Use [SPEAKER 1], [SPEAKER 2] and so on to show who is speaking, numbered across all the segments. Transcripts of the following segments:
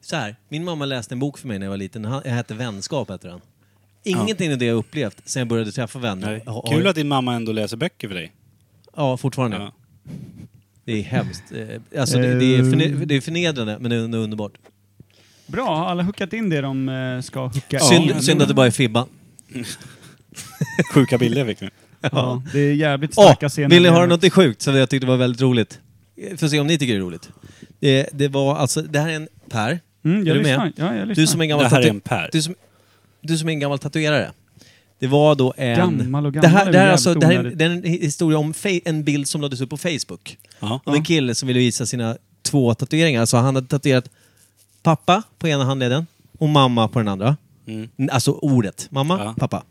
[SPEAKER 1] så här, min mamma läste en bok för mig när jag var liten. Han, jag hette Vänskap, hette den. Ingenting av det jag upplevt sen jag började träffa vänner.
[SPEAKER 2] Nej.
[SPEAKER 1] Har- har-
[SPEAKER 2] Kul att din mamma ändå läser böcker för dig.
[SPEAKER 1] Ja, fortfarande.
[SPEAKER 2] Ja.
[SPEAKER 1] Det är hemskt. Eh, Alltså, det, det, är förne- det är förnedrande, men det är ändå underbart.
[SPEAKER 3] Bra, har alla hookat in det de eh, ska hooka
[SPEAKER 1] Synd,
[SPEAKER 3] in?
[SPEAKER 1] synd att det bara är Fibban.
[SPEAKER 2] Sjuka bilder fick ni.
[SPEAKER 3] Ja, det är jävligt
[SPEAKER 1] Åh,
[SPEAKER 3] starka scener.
[SPEAKER 1] vill ni höra något sjukt som jag tyckte var väldigt roligt? Eh, Får se om ni tycker det är roligt. Det, det var alltså, det här är en Per.
[SPEAKER 3] Mm, jag
[SPEAKER 1] är du
[SPEAKER 3] lyssnar.
[SPEAKER 1] med?
[SPEAKER 3] Ja, jag lyssnar.
[SPEAKER 1] Du som är en gammal
[SPEAKER 2] Det här är
[SPEAKER 1] tatu-
[SPEAKER 2] en Per.
[SPEAKER 1] Du som, du som är en gammal tatuerare. Det var då en...
[SPEAKER 3] Gammal och
[SPEAKER 1] det
[SPEAKER 3] gammal är
[SPEAKER 1] här,
[SPEAKER 3] väl
[SPEAKER 1] det här, är alltså,
[SPEAKER 3] jävligt
[SPEAKER 1] det här är, en-
[SPEAKER 3] onödigt.
[SPEAKER 1] det är en historia om fe- en bild som lades upp på Facebook.
[SPEAKER 2] Ja.
[SPEAKER 1] Om en kille som ville visa sina två tatueringar. Alltså han hade tatuerat pappa på ena handleden och mamma på den andra.
[SPEAKER 2] Mm.
[SPEAKER 1] N- Alltså ordet. Mamma,
[SPEAKER 2] Ja.
[SPEAKER 1] pappa.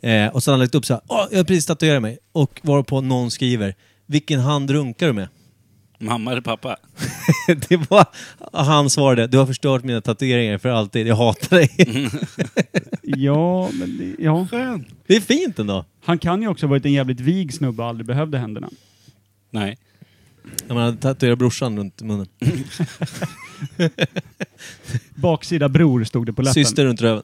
[SPEAKER 1] Eh, och så hade han lagt upp så här. Åh, jag har precis tatuerat mig. Och varpå någon skriver. Vilken hand runkar du med?
[SPEAKER 2] Mamma eller pappa?
[SPEAKER 1] det var, han svarade. Du har förstört mina tatueringar för alltid. Jag hatar dig.
[SPEAKER 2] Mm.
[SPEAKER 3] Ja, men det, ja.
[SPEAKER 1] det är fint ändå.
[SPEAKER 3] Han kan ju också ha varit en jävligt vig snubbe och aldrig behövde händerna.
[SPEAKER 2] Nej.
[SPEAKER 1] Jag menar, tatuera brorsan runt munnen.
[SPEAKER 3] Baksida bror stod det på läppen.
[SPEAKER 1] Syster runt röven.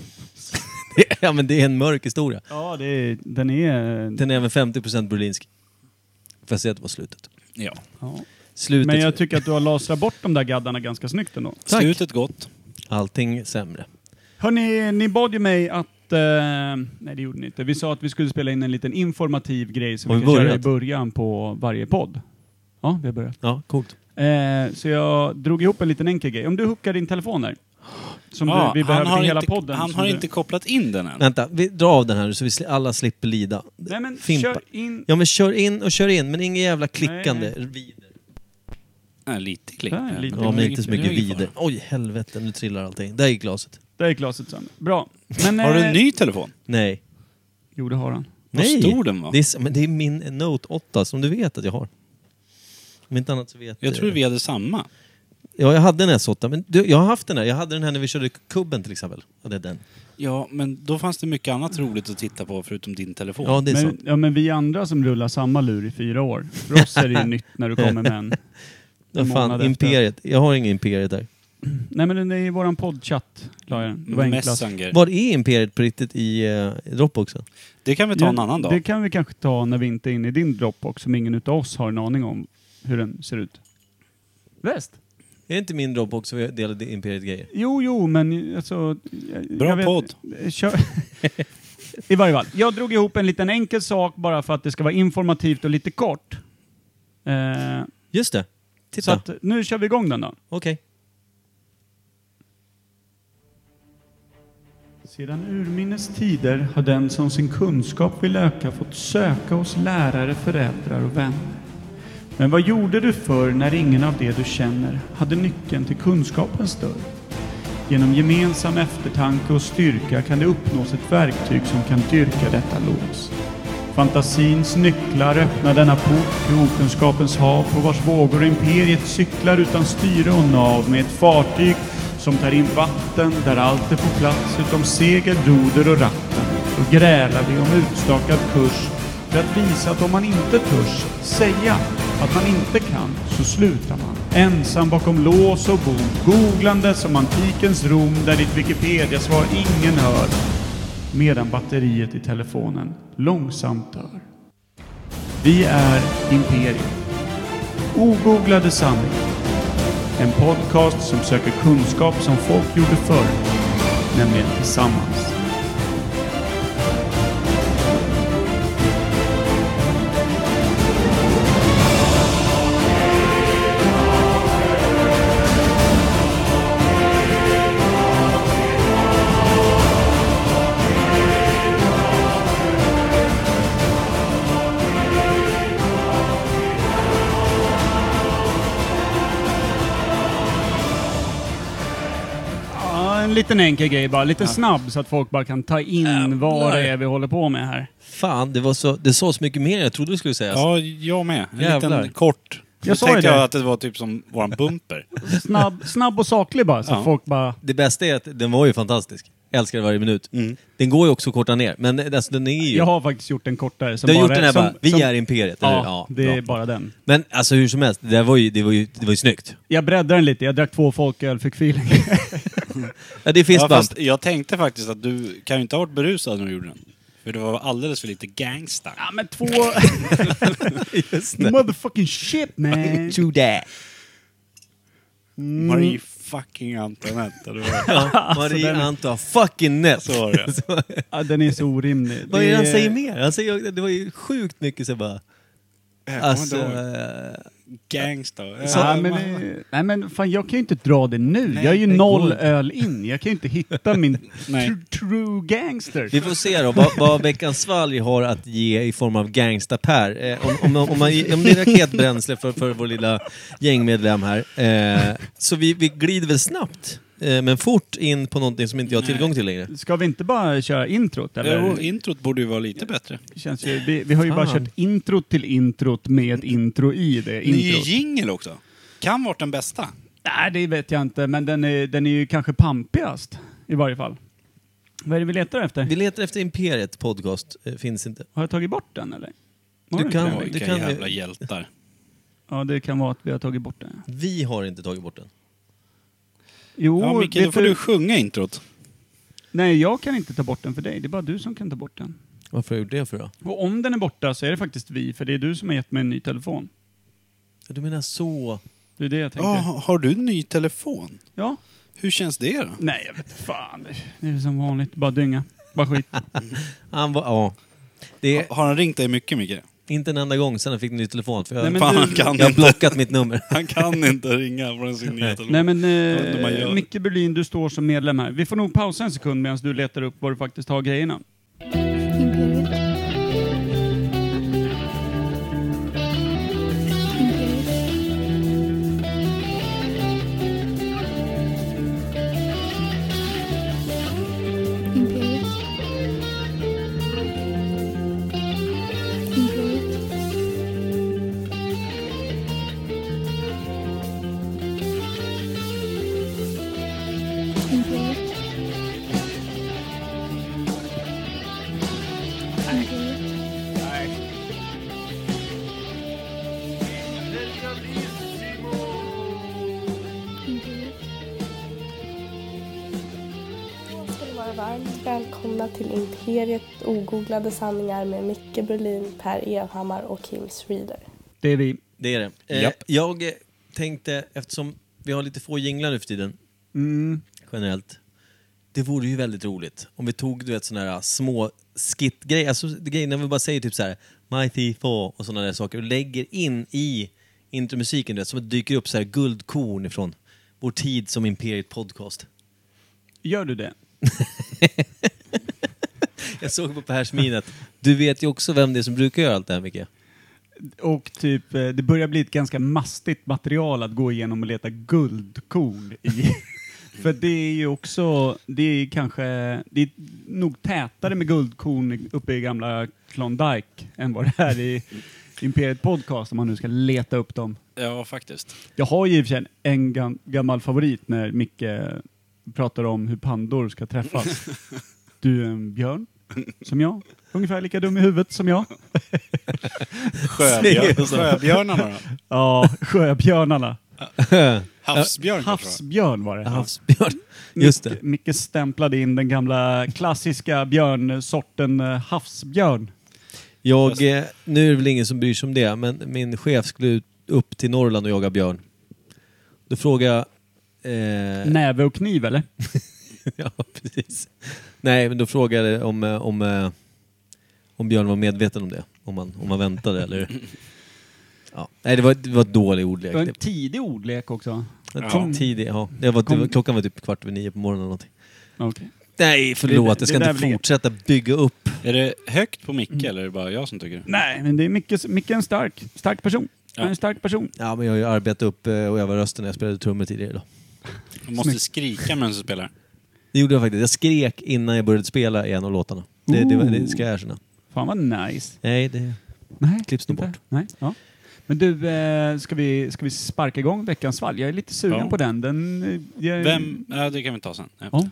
[SPEAKER 1] Det är- ja, men det är en mörk historia.
[SPEAKER 3] Ja, det är, den är...
[SPEAKER 1] Den är även 50% berlinsk. Får jag säga att det var slutet?
[SPEAKER 2] Ja.
[SPEAKER 3] Ja.
[SPEAKER 1] Slutet.
[SPEAKER 3] Men jag tycker att du har lasrat bort de där gaddarna ganska snyggt ändå.
[SPEAKER 1] Tack.
[SPEAKER 2] Slutet gott.
[SPEAKER 1] Allting sämre.
[SPEAKER 3] Hörni, ni bad ju mig att... Eh, nej, det gjorde ni inte. Vi sa att vi skulle spela in en liten informativ grej som
[SPEAKER 1] Har
[SPEAKER 3] vi,
[SPEAKER 1] vi
[SPEAKER 3] kan köra i
[SPEAKER 1] börjat?
[SPEAKER 3] början på varje podd. Ja, vi har börjat.
[SPEAKER 1] Ja, coolt.
[SPEAKER 3] Eh, så jag drog ihop en liten enkel grej. Om du hookar din telefon där. Som
[SPEAKER 2] Ja,
[SPEAKER 3] du, vi behöver till hela
[SPEAKER 2] inte,
[SPEAKER 3] podden.
[SPEAKER 2] han
[SPEAKER 3] som
[SPEAKER 2] har
[SPEAKER 3] du,
[SPEAKER 2] inte kopplat in den än.
[SPEAKER 1] Vänta, vi drar av den här nu så vi sli- alla slipper lida.
[SPEAKER 3] Nej men
[SPEAKER 1] Fimpa.
[SPEAKER 3] kör in...
[SPEAKER 1] Ja men kör in och kör in, men inget jävla klickande.
[SPEAKER 3] Nej,
[SPEAKER 1] Vider.
[SPEAKER 2] Nej, lite klick.
[SPEAKER 3] Nej, lite.
[SPEAKER 1] Ja, men inte så mycket
[SPEAKER 2] Det är ingen
[SPEAKER 1] vider.
[SPEAKER 2] fara.
[SPEAKER 1] Oj, helvete, nu trillar allting. Där gick glaset.
[SPEAKER 3] Där gick glaset sönder. Bra. Men,
[SPEAKER 2] Har du
[SPEAKER 3] eh,
[SPEAKER 2] en ny telefon?
[SPEAKER 1] Nej.
[SPEAKER 3] Jo det har han.
[SPEAKER 2] Vad
[SPEAKER 1] Nej.
[SPEAKER 2] stor den var.
[SPEAKER 1] Det är, s- men det är min Note 8 som du vet att jag har. Om inte annat så vet
[SPEAKER 2] Jag tror vi hade samma.
[SPEAKER 1] Ja, jag hade en S8, men du, jag har haft den här. Jag hade den här när vi körde kubben till exempel. Ja, det är den.
[SPEAKER 2] Ja, men då fanns det mycket annat roligt att titta på förutom din telefon.
[SPEAKER 1] Ja, det är
[SPEAKER 3] Men,
[SPEAKER 1] sant.
[SPEAKER 3] ja, men vi andra som rullar samma lur i fyra år. För oss är det ju nytt när du kommer med en.
[SPEAKER 1] Ja, fan,
[SPEAKER 3] månad efter.
[SPEAKER 1] imperiet. Jag har inget imperiet där.
[SPEAKER 3] Nej men den är i våran poddchatt. La jag den. Det var enklast.
[SPEAKER 2] Messenger.
[SPEAKER 1] Var är imperiet på riktigt i eh, Dropboxen?
[SPEAKER 2] Det kan vi ta en annan dag.
[SPEAKER 3] Det kan vi kanske ta när vi inte är inne i din Dropbox som ingen utav oss har en aning om hur den ser ut. Väst?
[SPEAKER 1] Är det inte min Dropbox som jag delade imperiet-grejer?
[SPEAKER 3] Jo, jo, men alltså... Jag,
[SPEAKER 2] Bra
[SPEAKER 3] jag vet- Eh,
[SPEAKER 2] podd.
[SPEAKER 3] Kör. I varje fall. Jag drog ihop en liten enkel sak bara för att det ska vara informativt och lite kort. Eh,
[SPEAKER 1] Just det.
[SPEAKER 3] så
[SPEAKER 1] Titta.
[SPEAKER 3] att nu kör vi igång den då.
[SPEAKER 1] Okej.
[SPEAKER 3] Sedan urminnes tider har den som sin kunskap vill öka fått söka hos lärare, föräldrar och vänner. Men vad gjorde du förr när ingen av det du känner hade nyckeln till kunskapens dörr? Genom gemensam eftertanke och styrka kan det uppnås ett verktyg som kan dyrka detta lås. Fantasins nycklar öppnar denna port till okunskapens hav på vars vågor imperiet cyklar utan styre och nav med ett fartyg som tar in vatten där allt är på plats utom segel, roder och ratten. Då grälar vi om utstakad kurs för att visa att om man inte törs säga att man inte kan så slutar man. Ensam bakom lås och bom, googlande som antikens Rom där ditt Wikipedia-svar ingen hör medan batteriet i telefonen långsamt dör. Vi är Imperiet. Ogooglade sanningar. En podcast som söker kunskap som folk gjorde förr, nämligen tillsammans. Ja, en liten enkel grej bara. Lite snabb så att folk bara kan ta in vad det är vi håller på med här.
[SPEAKER 1] Fan, det, var så, det sa så mycket mer än jag trodde du skulle säga.
[SPEAKER 2] Ja, jag med. En
[SPEAKER 1] Jävlar.
[SPEAKER 2] liten kort.
[SPEAKER 3] Jag
[SPEAKER 2] Jag
[SPEAKER 3] sa
[SPEAKER 2] sa
[SPEAKER 3] ju
[SPEAKER 2] tänkte
[SPEAKER 3] det.
[SPEAKER 2] jag att det var typ som våran bumper.
[SPEAKER 3] Snabb, snabb och saklig bara så att
[SPEAKER 2] Ja.
[SPEAKER 3] folk bara...
[SPEAKER 1] Det bästa är att den var ju fantastisk. älskade varje minut.
[SPEAKER 2] Mm.
[SPEAKER 1] Den går ju också att korta ner, men alltså, den är ju...
[SPEAKER 3] Jag har faktiskt gjort en kortare. Som
[SPEAKER 1] du har gjort
[SPEAKER 3] bara-
[SPEAKER 1] den här
[SPEAKER 3] som-
[SPEAKER 1] bara, vi
[SPEAKER 3] som-
[SPEAKER 1] är imperiet. eller hur?
[SPEAKER 3] Ja,
[SPEAKER 1] Ja,
[SPEAKER 3] det är
[SPEAKER 1] bra.
[SPEAKER 3] bara den.
[SPEAKER 1] Men alltså hur som helst, det, där var ju, det, var ju, det var ju snyggt.
[SPEAKER 3] Jag breddade den lite, jag drack två folköl, fick feeling.
[SPEAKER 1] Ja, det finns
[SPEAKER 2] Ja,
[SPEAKER 1] band.
[SPEAKER 2] fast jag tänkte faktiskt att du kan ju inte ha varit berusad när du gjorde den. För det var alldeles för lite gangsta.
[SPEAKER 3] ja men två...
[SPEAKER 1] Just det.
[SPEAKER 3] Motherfucking shit man!
[SPEAKER 1] True that.
[SPEAKER 2] Marie fucking Antoinette. Det var...
[SPEAKER 1] Ja, Marie
[SPEAKER 3] den-
[SPEAKER 1] Antoine fucking Nett.
[SPEAKER 2] Så var det.
[SPEAKER 3] Ja, den är så orimlig.
[SPEAKER 1] Vad är
[SPEAKER 3] Det
[SPEAKER 1] det han säger mer? Han säger, det var ju sjukt mycket så bara...
[SPEAKER 2] Jag kommer
[SPEAKER 1] Alltså,
[SPEAKER 2] inte ihåg.
[SPEAKER 1] eh,
[SPEAKER 2] Gangsta. Eh,
[SPEAKER 3] Ja, men,
[SPEAKER 2] man-
[SPEAKER 3] eh, nej men fan, jag kan ju inte dra det nu.
[SPEAKER 2] Nej,
[SPEAKER 3] jag är ju
[SPEAKER 1] det
[SPEAKER 3] noll
[SPEAKER 1] går inte.
[SPEAKER 3] öl in. Jag kan ju inte hitta min
[SPEAKER 2] Nej.
[SPEAKER 3] tr- true gangster.
[SPEAKER 1] vi får se då vad, vad veckans svalg har att ge i form av gangsta-Per. Eh, om, om, om, om, man, om det är raketbränsle för, för vår lilla gängmedlem här. Eh, så vi, vi glider väl snabbt, eh, men fort in på någonting som inte jag har tillgång till längre.
[SPEAKER 3] Ska vi inte bara köra introt? Eller?
[SPEAKER 2] Jo, introt borde ju vara lite bättre.
[SPEAKER 3] Känns ju, vi, vi har ju bara
[SPEAKER 1] Fan.
[SPEAKER 3] kört introt till introt med ett intro i det
[SPEAKER 2] Ny
[SPEAKER 3] introt.
[SPEAKER 2] jingel också. Kan varit den bästa.
[SPEAKER 3] Nej, det vet jag inte, men den är, den är ju kanske pampigast i varje fall. Vad är det vi letar efter?
[SPEAKER 1] Vi letar efter Imperiet podcast, eh, finns inte.
[SPEAKER 3] Har jag tagit bort den eller?
[SPEAKER 1] Du
[SPEAKER 3] Har jag
[SPEAKER 1] kan-
[SPEAKER 3] inte det?
[SPEAKER 1] det
[SPEAKER 2] Vilka
[SPEAKER 1] kan vi-
[SPEAKER 2] jävla hjältar.
[SPEAKER 3] Ja, det kan vara att vi har tagit bort den.
[SPEAKER 1] Vi har inte tagit bort den.
[SPEAKER 3] Jo,
[SPEAKER 2] Ja, Micke,
[SPEAKER 3] vet
[SPEAKER 2] då får du sjunga introt.
[SPEAKER 3] Nej, jag kan inte ta bort den för dig. Det är bara du som kan ta bort den.
[SPEAKER 1] Varför har jag gjort det för då?
[SPEAKER 3] Och om den är borta så är det faktiskt vi, för det är du som har gett mig en ny telefon.
[SPEAKER 1] Ja, Du menar så...
[SPEAKER 3] Det är det jag tänker.
[SPEAKER 2] Ja, har du en ny telefon?
[SPEAKER 3] Ja.
[SPEAKER 2] Hur känns det då?
[SPEAKER 3] Nej, jag vet fan. Det är som vanligt, bara dynga. Bara skit.
[SPEAKER 1] Han var, ja. Det är
[SPEAKER 2] Ha- Har han ringt dig mycket, Micke?
[SPEAKER 1] inte en enda gång sedan jag fick en ny telefon. För jag,
[SPEAKER 3] Nej, men
[SPEAKER 2] Fan,
[SPEAKER 3] du-
[SPEAKER 2] han kan
[SPEAKER 1] jag har
[SPEAKER 2] inte.
[SPEAKER 1] blockat mitt nummer.
[SPEAKER 2] Han kan inte ringa från sin nya telefon.
[SPEAKER 3] Nej men,
[SPEAKER 2] vet hur man
[SPEAKER 3] eh,
[SPEAKER 2] gör.
[SPEAKER 3] Micke Berlin, du står som medlem här. Vi får nog pausa en sekund medan du letar upp var du faktiskt har grejerna.
[SPEAKER 4] Imperiet. Imperiet. Imperiet. Imperiet. Imperiet. Imperiet. Imperiet.
[SPEAKER 5] Jag ska ni vara varmt välkomna till Imperiet ogooglade sanningar med Micke Berlin, Per Evhammar och Kim Reader.
[SPEAKER 3] Det är vi.
[SPEAKER 1] Det är det. Eh,
[SPEAKER 2] Japp.
[SPEAKER 1] Jag eh, tänkte, eftersom vi har lite få jinglar nu för tiden,
[SPEAKER 3] Mm.
[SPEAKER 1] generellt. Det vore ju väldigt roligt om vi tog du vet, såna här små skit-grejer, alltså grejer när vi bara säger typ så här Mighty Fall och sådana där saker och lägger in i intromusiken, du vet, som att det dyker upp så här guldkorn ifrån vår tid som Imperiet Podcast.
[SPEAKER 3] Gör du det?
[SPEAKER 1] Jag såg på Pers min att du vet ju också vem det är som brukar göra allt det här Micke.
[SPEAKER 3] Och typ, eh, det börjar bli ett ganska mastigt material att gå igenom och leta guldkorn i. För det är ju också, det är kanske, det är nog tätare med guldkorn i- uppe i gamla Klondike än vad det är i Imperiet Podcast om man nu ska leta upp dem.
[SPEAKER 2] Ja, faktiskt.
[SPEAKER 3] Jag har ju i och för sig en gam- gammal favorit när Micke pratar om hur pandor ska träffas. Du är en björn, som jag. Ungefär lika dum i huvudet som jag.
[SPEAKER 2] Sjöbjörn, sjöbjörnarna då?
[SPEAKER 3] Ja, sjöbjörnarna.
[SPEAKER 2] Havsbjörn kanske?
[SPEAKER 3] Havsbjörn var det.
[SPEAKER 1] Havsbjörn. Just det.
[SPEAKER 3] Micke, Micke stämplade in den gamla klassiska björnsorten eh, havsbjörn.
[SPEAKER 1] Jag, eh, nu är det väl ingen som bryr sig om det, men min chef skulle ut- upp till Norrland och jaga björn. Då frågade jag... Eh,
[SPEAKER 3] Näve och kniv eller?
[SPEAKER 1] ja, precis. Nej, men då frågade jag om, eh, om, eh, om Björn var medveten om det. Om man, om man väntade eller... Ja. Nej, det var, det var dålig ordlek.
[SPEAKER 3] Det var en
[SPEAKER 1] Det
[SPEAKER 3] tidig ordlek också.
[SPEAKER 1] var
[SPEAKER 2] Ja.
[SPEAKER 1] ja. tidig, ja. det var, det var,
[SPEAKER 3] Kom-
[SPEAKER 1] klockan var typ kvart över nio på morgonen eller någonting.
[SPEAKER 3] Okay.
[SPEAKER 1] Nej, förlåt.
[SPEAKER 3] det
[SPEAKER 1] Jag ska
[SPEAKER 3] där
[SPEAKER 1] inte
[SPEAKER 3] blir-
[SPEAKER 1] fortsätta bygga upp.
[SPEAKER 2] Är det högt på
[SPEAKER 3] Mm.
[SPEAKER 2] Micke eller är det bara jag som tycker det?
[SPEAKER 3] Nej, men det är Micke, Micke är en stark, stark person.
[SPEAKER 2] Ja.
[SPEAKER 3] Han är En stark person.
[SPEAKER 1] Ja, men jag har ju arbetat upp eh, och övat rösten när jag spelade trummor tidigare idag.
[SPEAKER 2] Man måste skrika medan du spelar.
[SPEAKER 1] Det gjorde jag faktiskt. Jag skrek innan jag började spela i en av låtarna. Det, det, var- det ska jag erkänna.
[SPEAKER 3] Fan vad nice.
[SPEAKER 1] Nej, det...
[SPEAKER 3] Nej,
[SPEAKER 1] Klipps nog
[SPEAKER 3] inte.
[SPEAKER 1] bort.
[SPEAKER 3] Nej, ja. Men du, eh, ska vi, ska vi sparka igång veckans svalg? Jag är lite sugen
[SPEAKER 2] Ja.
[SPEAKER 3] på den. den eh, jag,
[SPEAKER 2] Vem? Ja, det kan vi ta sen. Ja.
[SPEAKER 3] Ja.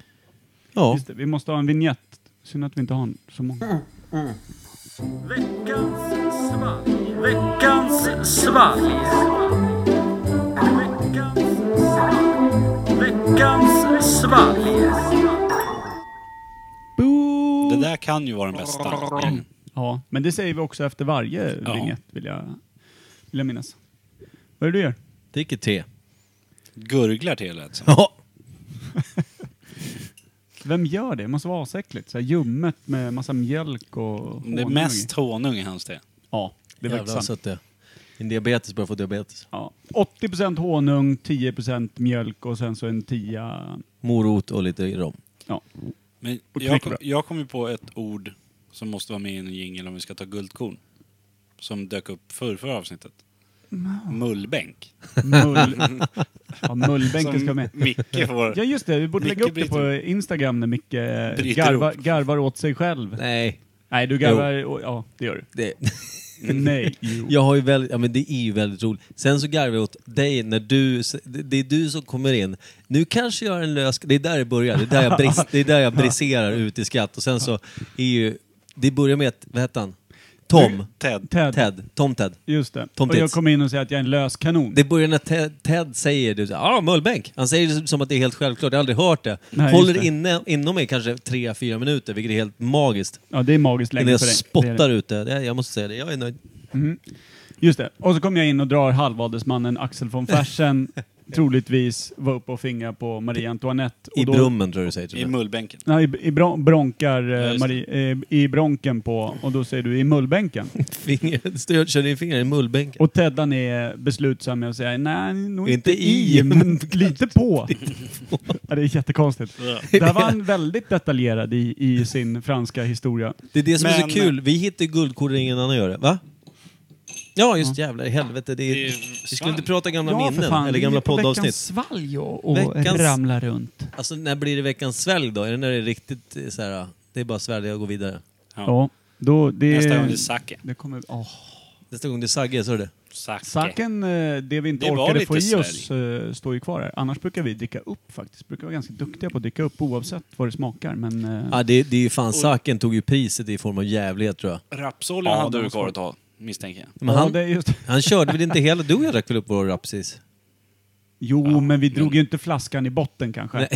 [SPEAKER 1] Ja.
[SPEAKER 3] Just det, vi måste ha en vignett. Synd att vi inte har så många.
[SPEAKER 2] Det där kan ju vara den bästa.
[SPEAKER 3] Mm. Ja, men det säger vi också efter varje
[SPEAKER 2] Ja.
[SPEAKER 3] vignett vill jag, vill jag minnas. Vad är det du gör?
[SPEAKER 1] Dricker te.
[SPEAKER 2] Gurglar till lät
[SPEAKER 3] Oh,
[SPEAKER 2] som.
[SPEAKER 1] Ja.
[SPEAKER 3] Vem gör det? Det måste vara asäckligt. Så här ljummet med massa mjölk och
[SPEAKER 2] Det är
[SPEAKER 3] honung
[SPEAKER 2] mest alltså.
[SPEAKER 3] i.
[SPEAKER 2] honung i hans te.
[SPEAKER 3] Ja, det
[SPEAKER 1] Jävlar
[SPEAKER 3] verkar
[SPEAKER 1] vad
[SPEAKER 3] sant.
[SPEAKER 1] sött det är. Min diabetes börjar få diabetes.
[SPEAKER 3] Ja. 80% honung, 10% mjölk och sen så en 10...
[SPEAKER 1] Morot och lite rom.
[SPEAKER 3] Ja.
[SPEAKER 2] Men
[SPEAKER 3] Och
[SPEAKER 2] jag, kom,
[SPEAKER 3] knäckebröd.
[SPEAKER 2] jag kom ju på ett ord som måste vara med i en jingel om vi ska ta guldkorn. Som dök upp förr, förra avsnittet.
[SPEAKER 3] Mm.
[SPEAKER 2] Mullbänk.
[SPEAKER 3] Mull... ja, mullbänken
[SPEAKER 2] Som
[SPEAKER 3] ska med.
[SPEAKER 2] Micke får...
[SPEAKER 3] Ja just det, vi borde
[SPEAKER 2] Micke
[SPEAKER 3] lägga upp det på
[SPEAKER 2] bryter
[SPEAKER 3] Instagram när Micke
[SPEAKER 2] Bryter
[SPEAKER 3] garvar, garvar åt sig själv. Nej,
[SPEAKER 1] Nej.
[SPEAKER 3] du garvar... Ja, det gör du.
[SPEAKER 1] Det,
[SPEAKER 2] Mm.
[SPEAKER 3] Nej, jo.
[SPEAKER 1] jag har ju väldigt, ja, men det är ju väldigt roligt. Sen så garvar jag åt dig när du, det det är du som kommer in. Nu kanske jag har en lös... Det är där det börjar. Det är där jag, brist, det är där jag briserar ut i skratt. Och sen så är ju... Det börjar med att, vad hette han? Tom.
[SPEAKER 2] Ted.
[SPEAKER 3] Ted.
[SPEAKER 1] Ted. Tom Ted.
[SPEAKER 3] Just det.
[SPEAKER 1] Tom
[SPEAKER 3] och jag
[SPEAKER 1] Tits.
[SPEAKER 3] kommer in och säger att jag är en lös kanon.
[SPEAKER 1] Det börjar när Ted, Ted säger det, ja ah, mullbänk. Han säger det som att det är helt självklart, jag har aldrig hört det.
[SPEAKER 3] Nej,
[SPEAKER 1] Håller
[SPEAKER 3] just
[SPEAKER 1] det
[SPEAKER 3] det.
[SPEAKER 1] inne, inom i kanske 3-4 minuter, vilket är helt magiskt.
[SPEAKER 3] Ja, det är magiskt
[SPEAKER 1] Innan
[SPEAKER 3] länge
[SPEAKER 1] jag
[SPEAKER 3] för dig. Det är
[SPEAKER 1] spottar
[SPEAKER 3] det.
[SPEAKER 1] ut det. det. Jag måste säga det, jag är nöjd.
[SPEAKER 3] Just det. Och så kommer jag in och drar halvadelsmannen Axel von Fersen. troligtvis var uppe och fingra på Marie Antoinette. Och
[SPEAKER 1] I
[SPEAKER 3] då-
[SPEAKER 1] Brummen tror jag du säger
[SPEAKER 2] I
[SPEAKER 1] till mig.
[SPEAKER 2] mullbänken.
[SPEAKER 3] Nej, i, i bron- bronkar eh,
[SPEAKER 2] Ja, just det.
[SPEAKER 3] Marie, eh, i bronken på, och då säger du i mullbänken.
[SPEAKER 1] Fingret, stö- kör din finger i mullbänken.
[SPEAKER 3] Och Teddan är beslutsam med att säga nej, nog
[SPEAKER 1] Inte
[SPEAKER 3] inte,
[SPEAKER 1] i,
[SPEAKER 3] i, men lite på. ja, det är jättekonstigt. Där var han väldigt detaljerad i, i sin franska historia.
[SPEAKER 1] Det är det som är så
[SPEAKER 2] Men-
[SPEAKER 1] kul, vi hittar ju guldkornen när ingen annan gör det. Va? Ja, just jävlar i helvete. Det
[SPEAKER 2] Det
[SPEAKER 1] är,
[SPEAKER 2] är
[SPEAKER 1] vi skulle
[SPEAKER 2] svalg.
[SPEAKER 1] inte prata gamla
[SPEAKER 3] Ja, för
[SPEAKER 1] minnen
[SPEAKER 3] fan,
[SPEAKER 1] eller
[SPEAKER 3] vi är
[SPEAKER 1] gamla
[SPEAKER 3] på
[SPEAKER 1] poddavsnitt.
[SPEAKER 3] veckans svalg och, och
[SPEAKER 1] Veckans-
[SPEAKER 3] ramlar runt.
[SPEAKER 1] Alltså, när blir det veckans svälg då? Är det när det är riktigt eh, så här, det är bara svälja och gå vidare?
[SPEAKER 3] Ja, då det...
[SPEAKER 2] Nästa gång det är sake.
[SPEAKER 3] det kommer, åh.
[SPEAKER 1] Nästa gång du saggar, så är det.
[SPEAKER 2] Sake.
[SPEAKER 3] Saken, eh, det vi inte
[SPEAKER 2] Det var
[SPEAKER 3] orkade
[SPEAKER 2] lite
[SPEAKER 3] få i oss, eh, står ju kvar här. Annars brukar vi dricka upp faktiskt. Brukar vara ganska duktiga på att dricka upp oavsett vad det smakar. Men, eh,
[SPEAKER 1] Ja, det, det är ju fan, Saken tog ju priset i form av jävlighet tror jag.
[SPEAKER 2] Rapsoljan
[SPEAKER 3] Ja,
[SPEAKER 2] hade
[SPEAKER 3] det
[SPEAKER 2] du
[SPEAKER 3] var
[SPEAKER 2] kvar
[SPEAKER 3] svårt.
[SPEAKER 2] att ta, misstänker jag.
[SPEAKER 1] Men
[SPEAKER 3] ja,
[SPEAKER 1] han,
[SPEAKER 3] det är just,
[SPEAKER 1] han körde väl inte hela... Du och jag drack väl upp vår rapsis?
[SPEAKER 3] jo, men vi drog ju inte flaskan i botten kanske.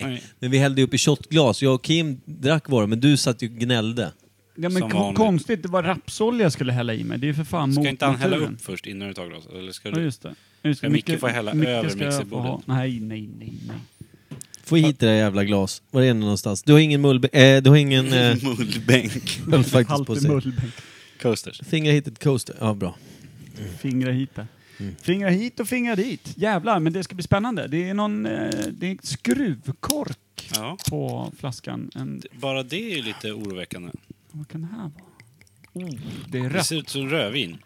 [SPEAKER 1] Nej. Men vi hällde ju upp i shotglas. Jag och Kim drack vår, men du satt ju och gnällde.
[SPEAKER 3] Ja, men
[SPEAKER 2] Som
[SPEAKER 3] ko-
[SPEAKER 2] vanligt.
[SPEAKER 3] konstigt, det var rapsolja jag skulle hälla i mig. Det är ju för fan mot
[SPEAKER 2] Ska inte han hälla
[SPEAKER 3] naturen.
[SPEAKER 2] upp först innan du tar glaset? Eller ska
[SPEAKER 3] Ja,
[SPEAKER 2] du?
[SPEAKER 3] just det. Just det.
[SPEAKER 2] Ja, Micke får hälla över
[SPEAKER 3] ska få ha-
[SPEAKER 2] mixerbordet.
[SPEAKER 3] Nej, nej, nej, nej.
[SPEAKER 1] Få hit det där jävla glas. Var är det någonstans? Du har ingen mullbe... Eh, du har ingen... Eh,
[SPEAKER 2] Mullbänk.
[SPEAKER 1] höll faktiskt
[SPEAKER 3] Halt
[SPEAKER 1] på
[SPEAKER 3] i
[SPEAKER 1] att säga.
[SPEAKER 3] mullbänk.
[SPEAKER 2] Coasters.
[SPEAKER 1] Fingrar hit ett coaster. Ja, bra.
[SPEAKER 3] Fingra hit där.
[SPEAKER 2] Mm.
[SPEAKER 3] Fingra hit och fingra dit. Jävlar, men det ska bli spännande. Det är någon eh, det är skruvkork
[SPEAKER 2] Ja.
[SPEAKER 3] på flaskan. En,
[SPEAKER 2] Bara det är ju lite oroväckande.
[SPEAKER 3] vad kan det här vara? Oh, det är
[SPEAKER 2] Det
[SPEAKER 3] rött.
[SPEAKER 2] ser ut som rödvin.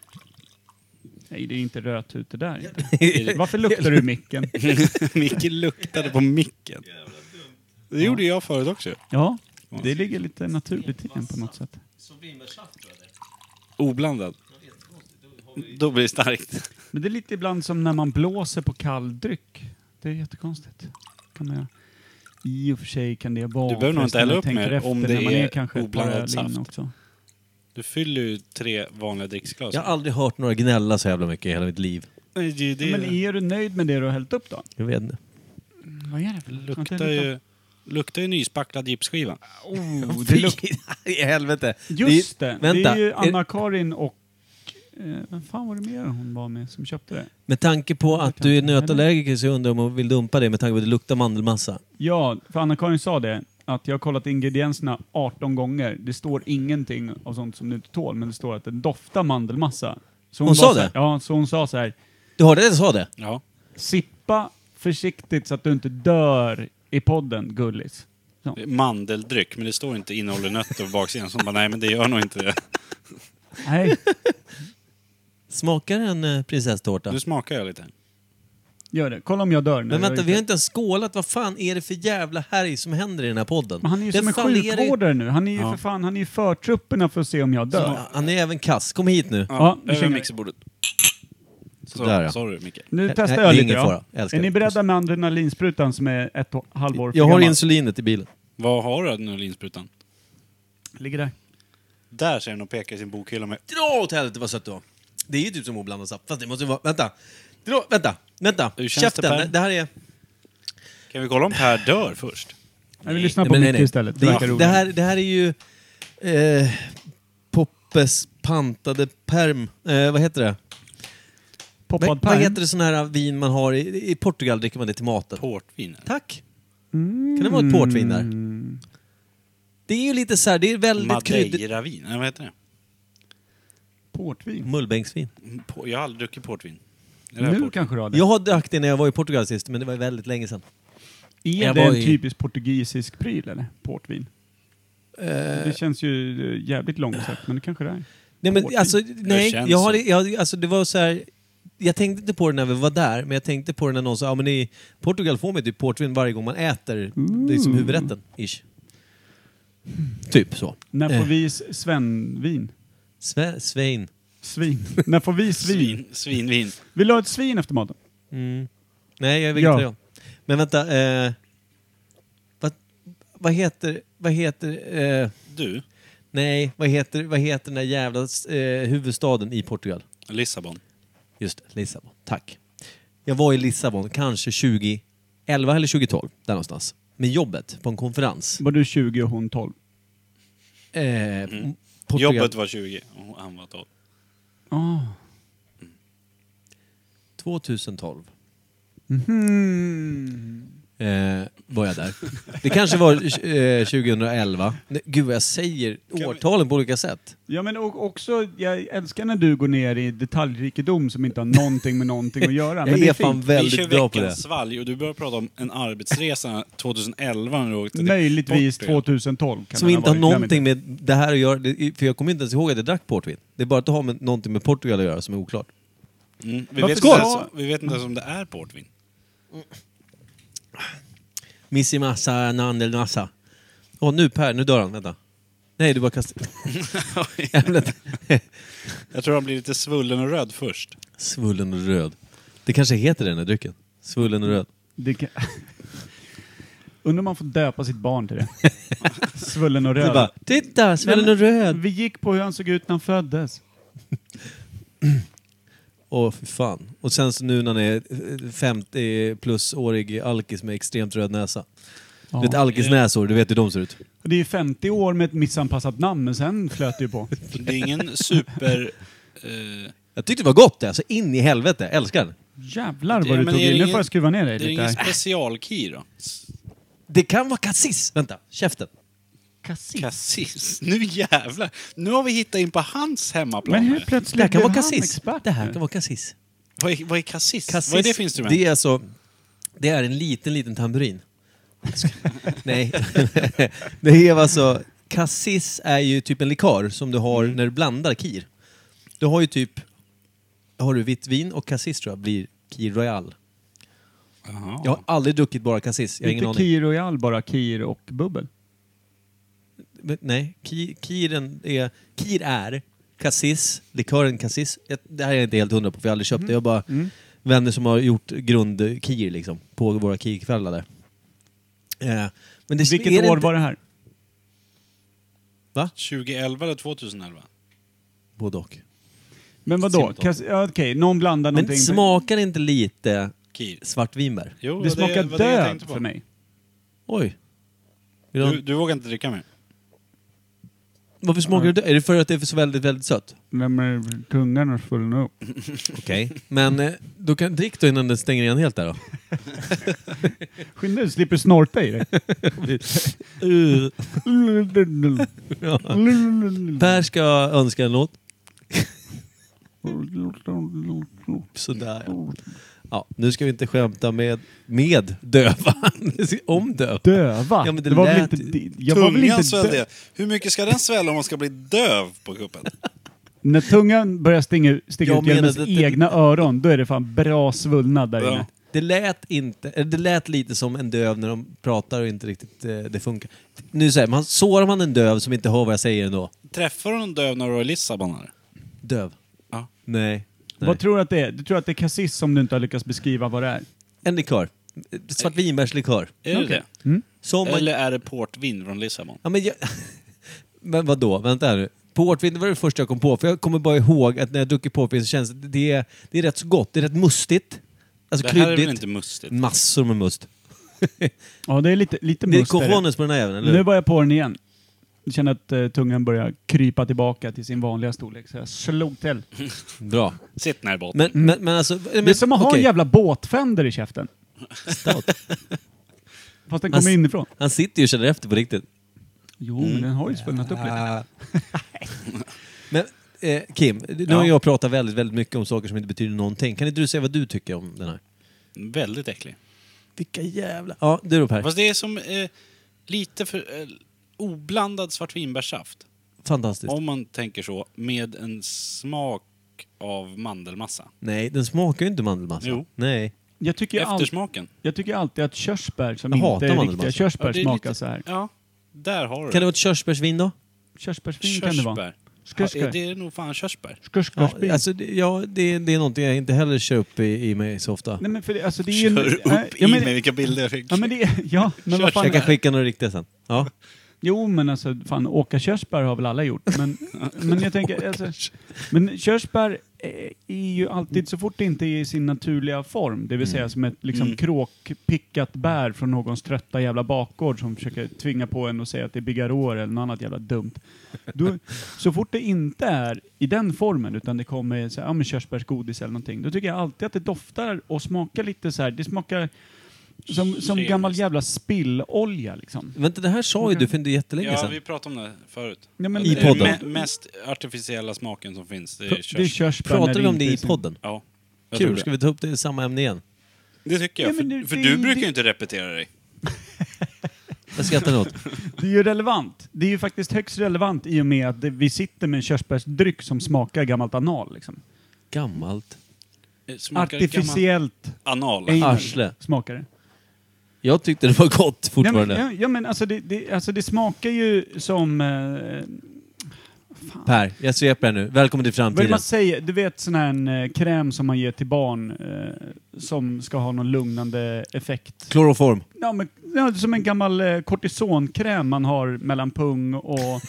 [SPEAKER 3] Nej, det är inte rött ut det där. Varför luktar du i micken?
[SPEAKER 2] Micke luktade på micken. Det gjorde jag förut också.
[SPEAKER 3] Ja, det ligger lite naturligt i den på något sätt.
[SPEAKER 2] Oblandad. Då blir det starkt.
[SPEAKER 3] Men det är lite ibland som när man blåser på kall dryck. Det är jättekonstigt. Kan man göra. I och för sig kan det vara...
[SPEAKER 2] Du behöver nog inte
[SPEAKER 3] förresten,
[SPEAKER 2] hälla
[SPEAKER 3] jag
[SPEAKER 2] upp
[SPEAKER 3] tänker
[SPEAKER 2] mer
[SPEAKER 3] efter,
[SPEAKER 2] om det
[SPEAKER 3] när man
[SPEAKER 2] är
[SPEAKER 3] kanske ett
[SPEAKER 2] oblandad
[SPEAKER 3] par öl in
[SPEAKER 2] saft.
[SPEAKER 3] Också.
[SPEAKER 2] Du fyller ju tre vanliga dricksglas.
[SPEAKER 1] Jag har aldrig hört några gnälla så jävla mycket i hela mitt liv.
[SPEAKER 2] Nej, det, det,
[SPEAKER 3] Men är du nöjd med det du har hällt upp då?
[SPEAKER 1] Jag vet inte.
[SPEAKER 3] Vad är det för
[SPEAKER 2] luktar, ju, luktar ju nyspacklad gipsskiva.
[SPEAKER 3] Oh, det luktar...
[SPEAKER 1] Mm, I helvete.
[SPEAKER 3] Just det!
[SPEAKER 1] Vänta.
[SPEAKER 3] Det är ju
[SPEAKER 1] Är-
[SPEAKER 3] Anna-Karin och... Eh, vem fan var det mer hon var med som köpte det?
[SPEAKER 1] Med tanke på att
[SPEAKER 3] kan-
[SPEAKER 1] du är nötallergiker så undrar jag om hon vill dumpa det med tanke på att det luktar mandelmassa.
[SPEAKER 3] Ja, för Anna-Karin sa det. Att jag har kollat ingredienserna 18 gånger. Det står ingenting av sånt som du inte tål, men det står att det doftar mandelmassa. Så
[SPEAKER 1] Hon
[SPEAKER 3] var
[SPEAKER 1] sa
[SPEAKER 3] så här,
[SPEAKER 1] det?
[SPEAKER 3] Ja, så hon sa så här.
[SPEAKER 1] Du hörde det? Jag sa det?
[SPEAKER 2] Ja.
[SPEAKER 3] Sippa försiktigt så att du inte dör i podden, gullis. Så.
[SPEAKER 2] Mandeldryck, men det står inte innehåller nötter på baksidan. Så hon bara, nej men det gör nog inte det.
[SPEAKER 3] Nej,
[SPEAKER 1] Smakar en eh, prinsesstårta?
[SPEAKER 2] Nu smakar jag lite.
[SPEAKER 3] gör det. Kolla om jag dör nu.
[SPEAKER 1] Men vänta,
[SPEAKER 3] Jag-
[SPEAKER 1] vi har inte ens skålat. Vad fan är det för jävla härj som händer i den här podden?
[SPEAKER 3] Men han är ju
[SPEAKER 1] Det
[SPEAKER 3] som en
[SPEAKER 1] fallerar ju-
[SPEAKER 3] sjukvårdare nu. Han är ju
[SPEAKER 2] Ja.
[SPEAKER 3] för fan, han är ju förtrupperna för att se om jag dör.
[SPEAKER 1] Ja, Han är även kass. Kom hit nu.
[SPEAKER 3] Ja, nu
[SPEAKER 2] över
[SPEAKER 3] känner jag.
[SPEAKER 2] mixerbordet. Så,
[SPEAKER 1] Där, ja.
[SPEAKER 2] Sorry Micke.
[SPEAKER 3] Nu testar
[SPEAKER 1] nej,
[SPEAKER 3] jag
[SPEAKER 1] det är
[SPEAKER 3] lite
[SPEAKER 1] ingen
[SPEAKER 3] då.
[SPEAKER 1] fara. Jag älskar
[SPEAKER 3] Är ni
[SPEAKER 1] det.
[SPEAKER 3] beredda med adrenalinsprutan som är ett och- halvår för
[SPEAKER 1] Jag har
[SPEAKER 3] gammal?
[SPEAKER 1] insulinet i bilen.
[SPEAKER 2] Vad har adrenalinsprutan?
[SPEAKER 3] Ligger där.
[SPEAKER 2] Där ser den och pekar i sin bokhylla med...
[SPEAKER 1] Dra åt helvete vad sött du var. Det är ju typ som oblandad saft. Fast det måste vara... Vänta! Dra, vänta! Vänta!
[SPEAKER 2] Hur känns det,
[SPEAKER 1] Käften!
[SPEAKER 2] Per?
[SPEAKER 1] Det, här är...
[SPEAKER 2] Kan vi kolla om Per dör först?
[SPEAKER 3] Nej, vi lyssnar på
[SPEAKER 1] Nej, men nej,
[SPEAKER 3] Micke
[SPEAKER 1] nej.
[SPEAKER 3] istället. Det, verkar
[SPEAKER 1] Det, det,
[SPEAKER 3] roligare.
[SPEAKER 1] här, det här är ju... Eh, Poppes pantade perm. Eh, vad heter det?
[SPEAKER 3] Poppad
[SPEAKER 1] Vad, vad
[SPEAKER 3] paj.
[SPEAKER 1] heter det sån här vin man har i, i Portugal? dricker man det till maten?
[SPEAKER 2] Portvin?
[SPEAKER 1] Tack! Kan det vara
[SPEAKER 3] Mm.
[SPEAKER 1] ett portvin där? Det är ju lite så här, det är väldigt kryddigt.
[SPEAKER 2] Madeiravin? Nej, vad heter det?
[SPEAKER 3] Portvin.
[SPEAKER 1] Mullbänksvin.
[SPEAKER 2] Mm, på- Jag har aldrig druckit portvin. Är det här
[SPEAKER 3] Nu
[SPEAKER 2] portvin?
[SPEAKER 3] kanske du har det.
[SPEAKER 1] Jag har drack det när jag var i Portugal sist, men det var ju väldigt länge sedan.
[SPEAKER 3] Är
[SPEAKER 1] jag
[SPEAKER 3] det
[SPEAKER 1] var
[SPEAKER 3] en
[SPEAKER 1] i-
[SPEAKER 3] typisk portugisisk pryl eller? Portvin?
[SPEAKER 1] Eh.
[SPEAKER 3] Det känns ju eh, jävligt långsökt men det kanske det är.
[SPEAKER 1] Nej, men
[SPEAKER 3] Portvin.
[SPEAKER 1] alltså, nej,
[SPEAKER 2] känns
[SPEAKER 1] jag har,
[SPEAKER 2] så.
[SPEAKER 1] jag, alltså, det var så här... Jag tänkte inte på det när vi var där, men jag tänkte på det när någon sa ja, men i Portugal får man ju typ portvin varje gång man äter
[SPEAKER 3] Mm.
[SPEAKER 1] liksom huvudrätten. Ish. Typ så.
[SPEAKER 3] När
[SPEAKER 1] Eh,
[SPEAKER 3] får vi s- svenvin?
[SPEAKER 1] sve, svein.
[SPEAKER 3] Svin. När får vi svin?
[SPEAKER 2] Svin, svinvin.
[SPEAKER 3] Vill du ha ett svin efter maten?
[SPEAKER 1] Mm. Nej, jag är vegetarian. Men vänta. Eh, vad, vad heter... Vad heter eh,
[SPEAKER 2] Du,
[SPEAKER 1] nej, vad heter, vad heter den där jävla eh, huvudstaden i Portugal?
[SPEAKER 2] Lissabon.
[SPEAKER 1] Just det, Lissabon. Tack. Jag var i Lissabon kanske 2011 eller 2012, där någonstans. Med jobbet, på en konferens.
[SPEAKER 3] Var du 20 och hon 12?
[SPEAKER 1] Eh, Portugal.
[SPEAKER 2] Jobbet var 20 och han var 12.
[SPEAKER 3] Ah.
[SPEAKER 1] 2012
[SPEAKER 3] Mhm.
[SPEAKER 1] eh, var jag där. Det kanske var eh, 2011. Nej, Gud vad jag säger årtalen på olika sätt.
[SPEAKER 3] Ja men och också, jag älskar när du går ner i detaljrikedom som inte har någonting med någonting att göra. Men
[SPEAKER 1] Jag
[SPEAKER 3] det
[SPEAKER 1] är
[SPEAKER 3] är
[SPEAKER 1] fan
[SPEAKER 3] fint.
[SPEAKER 2] vi kör
[SPEAKER 1] väldigt bra på det.
[SPEAKER 2] veckans svalg och du börjar prata om en arbetsresa 2011 när du åkte till
[SPEAKER 3] Möjligtvis
[SPEAKER 2] Portugal.
[SPEAKER 3] 2012 kan
[SPEAKER 1] Som
[SPEAKER 3] den
[SPEAKER 1] inte har
[SPEAKER 3] varit. Glöm
[SPEAKER 1] någonting med det här att göra. Det- För jag kommer inte ens ihåg att jag drack portvin. Det är bara att det har med, någonting med Portugal att göra som är oklart.
[SPEAKER 2] Mm. Vi,
[SPEAKER 3] Varför
[SPEAKER 2] vet inte ens,
[SPEAKER 3] sa-
[SPEAKER 2] vi vet inte ens om det är portvin.
[SPEAKER 1] Missi Massa, Nandel Massa. Åh, nu Per, nu dör han. Vänta. Nej, du bara kastar... Jävligt.
[SPEAKER 2] Jag tror han blir lite svullen och röd först.
[SPEAKER 1] Svullen och röd. Det kanske heter den här drycken. Svullen och röd.
[SPEAKER 3] Det kan... Undrar om man får döpa sitt barn till det. Svullen och
[SPEAKER 1] Det är
[SPEAKER 3] röd.
[SPEAKER 1] bara, titta, svullen och röd!
[SPEAKER 3] Vi gick på hur han såg ut när han föddes.
[SPEAKER 1] Åh, fy fan. Och sen så nu när han är eh, 50-plussårig alkis med extremt röd näsa. Du vet alkisnäsor, du vet hur de ser ut.
[SPEAKER 3] Det är ju 50 år med ett missanpassat namn, men sen flöt det ju på.
[SPEAKER 2] Det är ingen super... Eh,
[SPEAKER 1] Jag tyckte det var gott det, alltså in i helvete. Jag Älskar den.
[SPEAKER 3] Jävlar
[SPEAKER 2] Ja,
[SPEAKER 3] vad du
[SPEAKER 2] men
[SPEAKER 3] tog
[SPEAKER 2] är det
[SPEAKER 3] i. Nu
[SPEAKER 2] ingen-
[SPEAKER 3] får jag skruva
[SPEAKER 2] det
[SPEAKER 3] ner dig
[SPEAKER 2] är
[SPEAKER 3] lite
[SPEAKER 2] ingen
[SPEAKER 3] här.
[SPEAKER 2] specialkey då?
[SPEAKER 1] Det kan vara cassis. Vänta, käften.
[SPEAKER 2] Cassis. Nu jävlar. Nu har vi hittat in på hans hemmaplan.
[SPEAKER 3] Men hur
[SPEAKER 2] här.
[SPEAKER 1] Det
[SPEAKER 3] plötsligt
[SPEAKER 1] här kan
[SPEAKER 3] blev
[SPEAKER 1] vara
[SPEAKER 3] han
[SPEAKER 1] cassis.
[SPEAKER 3] expert?
[SPEAKER 1] Det här
[SPEAKER 3] nu?
[SPEAKER 1] kan vara cassis.
[SPEAKER 2] Vad är, vad är cassis?
[SPEAKER 1] Cassis,
[SPEAKER 2] Vad är det för instrument?
[SPEAKER 1] Det är alltså... Det är en liten, liten tamburin. Nej. det är alltså... Cassis är ju typ en likör som du har
[SPEAKER 2] Mm.
[SPEAKER 1] när du blandar kir. Du har ju typ... Har du vitt vin och cassis tror jag blir Kir Royal.
[SPEAKER 2] Jaha.
[SPEAKER 1] Jag har aldrig druckit bara cassis. Jag har ingen
[SPEAKER 3] Inte
[SPEAKER 1] aning.
[SPEAKER 3] Kir och Jal, bara Kir och Bubbel.
[SPEAKER 1] Men, nej, ki, kiren är... Kir är cassis, likören cassis. Jag, det här är jag inte helt hundra på för jag har aldrig köpt det. Jag har bara
[SPEAKER 3] Mm.
[SPEAKER 1] vänner som har gjort grundkir liksom. På våra kirkvällar där. Eh, men det,
[SPEAKER 3] Vilket
[SPEAKER 1] är det
[SPEAKER 3] år
[SPEAKER 1] inte-
[SPEAKER 3] var det här?
[SPEAKER 1] Va?
[SPEAKER 2] 2011 eller 2011?
[SPEAKER 1] Både och.
[SPEAKER 3] Men vadå?
[SPEAKER 1] Simton.
[SPEAKER 3] Kas- ja, Okej, någon blandar
[SPEAKER 1] Men
[SPEAKER 3] någonting.
[SPEAKER 1] smakar inte lite
[SPEAKER 2] Kir.
[SPEAKER 1] svartvinbär?
[SPEAKER 2] Jo,
[SPEAKER 3] det smakar
[SPEAKER 2] var jag
[SPEAKER 3] död
[SPEAKER 2] tänkte på.
[SPEAKER 3] för mig.
[SPEAKER 1] Oj. Vill
[SPEAKER 2] Du,
[SPEAKER 1] du,
[SPEAKER 2] du vågar inte dricka mer?
[SPEAKER 1] varför smakar det Är det för att det är så väldigt, väldigt sött?
[SPEAKER 3] Vem är tungan och svullen upp?
[SPEAKER 1] Okej. Men eh, då kan, drick då innan den stänger igen helt där då.
[SPEAKER 3] Skynda dig, du slipper snorta i dig.
[SPEAKER 1] Uh, per ska önska en låt. Sådär ja. ja. Nu ska vi inte skämta med, med döva. Om döva.
[SPEAKER 3] Döva?
[SPEAKER 1] Ja, men det
[SPEAKER 3] det var väl
[SPEAKER 1] lät-
[SPEAKER 3] inte... det- Jag var väl
[SPEAKER 2] Tungan
[SPEAKER 3] inte döv.
[SPEAKER 2] svällde. Hur mycket ska den svälla om man ska bli döv på kuppen?
[SPEAKER 3] När tungan börjar stinga, sticka
[SPEAKER 1] Jag
[SPEAKER 3] ut genom
[SPEAKER 1] menade
[SPEAKER 3] ens
[SPEAKER 1] att det-
[SPEAKER 3] egna öron, då är det fan bra svullnad där
[SPEAKER 2] Ja.
[SPEAKER 3] inne.
[SPEAKER 1] Det lät, inte, eller det lät lite som en döv när de pratar och inte riktigt eh, det funkar. Nu säger man, sårar man en döv som inte hör vad jag säger ändå?
[SPEAKER 2] Träffar du någon döv när du var i Lissabon? eller?
[SPEAKER 1] Döv?
[SPEAKER 2] Ja.
[SPEAKER 1] Nej. Nej.
[SPEAKER 3] Vad tror du att det är? Du tror att det är cassis som du inte har lyckats beskriva vad det är?
[SPEAKER 1] En likör. Svartvinbärslikör.
[SPEAKER 2] Är det det?
[SPEAKER 1] Som man...
[SPEAKER 2] Eller är det portvin från Lissabon?
[SPEAKER 1] Ja, men, jag... men vadå? Vänta här nu. Portvin det var det första jag kom på. För jag kommer bara ihåg att när jag druckit portvin så känns det... Det är, det är rätt så gott. Det är rätt mustigt. Alltså
[SPEAKER 2] det här
[SPEAKER 1] kryddigt.
[SPEAKER 2] är väl inte mustigt?
[SPEAKER 3] Mm.
[SPEAKER 1] Massor med must.
[SPEAKER 3] Ja, det är lite, lite
[SPEAKER 1] Det är
[SPEAKER 3] must är det.
[SPEAKER 1] cojones på den här jäveln, eller
[SPEAKER 3] Nu
[SPEAKER 1] hur?
[SPEAKER 3] var jag på den igen. Jag känner att eh, tungan börjar krypa tillbaka till sin vanliga storlek, så jag slog till.
[SPEAKER 1] Bra.
[SPEAKER 2] Sitt ner i båten.
[SPEAKER 1] Men, men, men alltså... Men,
[SPEAKER 3] det är som att ha
[SPEAKER 1] okej.
[SPEAKER 3] en jävla båtfänder i käften.
[SPEAKER 1] Stout.
[SPEAKER 3] Fast den
[SPEAKER 1] Ass-
[SPEAKER 3] kommer inifrån.
[SPEAKER 1] Han sitter ju och känner efter på riktigt.
[SPEAKER 3] Jo, men den har ju svullnat upp lite.
[SPEAKER 1] Men eh, Kim, nu har jag pratat väldigt, väldigt mycket om saker som inte betyder någonting. Kan inte du säga vad du tycker om den här?
[SPEAKER 2] Väldigt äcklig.
[SPEAKER 1] Vilka jävla... Ja, du då Per.
[SPEAKER 2] Fast det är som eh, lite för eh, oblandad svartvinbärssaft.
[SPEAKER 1] Fantastiskt.
[SPEAKER 2] Om man tänker så, med en smak av mandelmassa.
[SPEAKER 1] Nej, den smakar ju inte mandelmassa.
[SPEAKER 2] Jo.
[SPEAKER 1] Nej.
[SPEAKER 3] Jag tycker, all,
[SPEAKER 2] Eftersmaken.
[SPEAKER 3] jag tycker alltid att körsbär som
[SPEAKER 1] Jag
[SPEAKER 3] inte
[SPEAKER 1] hatar
[SPEAKER 3] är
[SPEAKER 1] mandelmassa.
[SPEAKER 3] riktiga körsbär
[SPEAKER 2] Ja, det är
[SPEAKER 3] smakar
[SPEAKER 2] lite-
[SPEAKER 3] så här.
[SPEAKER 2] Ja, där har du
[SPEAKER 1] Kan det vara ett körsbärsvin då?
[SPEAKER 3] Körsbärsvin kan det vara.
[SPEAKER 2] Körsbär. Ja,
[SPEAKER 3] Skurskar.
[SPEAKER 2] det är nog fan körsbär.
[SPEAKER 1] Ja,
[SPEAKER 3] Skurskarsvin.
[SPEAKER 1] alltså, det, ja det, det är någonting jag inte heller kör upp i, i mig så ofta.
[SPEAKER 3] Nej men för det, alltså det är ju... en-
[SPEAKER 2] Kör upp
[SPEAKER 3] nej, ja, men,
[SPEAKER 2] i mig vilka bilder jag fick.
[SPEAKER 3] Ja men det är... Ja, men vad fan...
[SPEAKER 1] Jag kan skicka några riktiga sen. Ja.
[SPEAKER 3] Jo men alltså fan, åka körsbär har väl alla gjort. Men, men jag tänker... Alltså, men körsbär eh, är ju alltid, så fort det inte är i sin naturliga form, det vill säga som ett liksom kråkpickat bär från någons trötta jävla bakgård som försöker tvinga på en och säga att det är bigarråer eller något annat jävla dumt. Då, så fort det inte är i den formen, utan det kommer så här, ja, men körsbärsgodis eller någonting, då tycker jag alltid att det doftar och smakar lite så här, det smakar som, som
[SPEAKER 2] Chemiskt.
[SPEAKER 3] gammal jävla spillolja liksom.
[SPEAKER 1] Vänta, det här sa ju du för inte jättelänge
[SPEAKER 2] Ja,
[SPEAKER 1] sedan.
[SPEAKER 2] vi pratade om det förut.
[SPEAKER 3] Ja, men-
[SPEAKER 1] I
[SPEAKER 2] Det är
[SPEAKER 1] podden.
[SPEAKER 2] me- mest artificiella smaken som finns, det är
[SPEAKER 3] Pr- Det
[SPEAKER 2] körsbär.
[SPEAKER 3] är körsbär när
[SPEAKER 1] Pratar vi om det
[SPEAKER 3] inte
[SPEAKER 1] i
[SPEAKER 3] är sin-
[SPEAKER 1] podden?
[SPEAKER 2] Ja, jag tror
[SPEAKER 1] Kul,
[SPEAKER 2] det.
[SPEAKER 1] ska vi ta upp det i samma ämne igen?
[SPEAKER 2] Det tycker jag,
[SPEAKER 3] Ja,
[SPEAKER 2] för,
[SPEAKER 3] men det-
[SPEAKER 2] för
[SPEAKER 3] det-
[SPEAKER 2] du
[SPEAKER 3] det-
[SPEAKER 2] brukar ju inte repetera dig.
[SPEAKER 1] Jag skrattar något.
[SPEAKER 3] Det är ju relevant. Det är ju faktiskt högst relevant i och med att det- vi sitter med en körsbärsdryck som smakar gammalt anal. Liksom.
[SPEAKER 1] Gammalt.
[SPEAKER 2] Det Eh, smakar gammal
[SPEAKER 3] Artificiellt
[SPEAKER 2] anal.
[SPEAKER 3] anal
[SPEAKER 1] Arsle.
[SPEAKER 3] smakar det.
[SPEAKER 1] Jag tyckte det var gott
[SPEAKER 3] Nej, men,
[SPEAKER 1] fortfarande.
[SPEAKER 3] ja, ja, men alltså det, det, alltså det smakar ju som... Eh,
[SPEAKER 1] Per, jag sveper här nu. Välkommen till
[SPEAKER 3] vad är det
[SPEAKER 1] framtiden.
[SPEAKER 3] man säger? Du vet sån här en, eh, kräm som man ger till barn eh, som ska ha någon lugnande effekt.
[SPEAKER 1] Kloroform.
[SPEAKER 3] Ja, men, ja, det är som en gammal eh, kortisonkräm man har mellan pung och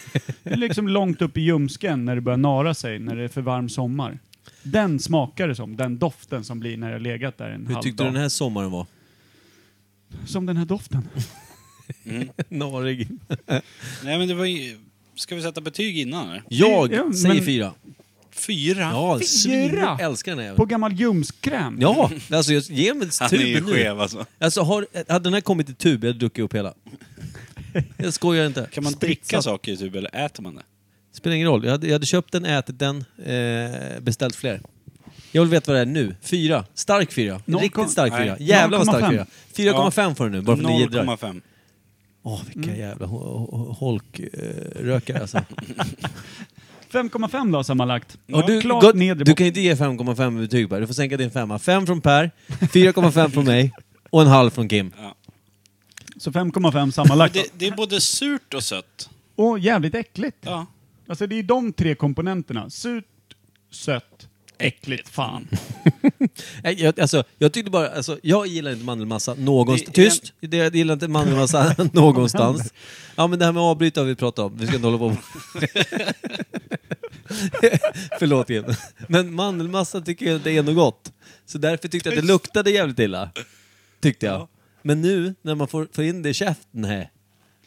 [SPEAKER 3] det är liksom långt upp i ljumsken när det börjar nara sig, när det är för varm sommar. Den smakar det som, den doften som blir när jag har legat där en
[SPEAKER 1] Hur
[SPEAKER 3] halv
[SPEAKER 1] tyckte
[SPEAKER 3] dag.
[SPEAKER 1] du den här sommaren var?
[SPEAKER 3] Som den här doften.
[SPEAKER 1] Narig.
[SPEAKER 2] Nej men det var ju... Ska vi sätta betyg innan eller?
[SPEAKER 1] Jag
[SPEAKER 3] Ja, men-
[SPEAKER 1] säger fyra.
[SPEAKER 2] Fyra?
[SPEAKER 1] Ja,
[SPEAKER 3] Fyra?
[SPEAKER 1] svin, jag älskar den här
[SPEAKER 3] På
[SPEAKER 1] jäveln.
[SPEAKER 3] gammal ljumskkräm.
[SPEAKER 1] Ja, alltså jag- ge mig
[SPEAKER 2] Han är ju
[SPEAKER 1] tuben nu.
[SPEAKER 2] skev alltså.
[SPEAKER 1] Alltså har, hade den här kommit i tub, jag hade druckit upp hela. Jag skojar inte.
[SPEAKER 2] Kan man dricka
[SPEAKER 1] Spritsat.
[SPEAKER 2] saker i tub eller äter man det?
[SPEAKER 1] Spelar ingen roll. Jag hade, jag hade köpt den, ätit den, eh, beställt fler. Jag vill veta vad det är nu. Fyra. Stark fyra.
[SPEAKER 3] Noll kom-
[SPEAKER 1] Riktigt stark fyra.
[SPEAKER 2] nej.
[SPEAKER 1] Jävlar vad stark
[SPEAKER 3] 0,5.
[SPEAKER 1] fyra. 4,5 får du nu, bara för att ni jiddrar.
[SPEAKER 2] 0,5.
[SPEAKER 1] Åh, vilka
[SPEAKER 3] Mm.
[SPEAKER 1] jävla ho- ho- holkrökare alltså.
[SPEAKER 3] 5,5 då sammanlagt.
[SPEAKER 1] Och du,
[SPEAKER 3] Klart
[SPEAKER 1] gå-
[SPEAKER 3] nedre
[SPEAKER 1] du
[SPEAKER 3] botten.
[SPEAKER 1] kan ju inte ge 5,5 i betyg Per. Du får sänka din femma. Fem från Per, 4,5 från mig och en halv från Kim.
[SPEAKER 3] Så 5,5 sammanlagt.
[SPEAKER 2] Det, det är både surt och sött.
[SPEAKER 3] Och jävligt äckligt.
[SPEAKER 2] Ja.
[SPEAKER 3] Alltså det är de tre komponenterna. Surt, sött, äckligt, fan.
[SPEAKER 1] Nej, jag, alltså, jag tyckte bara, alltså, jag gillar inte mandelmassa någonstans.
[SPEAKER 2] Det är en-
[SPEAKER 1] Tyst! Det, jag gillar inte mandelmassa någonstans. Ja men det här med avbryta har vi pratat om. Vi ska inte hålla på Förlåt Kim. Men mandelmassa tycker jag det är något gott. Så därför tyckte jag att det luktade jävligt illa. Tyckte jag. Men nu när man får, får in det i käften, nej.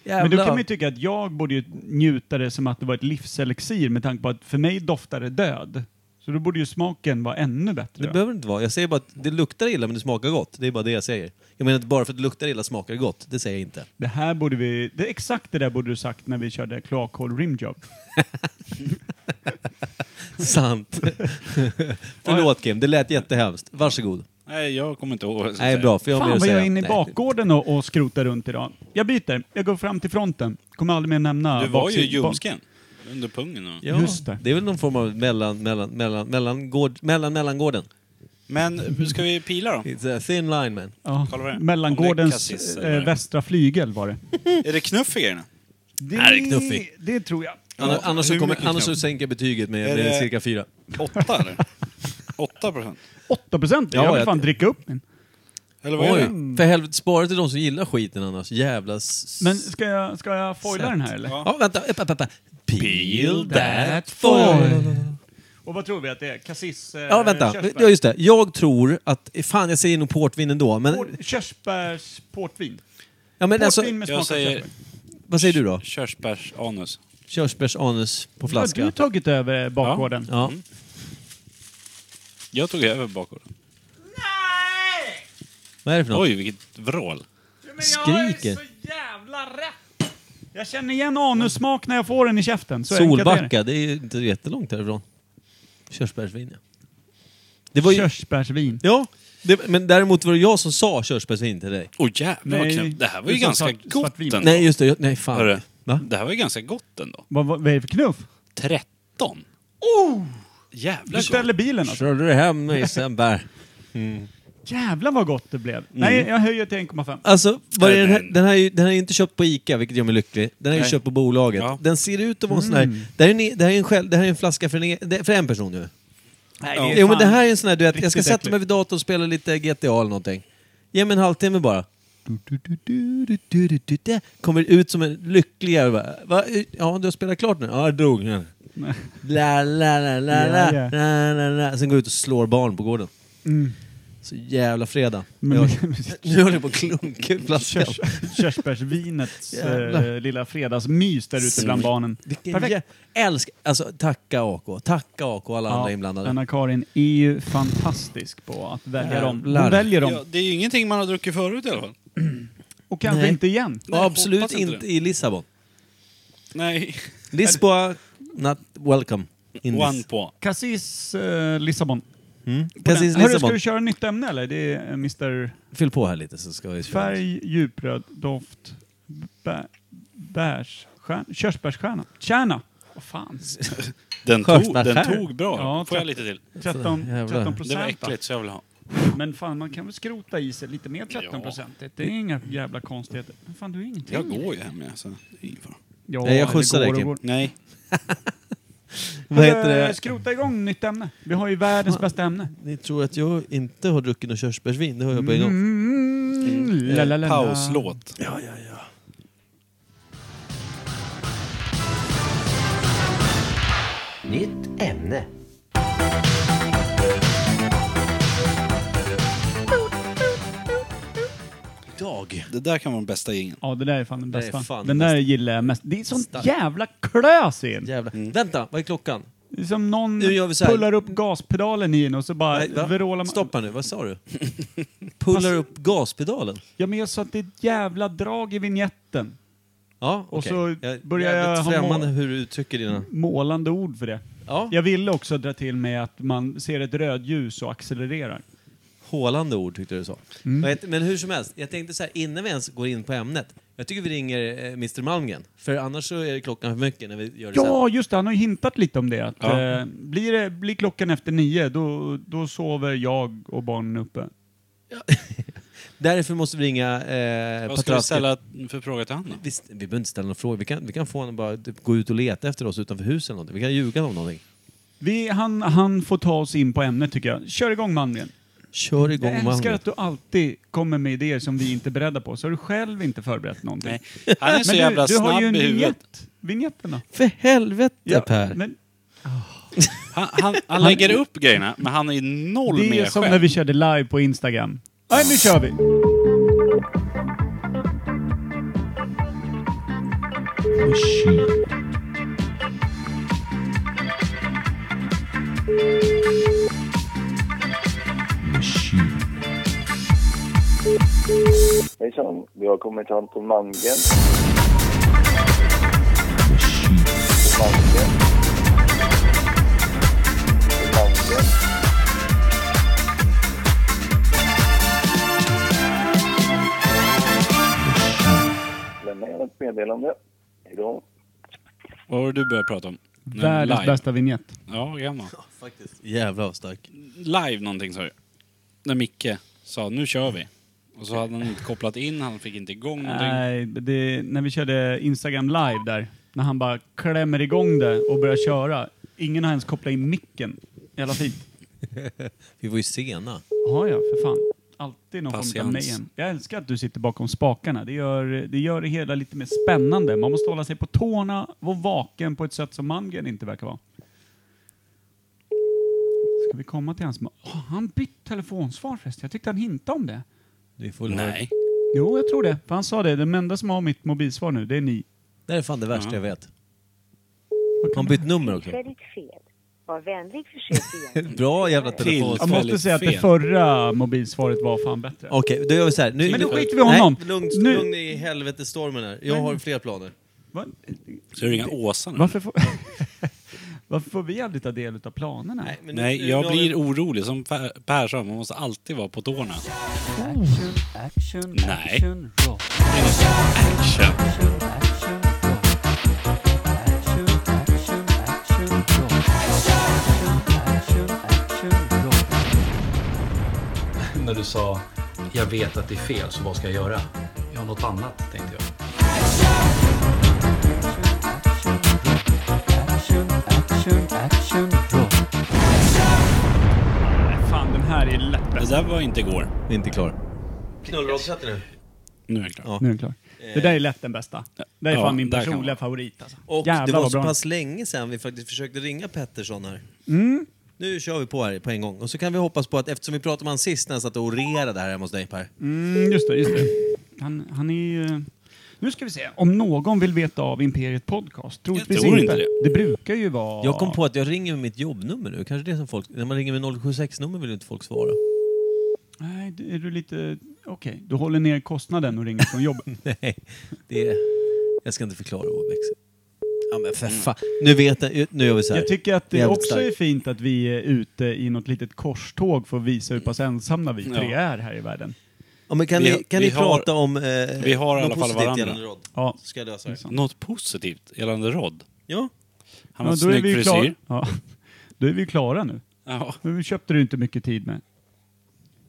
[SPEAKER 3] Men då kan
[SPEAKER 1] Jävlar.
[SPEAKER 3] man ju tycka att jag borde ju njuta det som att det var ett livselixir med tanke på att för mig doftar det död. Så då borde ju smaken vara
[SPEAKER 1] Det
[SPEAKER 3] ännu bättre.
[SPEAKER 1] behöver det inte vara. Jag säger bara att det luktar illa men det smakar gott. Det är bara det jag säger. Jag menar inte bara för att det luktar illa smakar det gott. Det säger jag inte.
[SPEAKER 3] det här borde vi... Det, exakt det där borde du sagt när vi körde kloakhål rimjob.
[SPEAKER 1] Sant. Förlåt Kim, det lät jättehemskt. Varsågod.
[SPEAKER 2] Nej, jag kommer inte ihåg vad jag ska
[SPEAKER 1] Nej,
[SPEAKER 2] säga.
[SPEAKER 1] bra. För jag har mer
[SPEAKER 3] Fan
[SPEAKER 1] att
[SPEAKER 3] vad
[SPEAKER 1] säga.
[SPEAKER 3] jag är inne i
[SPEAKER 1] Nej.
[SPEAKER 3] bakgården och, och skrotar runt idag. Jag byter. Jag går fram till fronten. Kommer aldrig mer nämna...
[SPEAKER 2] Du var ju i
[SPEAKER 3] baksidan-
[SPEAKER 2] ljumsken. Under pungen och...
[SPEAKER 1] Ja,
[SPEAKER 3] Just det.
[SPEAKER 1] det är väl någon form av mellan, mellan, mellan, mellan, gård, mellan mellangården.
[SPEAKER 2] Men ska vi pila då?
[SPEAKER 1] It's a thin line man.
[SPEAKER 3] Ja,
[SPEAKER 2] Kolla vad det är. Om det är
[SPEAKER 3] mellangårdens
[SPEAKER 2] kassis eller-
[SPEAKER 3] eh, västra flygel var det.
[SPEAKER 2] Är det knuff i grejerna?
[SPEAKER 3] Det,
[SPEAKER 1] Nej, det är knuffigt.
[SPEAKER 3] det tror jag.
[SPEAKER 1] Annars, annars, så
[SPEAKER 2] hur
[SPEAKER 1] kommer,
[SPEAKER 2] mycket
[SPEAKER 1] annars så
[SPEAKER 2] knappt?
[SPEAKER 1] sänker jag betyget med,
[SPEAKER 2] Är det-
[SPEAKER 1] med cirka fyra.
[SPEAKER 2] Åtta eller? Åtta procent?
[SPEAKER 3] 8 procent?
[SPEAKER 1] Ja,
[SPEAKER 3] jag vill
[SPEAKER 1] jag-
[SPEAKER 3] fan dricka upp min.
[SPEAKER 2] Eller vad är det?
[SPEAKER 1] Oj, för helvete. Spara till de som gillar skiten annars. Jävla... s-
[SPEAKER 3] Men ska jag, ska jag foila den här eller?
[SPEAKER 2] Ja.
[SPEAKER 1] Ja, vänta. eh, Upp, upp, upp. Peel that
[SPEAKER 3] foil. Och vad tror vi att det är? Cassis... Eh,
[SPEAKER 1] Ja, vänta. Ja, just det. Jag tror att... Fan, jag säger nog portvin ändå. Men,
[SPEAKER 3] Körsbärs portvin.
[SPEAKER 1] ja, men
[SPEAKER 3] Portvin
[SPEAKER 1] alltså,
[SPEAKER 3] med smak av
[SPEAKER 2] Jag säger
[SPEAKER 3] körsbär.
[SPEAKER 1] vad säger du då?
[SPEAKER 2] körsbärsanus.
[SPEAKER 1] Körsbärsanus på
[SPEAKER 3] Har du
[SPEAKER 1] flaska.
[SPEAKER 3] tagit över bakgården?
[SPEAKER 1] Ja.
[SPEAKER 2] Jag tog över bakgården.
[SPEAKER 1] Vad är det för något?
[SPEAKER 2] Oj, vilket vrål.
[SPEAKER 3] Men jag har ju
[SPEAKER 1] Skriker.
[SPEAKER 3] så jävla rätt! Jag känner igen anussmak när jag får den i käften. Så enkelt är det.
[SPEAKER 1] Solbacka, det är ju inte jättelångt härifrån. Körsbärsvin, ja. Det var ju,
[SPEAKER 3] Körsbärsvin.
[SPEAKER 1] ja, det, men däremot var det jag som sa körsbärsvin till dig.
[SPEAKER 2] Åh jävlar vad
[SPEAKER 3] Nej.
[SPEAKER 2] knäppt. Det här var ju
[SPEAKER 3] Det är som
[SPEAKER 2] ganska
[SPEAKER 3] svart-
[SPEAKER 2] gott
[SPEAKER 3] svartvin.
[SPEAKER 2] ändå.
[SPEAKER 1] Nej, just det. Jag, nej, fan.
[SPEAKER 2] Hörru,
[SPEAKER 1] Va?
[SPEAKER 2] det här var ju ganska gott ändå.
[SPEAKER 3] Vad, vad, vad är det för knuff?
[SPEAKER 2] 13. Oh! Jävlar
[SPEAKER 3] Du ställer bilen alltså.
[SPEAKER 1] Körde du hem mig sen bär?
[SPEAKER 3] Jävlar vad gott det
[SPEAKER 1] Mm.
[SPEAKER 3] blev. Nej, jag höjer till 1,5.
[SPEAKER 1] Alltså, vad är
[SPEAKER 2] Nej,
[SPEAKER 1] den, här,
[SPEAKER 2] men-
[SPEAKER 1] den, här, är ju- den här är ju inte köpt på Ica, vilket gör mig lycklig. Den här är ju
[SPEAKER 2] Nej.
[SPEAKER 1] köpt på bolaget.
[SPEAKER 2] Ja.
[SPEAKER 1] Den ser ut att vara en sån här... Det här är en, e- det här är en, själv, det här är en flaska för en, det- för en person nu.
[SPEAKER 3] Nej,
[SPEAKER 2] Ja.
[SPEAKER 3] det är
[SPEAKER 1] Jo
[SPEAKER 3] fan-
[SPEAKER 1] men det här är en sån här, du vet, jag ska
[SPEAKER 3] Riktigt
[SPEAKER 1] sätta
[SPEAKER 3] äckligt.
[SPEAKER 1] mig vid datorn och spela lite GTA eller någonting. Ge mig en halvtimme bara. Kommer ut som en lycklig jävel. bara, Va? Ja, du har spelat klart nu? Ja, jag drog. Ja. La, la, la, la, la,
[SPEAKER 3] Ja, ja.
[SPEAKER 1] la, la, la. Sen går jag ut och slår barn på gården. Så jävla fredag.
[SPEAKER 3] Men-
[SPEAKER 1] Jag, nu håller jag på att klunka ur flaskan.
[SPEAKER 3] Körs, körsbärsvinets
[SPEAKER 1] Jävlar.
[SPEAKER 3] eh, lilla fredagsmys där ute bland barnen.
[SPEAKER 1] Vilken
[SPEAKER 3] Perfekt.
[SPEAKER 1] jä- Älsk, alltså tacka AK. Tacka AK och alla andra inblandade.
[SPEAKER 3] Anna-Karin är ju fantastisk på att välja dem.
[SPEAKER 1] Jävlar.
[SPEAKER 3] Hon väljer dem.
[SPEAKER 2] Ja, det är ju ingenting man har druckit förut i alla fall.
[SPEAKER 3] Och kanske
[SPEAKER 1] Nej.
[SPEAKER 3] inte igen.
[SPEAKER 1] Och absolut
[SPEAKER 2] hoppas inte
[SPEAKER 1] inte i Lissabon.
[SPEAKER 2] Nej.
[SPEAKER 1] Lisboa, not welcome. In
[SPEAKER 2] One
[SPEAKER 1] this.
[SPEAKER 2] på.
[SPEAKER 3] Cassis eh, Lissabon.
[SPEAKER 1] Mm.
[SPEAKER 3] På den-
[SPEAKER 1] Precis,
[SPEAKER 3] Hörru, ska
[SPEAKER 1] Lissabon.
[SPEAKER 3] du köra nytt ämne eller? Det är eh, Mr.
[SPEAKER 1] Fyll på här lite så ska vi köra.
[SPEAKER 3] Färg, djupröd, doft, bä, bärsstjärna, körsbärsstjärna, kärna. Vad fan?
[SPEAKER 2] Den tog,
[SPEAKER 1] Skördsbärsaffär.
[SPEAKER 2] den tog bra.
[SPEAKER 3] Ja,
[SPEAKER 2] Får jag lite till?
[SPEAKER 3] 13,
[SPEAKER 1] Jävlar.
[SPEAKER 3] 13
[SPEAKER 2] Det var
[SPEAKER 3] procent. va?
[SPEAKER 2] äckligt så jag vill ha.
[SPEAKER 3] Men fan, man kan väl skrota i sig lite mer 13 procent. Det är inga jävla konstigheter. Men fan, du är ingenting.
[SPEAKER 2] Jag går ju hem jag, så det är ingen fara.
[SPEAKER 3] Ja,
[SPEAKER 1] Nej, jag
[SPEAKER 3] det
[SPEAKER 1] skjutsar
[SPEAKER 3] går
[SPEAKER 1] dig,
[SPEAKER 3] och
[SPEAKER 1] Kim.
[SPEAKER 3] går.
[SPEAKER 2] Nej.
[SPEAKER 1] Vad heter det?
[SPEAKER 3] Eh, Skrota igång nytt ämne. Vi har ju världens bästa ämne.
[SPEAKER 1] Ni tror att jag inte har druckit något körsbärsvin, det har jag på en gång.
[SPEAKER 3] Mm.
[SPEAKER 1] Eh,
[SPEAKER 3] La, la, la, la.
[SPEAKER 2] Pauslåt.
[SPEAKER 6] Nytt ämne.
[SPEAKER 1] Idag.
[SPEAKER 2] Det där kan vara den bästa jingeln.
[SPEAKER 3] Ja, det där är fan den
[SPEAKER 1] Det är
[SPEAKER 3] bästa.
[SPEAKER 1] fan
[SPEAKER 3] den
[SPEAKER 1] den
[SPEAKER 3] där gillar jag mest. Det är sånt
[SPEAKER 1] Stark.
[SPEAKER 3] jävla klös i den.
[SPEAKER 1] Jävlar. Vänta, vad är klockan?
[SPEAKER 3] Det är som någon
[SPEAKER 1] Nu gör vi så här.
[SPEAKER 3] pullar upp gaspedalen i en och så bara
[SPEAKER 1] Nej, va?
[SPEAKER 3] vrålar man.
[SPEAKER 1] Stoppa nu, vad sa du? Pullar upp gaspedalen?
[SPEAKER 3] Ja, men jag sa att det är ett jävla drag i vignetten.
[SPEAKER 1] Ja,
[SPEAKER 3] Och
[SPEAKER 1] okej.
[SPEAKER 3] så börjar
[SPEAKER 1] jävligt
[SPEAKER 3] jag ha
[SPEAKER 1] främmande
[SPEAKER 3] mål.
[SPEAKER 1] hur du uttrycker dina...
[SPEAKER 3] Målande ord för det.
[SPEAKER 1] Ja,
[SPEAKER 3] Jag ville också dra till med att man ser ett rödljus och accelererar.
[SPEAKER 1] hålande ord tyckte jag du sa.
[SPEAKER 3] Mm.
[SPEAKER 1] Vad heter- Men hur som helst, jag tänkte så här innan vi ens går in på ämnet. Jag tycker vi ringer eh, Mr Malmgren, för annars så är det klockan för mycket när vi gör det sen.
[SPEAKER 3] Ja, just det. Han har ju hintat lite om det. Att,
[SPEAKER 2] Ja.
[SPEAKER 3] eh, blir, det blir klockan efter nio, då, då sover jag och barnen uppe.
[SPEAKER 1] Därför måste vi ringa eh,
[SPEAKER 2] Vad ska
[SPEAKER 1] Patrasket.
[SPEAKER 2] du ställa för fråga till honom?
[SPEAKER 1] Visst, vi behöver inte ställa några frågor. Vi kan, vi kan få honom bara typ, gå ut och leta efter oss utanför huset eller någonting. Vi kan ljuga om någonting.
[SPEAKER 3] Vi, han, han får ta oss in på ämnet tycker jag. Kör igång Malmgren.
[SPEAKER 1] Kör igång
[SPEAKER 3] Jag älskar
[SPEAKER 1] mannen.
[SPEAKER 3] att du alltid kommer med idéer som vi inte är beredda på, så har du själv inte förberett någonting.
[SPEAKER 2] Nej. Han är så
[SPEAKER 3] Men
[SPEAKER 2] jävla
[SPEAKER 3] du, du har
[SPEAKER 2] snabb
[SPEAKER 3] ju en
[SPEAKER 2] i huvudet.
[SPEAKER 3] vignett. Vinjetterna.
[SPEAKER 1] För helvete Per!
[SPEAKER 3] Men
[SPEAKER 2] Han, han, han lägger upp grejerna, men han är noll
[SPEAKER 3] det är
[SPEAKER 2] med
[SPEAKER 3] som
[SPEAKER 2] själv.
[SPEAKER 3] när vi körde live på Instagram. Nej, nu kör vi!
[SPEAKER 7] Hejsan, vi har kommit till Anton Malmgren. Malmgren. Malmgren. Lämna gärna ett meddelande. Hejdå.
[SPEAKER 2] Vad var det du började prata om? Nu,
[SPEAKER 3] Världens
[SPEAKER 2] live.
[SPEAKER 3] bästa vignett.
[SPEAKER 2] Ja, gammal.
[SPEAKER 1] Jävlar vad stark.
[SPEAKER 2] Live någonting sa du. När Micke sa nu kör vi. Och så hade han inte kopplat in, han fick inte igång någonting.
[SPEAKER 3] Nej, det, när vi körde Instagram live där, när han bara klämmer igång det och börjar köra. Ingen har ens kopplat in micken. Jävla fint.
[SPEAKER 1] Vi var ju sena.
[SPEAKER 3] Har jag, för fan. alltid någon form av
[SPEAKER 2] Patiens.
[SPEAKER 3] mayhem. Jag älskar att du sitter bakom spakarna. Det gör, det gör det hela lite mer spännande. Man måste hålla sig på tårna, vara vaken på ett sätt som Malmgren inte verkar vara. Ska vi komma till hans... ma- Har han bytt telefonsvar förresten? Jag tyckte han hintade om det.
[SPEAKER 1] Det är full
[SPEAKER 2] Nej.
[SPEAKER 3] Jo, jag tror det. För han sa det. De enda som har mitt mobilsvar nu, det är ni.
[SPEAKER 1] Det här är fan det värsta
[SPEAKER 2] Ja.
[SPEAKER 1] jag vet.
[SPEAKER 3] Vad
[SPEAKER 1] Har
[SPEAKER 3] kan
[SPEAKER 1] han bytt nummer också?
[SPEAKER 6] Tillfälligt fel. Var vänlig försök igen.
[SPEAKER 1] Bra jävla
[SPEAKER 2] Till.
[SPEAKER 1] telefon.
[SPEAKER 3] Jag måste
[SPEAKER 2] väldigt
[SPEAKER 3] säga att det
[SPEAKER 2] fel.
[SPEAKER 3] förra mobilsvaret var fan bättre.
[SPEAKER 1] Okej, då gör vi så här. Nu,
[SPEAKER 3] Men då skiter vi i honom.
[SPEAKER 1] Nej, lugnt,
[SPEAKER 3] Nu-
[SPEAKER 1] lugn i helvete stormen här. Jag har fler planer.
[SPEAKER 3] Va?
[SPEAKER 2] Så är det inga Åsa nu?
[SPEAKER 3] Varför, får... Varför får vi aldrig ta del av planerna?
[SPEAKER 1] Nej, men nu-
[SPEAKER 2] Nej,
[SPEAKER 1] nu-
[SPEAKER 2] jag
[SPEAKER 1] nu har vi-
[SPEAKER 2] blir orolig som Per- Per sa. Man måste alltid vara på tårna.
[SPEAKER 8] Action, action,
[SPEAKER 2] Nej.
[SPEAKER 8] action, rock.
[SPEAKER 2] Action.
[SPEAKER 8] Action, action, rock. Action, action, action, rock. Action, action, action, rock.
[SPEAKER 9] När du sa jag vet att det är fel, så vad ska jag göra? Jag har något annat, tänkte jag.
[SPEAKER 8] Action, action, action, rock.
[SPEAKER 3] Nej, fan, den här är lätt
[SPEAKER 2] Det där var inte igår.
[SPEAKER 1] Inte klar. Knullrocksätter nu.
[SPEAKER 2] Nu är jag klar.
[SPEAKER 1] Ja.
[SPEAKER 3] Nu är den klar. Eh, Det där är lätt den bästa. Det är
[SPEAKER 2] Ja,
[SPEAKER 3] fan min
[SPEAKER 2] där kan
[SPEAKER 3] personliga
[SPEAKER 2] man.
[SPEAKER 3] favorit. Alltså.
[SPEAKER 1] Och
[SPEAKER 3] Jävlar
[SPEAKER 1] det var
[SPEAKER 3] vad
[SPEAKER 1] så
[SPEAKER 3] bra.
[SPEAKER 1] pass länge sedan vi faktiskt försökte ringa Pettersson här.
[SPEAKER 2] Mm.
[SPEAKER 1] Nu kör vi på här på en gång. Och så kan vi hoppas på att, eftersom vi pratade om han sist när han satt och orerade här hemma hos dig Per.
[SPEAKER 3] Mm, just det, just det. Han, han är ju... Nu ska vi se, om någon vill veta av Imperiet Podcast. Troligtvis
[SPEAKER 2] tror inte det.
[SPEAKER 3] Det brukar ju vara...
[SPEAKER 1] Jag kom på att jag ringer med mitt jobbnummer nu. Kanske det som folk... När man ringer med 076-nummer vill ju inte folk svara.
[SPEAKER 3] Nej, det- är du lite... Okej, du håller ner kostnaden och ringer från jobbet.
[SPEAKER 1] Nej, det är... Jag ska inte förklara Obex. Ja men
[SPEAKER 2] Mm.
[SPEAKER 1] för fan. Nu vet jag... Nu gör vi så här.
[SPEAKER 3] Jag tycker att det
[SPEAKER 1] Jävligt
[SPEAKER 3] också
[SPEAKER 1] starkt.
[SPEAKER 3] är fint att vi är ute i något litet korståg för att visa hur pass ensamma vi tre
[SPEAKER 2] Ja.
[SPEAKER 3] är här i världen.
[SPEAKER 1] Ja, men kan
[SPEAKER 2] Vi-
[SPEAKER 1] ni, kan
[SPEAKER 2] vi
[SPEAKER 1] ni
[SPEAKER 2] har-
[SPEAKER 1] prata om eh,
[SPEAKER 2] vi har i
[SPEAKER 1] något
[SPEAKER 2] alla fall
[SPEAKER 1] positivt
[SPEAKER 2] varandra. Mm.
[SPEAKER 1] gällande Rod?
[SPEAKER 3] Ja.
[SPEAKER 1] Så ska jag lösa det.
[SPEAKER 2] Något positivt gällande Rod.
[SPEAKER 1] Ja.
[SPEAKER 2] Han har
[SPEAKER 3] då är
[SPEAKER 2] snygg
[SPEAKER 3] vi ju
[SPEAKER 2] frisyr.
[SPEAKER 3] klara. Ja. Då är vi ju klara nu.
[SPEAKER 2] Ja.
[SPEAKER 3] Nu köpte du inte mycket tid med.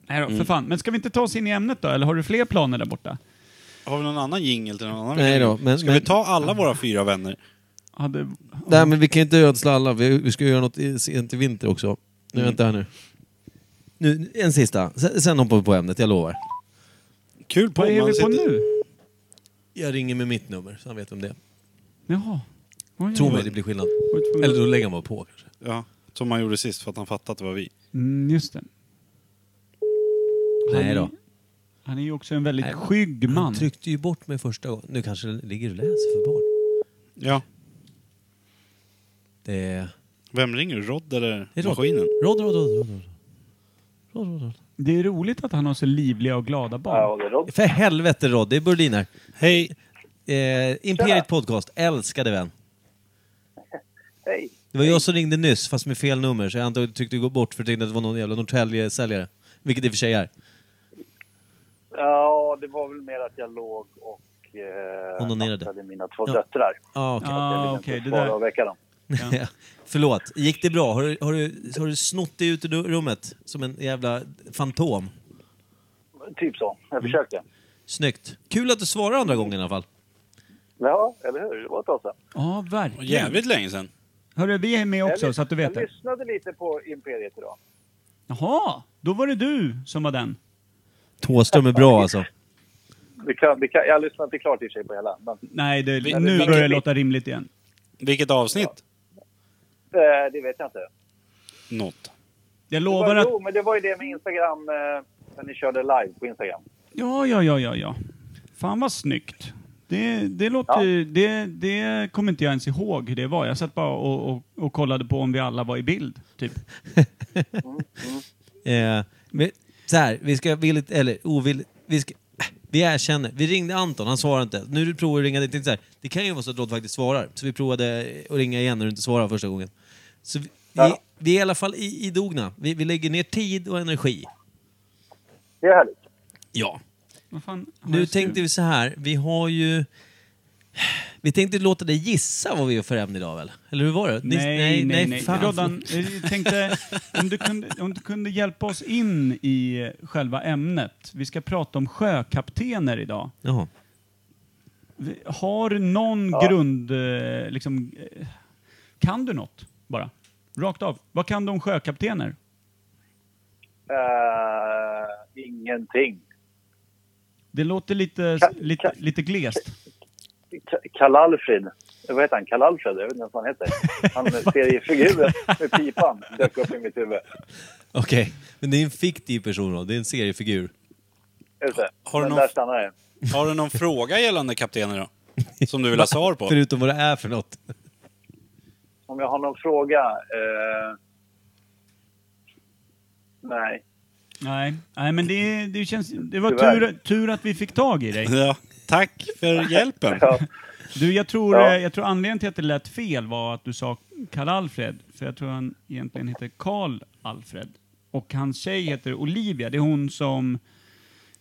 [SPEAKER 3] Nej då, för
[SPEAKER 1] Mm.
[SPEAKER 3] fan. Men ska vi inte ta oss in i ämnet då, eller har du fler planer där borta?
[SPEAKER 2] Har vi någon annan jingel till någon annan?
[SPEAKER 1] Nej då, men-
[SPEAKER 2] Ska
[SPEAKER 1] men-
[SPEAKER 2] vi ta alla våra fyra vänner?
[SPEAKER 3] Ja, det,
[SPEAKER 1] Nej men vi kan ju inte ödsla alla. Vi, vi ska ju göra något i- sent i vinter också. Nu vänta här nu. Mm. Nu, en sista. Sen, sen hoppar vi på ämnet, jag lovar.
[SPEAKER 2] Kul på
[SPEAKER 3] vad är
[SPEAKER 2] man
[SPEAKER 3] vi på
[SPEAKER 2] sitter-
[SPEAKER 3] nu?
[SPEAKER 1] Jag ringer med mitt nummer, så han vet om det
[SPEAKER 3] Jaha. Oj,
[SPEAKER 1] Tro
[SPEAKER 3] oj,
[SPEAKER 1] mig,
[SPEAKER 3] oj.
[SPEAKER 1] det blir skillnad.
[SPEAKER 3] Var du tvungen att-
[SPEAKER 1] Eller då lägger han bara på kanske.
[SPEAKER 2] Ja, som han gjorde sist för att han fattade att det var vi.
[SPEAKER 3] Mm, just det.
[SPEAKER 1] Nej då.
[SPEAKER 3] Han är ju också en väldigt
[SPEAKER 1] Nej,
[SPEAKER 3] skygg man.
[SPEAKER 1] Han tryckte ju bort mig första gången. Nu kanske den ligger och läser för barn.
[SPEAKER 2] Ja.
[SPEAKER 1] Det är...
[SPEAKER 2] Vem ringer du? Rod eller
[SPEAKER 1] Det är Rod.
[SPEAKER 2] maskinen?
[SPEAKER 1] Rod, Rod, Rod, Rod, Rod. Rod, Rod, Rod.
[SPEAKER 3] Det är roligt att han har så livliga och glada barn.
[SPEAKER 7] Ja, det är Rod.
[SPEAKER 1] För helvete Rod, det är Burdin här.
[SPEAKER 2] Hej!
[SPEAKER 1] Eh, Imperiet Podcast, älskade vän.
[SPEAKER 7] Hej!
[SPEAKER 1] Det var jag som ringde nyss, fast med fel nummer, så jag antar att du tyckte gå bort för du tyckte att det var någon jävla Norrtälje-säljare. Vilket det i och för sig är.
[SPEAKER 7] Ja, det var väl mer att jag låg och eh,
[SPEAKER 1] Onanerade.
[SPEAKER 7] nattade mina två
[SPEAKER 1] Ja.
[SPEAKER 7] döttrar.
[SPEAKER 1] Ah, okej.
[SPEAKER 3] Ja,
[SPEAKER 7] jag ville
[SPEAKER 3] okej,
[SPEAKER 7] inte
[SPEAKER 3] det där-
[SPEAKER 7] svara och väcka dem.
[SPEAKER 1] Förlåt. Gick det bra? Har du, har, du, har du snott dig ut ur rummet som en jävla fantom?
[SPEAKER 7] Typ så.
[SPEAKER 3] Mm.
[SPEAKER 7] Jag försökte.
[SPEAKER 1] Snyggt. Kul att du svarar andra gången i alla fall.
[SPEAKER 7] Ja, eller hur? Det var ett tag sedan.
[SPEAKER 3] Ja, verkligen.
[SPEAKER 2] Jävligt länge sedan.
[SPEAKER 3] Hörru, vi är med också,
[SPEAKER 7] Jag
[SPEAKER 3] så att du vet
[SPEAKER 7] Jag
[SPEAKER 3] det.
[SPEAKER 7] lyssnade lite på Imperiet idag.
[SPEAKER 3] Jaha, då var det du som var den.
[SPEAKER 1] Tåström är bra alltså.
[SPEAKER 7] Det kan, det kan, jag lyssnade inte klart i och för sig på hela. Men,
[SPEAKER 3] Nej, det,
[SPEAKER 2] Vi- vi-
[SPEAKER 3] nu börjar det
[SPEAKER 2] vi-
[SPEAKER 3] låta rimligt igen.
[SPEAKER 2] Vilket avsnitt?
[SPEAKER 7] eh, det vet jag inte.
[SPEAKER 2] Något.
[SPEAKER 3] Jag
[SPEAKER 7] Det
[SPEAKER 3] lovar
[SPEAKER 7] var,
[SPEAKER 3] att...
[SPEAKER 7] Jo, men det var ju det med Instagram, eh, när ni körde live på Instagram.
[SPEAKER 3] Ja, ja, ja, ja, ja. Fan vad snyggt. Det, det låter... Det, det kommer inte jag ens ihåg hur det var. Jag satt bara och, och, och kollade på om vi alla var i bild, typ.
[SPEAKER 1] Eh, men, så här, vi ska villigt eller ovilligt... Vi, ska, äh, vi erkänner. Vi ringde Anton, han svarade inte. Nu provar vi att ringa dig. Tänkte Så här, det kan ju vara så att Rod faktiskt svarar. Så vi provade att ringa igen när du inte svarade första gången. Så vi, vi,
[SPEAKER 7] Ja.
[SPEAKER 1] vi är i alla fall i- idogna. Vi, vi lägger ner tid och energi.
[SPEAKER 7] Det är härligt.
[SPEAKER 1] Ja.
[SPEAKER 3] Vad fan, har
[SPEAKER 1] Nu
[SPEAKER 3] jag skrivit?
[SPEAKER 1] tänkte vi så här, vi har ju... Vi tänkte låta dig gissa vad vi gör för ämne idag väl? Eller hur var det? Ni-
[SPEAKER 3] Nej, nej, nej. nej.
[SPEAKER 1] fan.
[SPEAKER 3] Roddan, jag tänkte om du, kunde, om du kunde hjälpa oss in i själva ämnet. Vi ska prata om sjökaptener idag.
[SPEAKER 1] Jaha.
[SPEAKER 3] Vi- Har du någon grund... eh, Liksom, eh, kan du något? Bara. Rakt av. Vad kan du om sjökaptener?
[SPEAKER 7] Eh, Ingenting.
[SPEAKER 3] Det låter lite,
[SPEAKER 7] Ka-
[SPEAKER 3] lite,
[SPEAKER 7] ka-
[SPEAKER 3] lite glest.
[SPEAKER 7] Karl-Alfred. Vad heter han? Karl-Alfred? Jag vet inte ens vad han heter. Han seriefiguren med pipan dök upp i mitt huvud.
[SPEAKER 1] Okej, men det är en fiktiv person då. Det är en seriefigur.
[SPEAKER 7] Just det.
[SPEAKER 2] Har du
[SPEAKER 7] Men
[SPEAKER 2] någon-
[SPEAKER 7] där stannar det.
[SPEAKER 2] Har du någon fråga gällande kaptenen då? Som du vill ha svar på?
[SPEAKER 1] Förutom vad det är för något.
[SPEAKER 7] Om jag har någon fråga? Eh... Nej.
[SPEAKER 3] Nej, nej men det, det, känns, det var
[SPEAKER 7] Tyvärr.
[SPEAKER 3] tur, tur att vi fick tag i dig.
[SPEAKER 2] Ja, tack för hjälpen.
[SPEAKER 7] Ja.
[SPEAKER 3] Du, jag tror,
[SPEAKER 7] Ja.
[SPEAKER 3] eh, jag tror anledningen till att det lät fel var att du sa Karl-Alfred, för jag tror han egentligen heter Karl-Alfred. Och hans tjej heter Olivia, det är hon som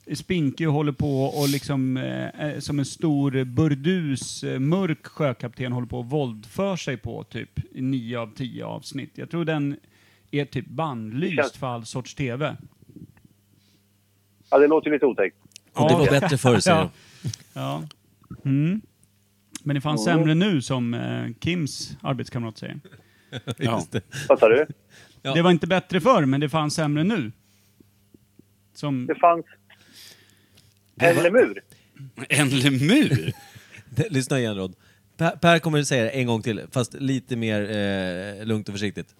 [SPEAKER 3] är spinkig och håller på och liksom, eh, eh, som en stor burdus, eh, mörk sjökapten håller på och våldför sig på typ i nio av tio avsnitt. Jag tror den är typ
[SPEAKER 7] Det känns-
[SPEAKER 3] bannlyst för all sorts TV.
[SPEAKER 7] ja, det låter lite otäckt.
[SPEAKER 1] Och det var bättre förr, säger de.
[SPEAKER 3] ja. ja. Mm. Men det fanns sämre nu, som eh, Kims arbetskamrat säger.
[SPEAKER 2] Ja.
[SPEAKER 7] Vad sa du?
[SPEAKER 1] Ja.
[SPEAKER 3] Det var inte bättre förr, men det fanns sämre nu. Som,
[SPEAKER 7] Det fanns en lemur.
[SPEAKER 2] En lemur?
[SPEAKER 1] Lyssna igen, Rod. Per, per kommer säga det en gång till, fast lite mer eh, lugnt och försiktigt.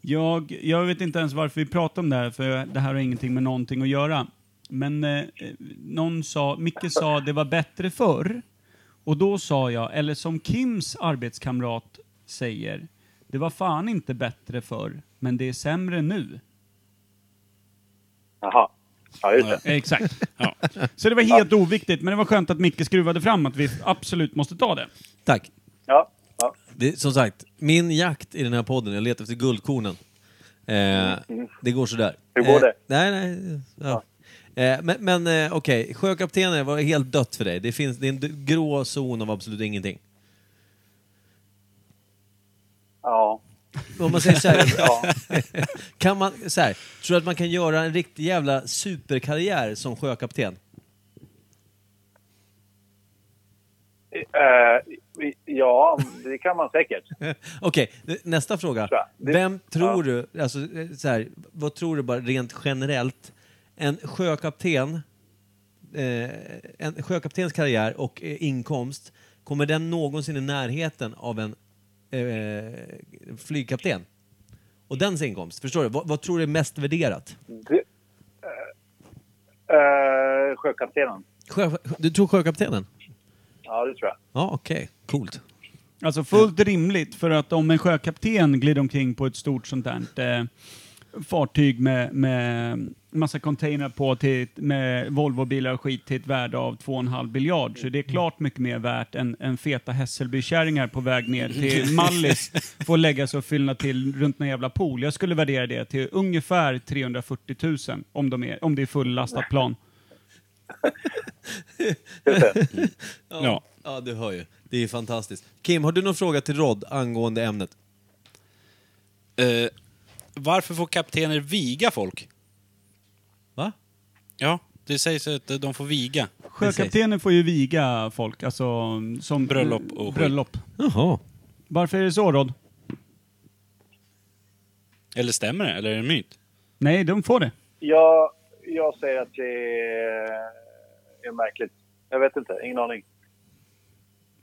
[SPEAKER 3] jag, jag vet inte ens varför vi pratar om det här, för det här har ingenting med någonting att göra. Men eh, någon sa, Micke sa det var bättre förr. Och då sa jag, eller som Kims arbetskamrat säger, det var fan inte bättre förr, men det är sämre nu.
[SPEAKER 7] Jaha. Ja, just det.
[SPEAKER 3] Exakt.
[SPEAKER 2] Ja.
[SPEAKER 3] Så det var helt oviktigt, men det var skönt att Micke skruvade fram att vi absolut måste ta det.
[SPEAKER 1] Tack.
[SPEAKER 7] Ja. ja.
[SPEAKER 1] Det, som sagt, min jakt i den här podden, jag letar efter guldkornen. Eh, det går sådär.
[SPEAKER 7] Hur går
[SPEAKER 1] Eh,
[SPEAKER 7] det?
[SPEAKER 1] nej, nej. Ja. Eh, men men eh, okej, sjökaptenen var helt dött för dig. Det, finns, det är en d- grå zon av absolut ingenting.
[SPEAKER 7] ja.
[SPEAKER 1] Om man säger så här,
[SPEAKER 7] Ja.
[SPEAKER 1] kan man, så här, tror du att man kan göra en riktig jävla superkarriär som sjökapten?
[SPEAKER 7] Eh, ja, det kan man säkert.
[SPEAKER 1] Okej, nästa fråga.
[SPEAKER 7] Tror jag. Det-
[SPEAKER 1] Vem tror du, alltså, eh, så här, vad tror du bara rent generellt, en sjökapten, eh, en sjökaptens karriär och eh, inkomst, kommer den någonsin i närheten av en eh, flygkapten? Och dens inkomst, förstår du? Vad, vad tror du är mest värderat?
[SPEAKER 7] Du, eh, eh, sjökaptenen.
[SPEAKER 1] Sjö, du tror sjökaptenen?
[SPEAKER 7] Ja, det tror jag.
[SPEAKER 1] Ja, okej. Coolt.
[SPEAKER 3] Alltså fullt rimligt, för att om en sjökapten glider omkring på ett stort sånt där eh, fartyg med, med massa container på till, ett- med Volvobilar och skit till ett värde av 2,5 biljard så det är klart mycket mer värt än, än feta Hässelbykärringar på väg ner till Mallis får lägga sig och fyllna till runt någon jävla pool. Jag skulle värdera det till ungefär 340 000 om, de är, om det är fullastat plan.
[SPEAKER 2] Ja.
[SPEAKER 1] Ja, du hör ju. Det är ju fantastiskt. Kim, har du någon fråga till Rod angående ämnet?
[SPEAKER 2] Eh, varför får kaptener viga folk?
[SPEAKER 1] Va?
[SPEAKER 2] Ja, det sägs att de får viga.
[SPEAKER 3] Sjökaptenen får ju viga folk, alltså som...
[SPEAKER 2] Bröllop och skit.
[SPEAKER 3] bröllop.
[SPEAKER 1] Jaha.
[SPEAKER 3] Varför är det så Rod?
[SPEAKER 2] Eller stämmer det? Eller är det en myt?
[SPEAKER 3] Nej, de får det.
[SPEAKER 7] Jag, jag säger att det är, är märkligt. Jag vet inte. Ingen aning.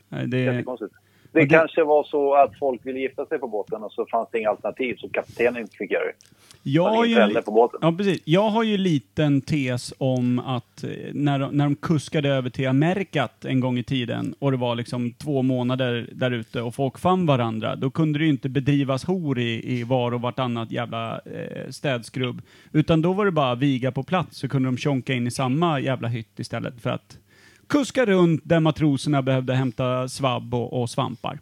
[SPEAKER 3] Nej, det...
[SPEAKER 7] Jättekonstigt. Det
[SPEAKER 3] Men det-
[SPEAKER 7] kanske var så att folk ville gifta sig på båten och så fanns det inga alternativ så kaptenen inte fick göra det.
[SPEAKER 3] Jag
[SPEAKER 7] Han är
[SPEAKER 3] har ju
[SPEAKER 7] inte
[SPEAKER 3] en,
[SPEAKER 7] heller på båten.
[SPEAKER 3] ja, precis. Jag har ju en liten tes om att eh, när de, när de kuskade över till Amerikat en gång i tiden och det var liksom två månader där ute och folk fann varandra, då kunde det ju inte bedrivas hor i, i var och vartannat jävla eh, städskrubb. Utan då var det bara viga på plats så kunde de tjonka in i samma jävla hytt istället för att kuska runt där matroserna behövde hämta svabb och, och svampar.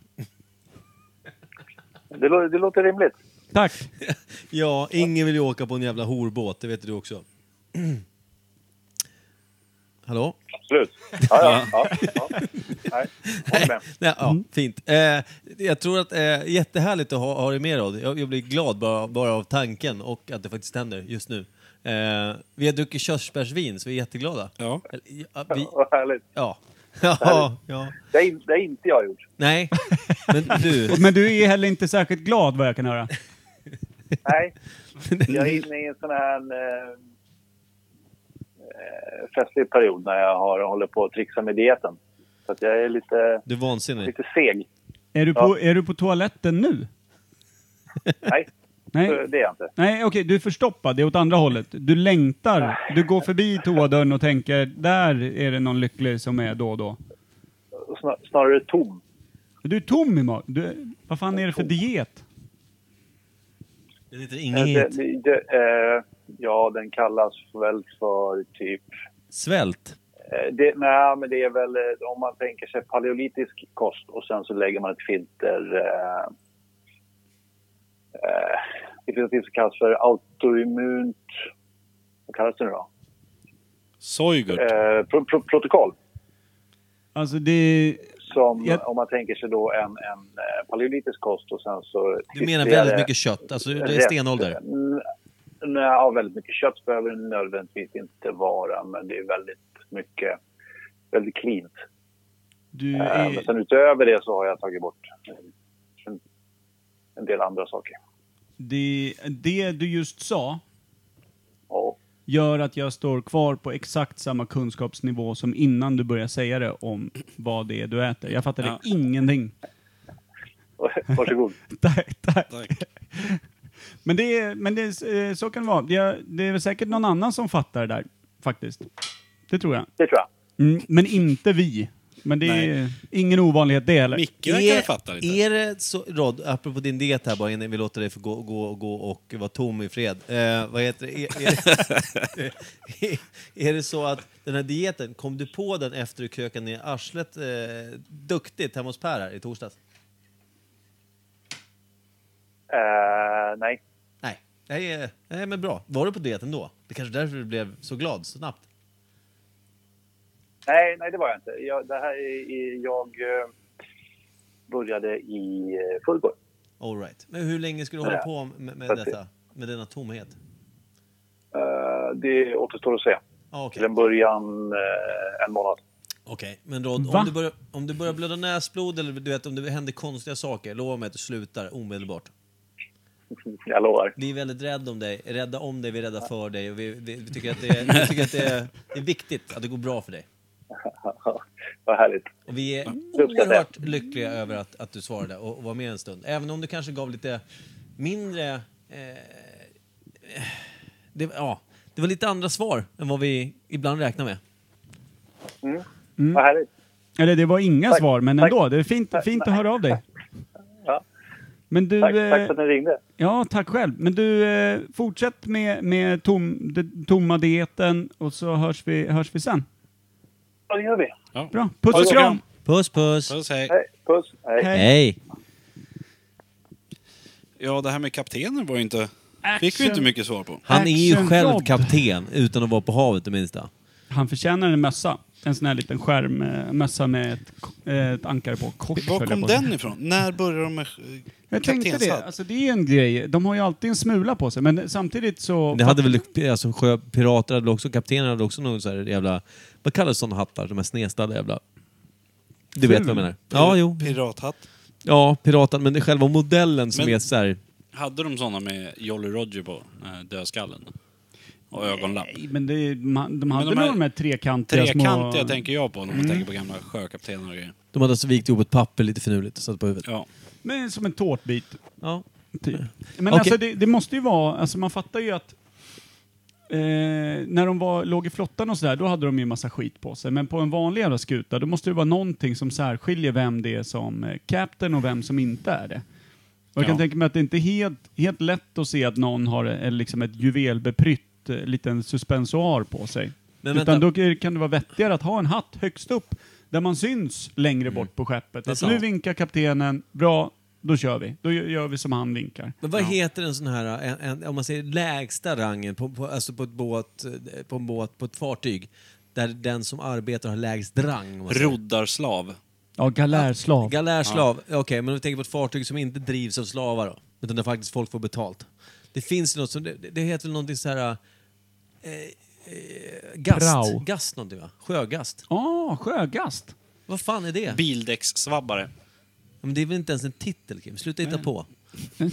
[SPEAKER 7] Det, lå- det låter rimligt.
[SPEAKER 3] Tack!
[SPEAKER 1] Ja, ingen vill ju åka på en jävla horbåt, det vet du också. Hallå?
[SPEAKER 7] Absolut. Ja, ja. ja, ja. Nej, håller med.
[SPEAKER 1] Nej, ja, Fint. Eh, jag tror att eh, jättehärligt att ha, ha dig med Rod. Jag, jag blir glad bara, bara av tanken och att det faktiskt händer just nu. Eh, vi har druckit körsbärsvin, så vi är jätteglada.
[SPEAKER 2] Ja.
[SPEAKER 1] Eller, Ja. Vi,
[SPEAKER 7] Vad härligt.
[SPEAKER 1] ja. ja, ja.
[SPEAKER 7] Det har in- det har inte jag gjort.
[SPEAKER 1] Nej, men du.
[SPEAKER 3] Men du är heller inte särskilt glad vad jag kan höra.
[SPEAKER 7] Nej. Jag är inne i en sån här... eh, eh, festlig period när jag har, håller på att trixa med dieten. Så att jag är lite,
[SPEAKER 1] Du är vansinnig.
[SPEAKER 7] lite seg.
[SPEAKER 3] Är du, på, är du på toaletten nu?
[SPEAKER 7] Nej,
[SPEAKER 3] Nej,
[SPEAKER 7] så det är jag inte.
[SPEAKER 3] Nej okej, du är förstoppad. Det är åt andra hållet. Du längtar. Du går förbi toadörren och tänker, där är det någon lycklig som är då och då.
[SPEAKER 7] Snar, snarare tom.
[SPEAKER 3] Du är tom i ma- Du, Vad fan är det för diet?
[SPEAKER 1] Det heter
[SPEAKER 7] Eh, Det,
[SPEAKER 1] inget.
[SPEAKER 7] det, det, eh, ja, den kallas väl för typ...
[SPEAKER 1] Svält.
[SPEAKER 7] eh, Det, nej, men det är väl eh, om man tänker sig paleolitisk kost och sen så lägger man ett filter... Eh, eh, det finns något som kallas för autoimmunt... Vad kallas det nu då?
[SPEAKER 2] Sojgurt.
[SPEAKER 7] Eh, pro, pro, protokoll.
[SPEAKER 3] Alltså det...
[SPEAKER 7] Som,
[SPEAKER 3] Jag-
[SPEAKER 7] Om man tänker sig då en, en eh, paleolitisk kost och sen så...
[SPEAKER 1] Du menar
[SPEAKER 7] ytterligare-
[SPEAKER 1] väldigt mycket kött. Alltså, det är
[SPEAKER 7] Rätt.
[SPEAKER 1] stenålder.
[SPEAKER 7] Mm, Nej, ja, väldigt mycket kött behöver det nödvändigtvis inte vara, men det är väldigt mycket, väldigt cleant.
[SPEAKER 3] Du
[SPEAKER 7] Eh,
[SPEAKER 3] är...
[SPEAKER 7] Men sen utöver det så har jag tagit bort en, en del andra saker.
[SPEAKER 3] Det, det du just sa
[SPEAKER 7] Ja,
[SPEAKER 3] gör att jag står kvar på exakt samma kunskapsnivå som innan du började säga det om vad det är du äter. Jag fattade
[SPEAKER 2] Ja.
[SPEAKER 3] ingenting.
[SPEAKER 7] varsågod.
[SPEAKER 3] Tack, tack.
[SPEAKER 2] Tack.
[SPEAKER 3] Men, det är, men det är, eh, så kan det vara. Det är, det är väl säkert någon annan som fattar det där, faktiskt. Det tror jag.
[SPEAKER 7] Det tror jag.
[SPEAKER 3] Mm, men inte vi. Men det är ingen ovanlighet det heller.
[SPEAKER 2] Micke verkar fatta lite.
[SPEAKER 1] är det så, Rod, apropå din diet här bara innan vi låter dig få gå, gå, gå och vara tom i fred. Eh, vad heter det? Är, är, är, det så att den här dieten, kom du på den efter du krökade ner arslet eh, duktigt hemma hos Per här i torsdags?
[SPEAKER 7] Eh, nej,
[SPEAKER 1] Nej. Nej, eh, nej, men bra. Var du på dieten då? Det är kanske är därför du blev så glad så snabbt.
[SPEAKER 7] nej, nej, det var jag inte. Jag, det här är, är- jag eh, började i eh, förrgår.
[SPEAKER 1] All right. Men hur länge ska du hålla på med, med detta? Med denna tomhet?
[SPEAKER 7] Eh, det återstår att se.
[SPEAKER 1] Ah,
[SPEAKER 7] Till
[SPEAKER 1] Okej,
[SPEAKER 7] en början eh, en månad.
[SPEAKER 1] Okej. men Rod,
[SPEAKER 3] Va?
[SPEAKER 1] om du, börjar, om du börjar blöda näsblod eller du vet, om det händer konstiga saker, lova mig att du slutar omedelbart.
[SPEAKER 7] Jag lovar.
[SPEAKER 1] Vi är väldigt rädda om dig, rädda om dig, vi är rädda för dig och vi, vi, vi tycker att, det är, vi tycker att det, är, det är viktigt att det går bra för dig.
[SPEAKER 7] Vad härligt.
[SPEAKER 1] Och vi är
[SPEAKER 7] uppskattar jag.
[SPEAKER 1] oerhört lyckliga över att, att du svarade och, och var med en stund. Även om du kanske gav lite mindre... Eh, eh, det, ja, det var lite andra svar än vad vi ibland räknar med.
[SPEAKER 3] Mm.
[SPEAKER 7] Vad härligt.
[SPEAKER 3] Eller det var inga
[SPEAKER 7] Tack.
[SPEAKER 3] svar, men
[SPEAKER 7] Tack.
[SPEAKER 3] ändå. Det är fint, fint att höra av dig.
[SPEAKER 7] Ja.
[SPEAKER 3] Men du...
[SPEAKER 7] Tack, tack
[SPEAKER 3] eh,
[SPEAKER 7] för att ni ringde.
[SPEAKER 3] Ja, tack själv. Men du, eh, fortsätt med, med tom, de, tomma dieten och så hörs vi, hörs vi sen.
[SPEAKER 7] Ja, det gör vi.
[SPEAKER 2] Ja.
[SPEAKER 3] Bra. Puss
[SPEAKER 2] Ha det
[SPEAKER 3] och
[SPEAKER 2] så
[SPEAKER 3] kram!
[SPEAKER 1] Puss, puss!
[SPEAKER 2] Puss, hej.
[SPEAKER 7] Hej, puss. Hej.
[SPEAKER 3] Hej.
[SPEAKER 1] Hej!
[SPEAKER 2] Ja, det här med kaptenen var ju inte... Fick vi inte mycket svar på.
[SPEAKER 1] Han är ju
[SPEAKER 3] Action
[SPEAKER 1] själv
[SPEAKER 3] Rod.
[SPEAKER 1] kapten utan att vara på havet det minsta.
[SPEAKER 3] Han förtjänar en mössa. En sån här liten skärmmössa med ett, k- eh, ett ankare på. Kors,
[SPEAKER 2] Var
[SPEAKER 3] höll jag
[SPEAKER 2] kom
[SPEAKER 3] på att säga.
[SPEAKER 2] den ifrån? När började de med
[SPEAKER 3] Jag tänkte det. Alltså, det är en grej. De har ju alltid en smula på sig, men samtidigt så...
[SPEAKER 1] Det hade väl, alltså sjöpirater hade också, kaptener hade också någon så här jävla, vad kallas sådana hattar? De här snedställda jävla... Du vet vad jag menar? Ja, jo.
[SPEAKER 2] Pirathatt.
[SPEAKER 1] Ja, piraten, men det är själva modellen som
[SPEAKER 2] Men-
[SPEAKER 1] är så här...
[SPEAKER 2] Hade de såna med Jolly Roger på? eh, Dödskallen? Och ögonlapp?
[SPEAKER 3] Nej, men det, man, de hade
[SPEAKER 2] de
[SPEAKER 3] väl
[SPEAKER 2] här-
[SPEAKER 3] de här trekantiga små... Mm.
[SPEAKER 2] Trekantiga tänker jag på när man tänker på gamla sjökaptener och grejer.
[SPEAKER 1] De hade alltså vikt ihop ett papper lite finurligt och satt på huvudet.
[SPEAKER 2] Ja.
[SPEAKER 3] Men som en tårtbit.
[SPEAKER 1] Ja.
[SPEAKER 3] Typ. Men
[SPEAKER 1] Okej.
[SPEAKER 3] alltså det, det måste ju vara, alltså man fattar ju att eh, när de var, låg i flottan och sådär, då hade de ju massa skit på sig. Men på en vanlig jävla skuta, då måste det vara någonting som särskiljer vem det är som eh, captain och vem som inte är det. Och jag kan
[SPEAKER 2] Ja.
[SPEAKER 3] tänka mig att det inte är helt, helt lätt att se att någon har eh, liksom ett juvelbeprytt eh, liten suspensoar på sig.
[SPEAKER 1] Men
[SPEAKER 3] Utan
[SPEAKER 1] vänta.
[SPEAKER 3] då kan det vara vettigare att ha en hatt högst upp, där man syns längre bort på skeppet.
[SPEAKER 1] Det är
[SPEAKER 3] Att
[SPEAKER 1] sant.
[SPEAKER 3] nu vinkar kaptenen, bra, då kör vi. Då gö- gör vi som han vinkar.
[SPEAKER 1] Men vad heter en sån här, en, en, om man säger lägsta rangen på, på, alltså på, ett båt, eh, på en båt, på ett fartyg, där den som arbetar har lägst rang? om man säger.
[SPEAKER 2] Roddarslav.
[SPEAKER 3] Ja, galärslav.
[SPEAKER 1] Galärslav. Okej, men om vi tänker på ett fartyg som inte drivs av slavar då, utan där faktiskt folk får betalt. Det finns ju något som, det, det heter väl någonting så här... eh, eh, Gast,
[SPEAKER 3] Prao.
[SPEAKER 1] gast någonting va? Sjögast.
[SPEAKER 3] Ah, sjögast.
[SPEAKER 1] Vad fan är det?
[SPEAKER 2] Bildäckssvabbare.
[SPEAKER 1] Men det är väl inte ens en titel Kim? Sluta hitta på. det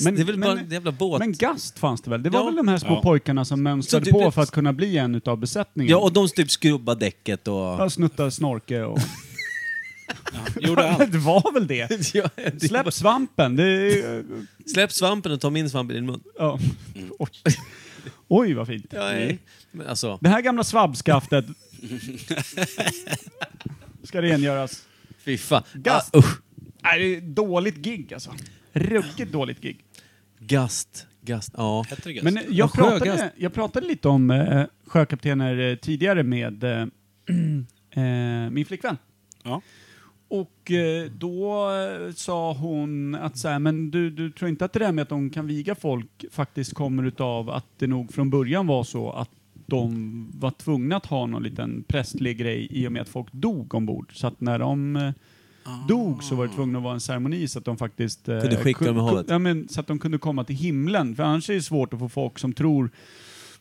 [SPEAKER 1] är väl bara en jävla båt.
[SPEAKER 3] Men Gast fanns det väl? Det var
[SPEAKER 1] Ja.
[SPEAKER 3] väl de här små
[SPEAKER 2] Ja.
[SPEAKER 3] pojkarna som mönstrade
[SPEAKER 1] du
[SPEAKER 3] på
[SPEAKER 1] blev-
[SPEAKER 3] för att kunna bli en utav besättningen?
[SPEAKER 1] Ja, och de typ skrubbar däcket och...
[SPEAKER 3] Ja, snuttar snorke och...
[SPEAKER 2] Gjorde allt.
[SPEAKER 3] det var väl det?
[SPEAKER 1] Ja, det-
[SPEAKER 3] Släpp svampen! Det är,
[SPEAKER 1] Släpp svampen och ta min svamp i din mun.
[SPEAKER 3] ja.
[SPEAKER 1] Mm.
[SPEAKER 3] Oj. Oj, vad fint.
[SPEAKER 1] Nej. Men alltså,
[SPEAKER 3] Det här gamla svabbskaftet ska rengöras.
[SPEAKER 1] fy fan.
[SPEAKER 3] Gast.
[SPEAKER 1] Ah, usch.
[SPEAKER 3] Nej, det är ett dåligt gig alltså. Ruggigt dåligt gig.
[SPEAKER 1] Gast. Gast. Ja.
[SPEAKER 2] Hette det
[SPEAKER 3] Men
[SPEAKER 2] Gast?
[SPEAKER 3] eh,
[SPEAKER 1] Ja,
[SPEAKER 3] jag
[SPEAKER 1] sjögast.
[SPEAKER 3] pratade, jag pratade lite om eh, sjökaptener eh, tidigare med eh, eh, min flickvän.
[SPEAKER 2] Ja.
[SPEAKER 3] Och eh, då eh, sa hon att så här, men du, du tror inte att det där med att de kan viga folk faktiskt kommer utav att det nog från början var så att de var tvungna att ha någon liten prästlig grej i och med att folk dog ombord. Så att när de eh, dog så var det tvungna att vara en ceremoni så att de faktiskt... eh,
[SPEAKER 1] Kunde skicka dem i
[SPEAKER 3] kun-
[SPEAKER 1] havet.
[SPEAKER 3] Ja, men, så att de kunde komma till himlen. För annars är det svårt att få folk som tror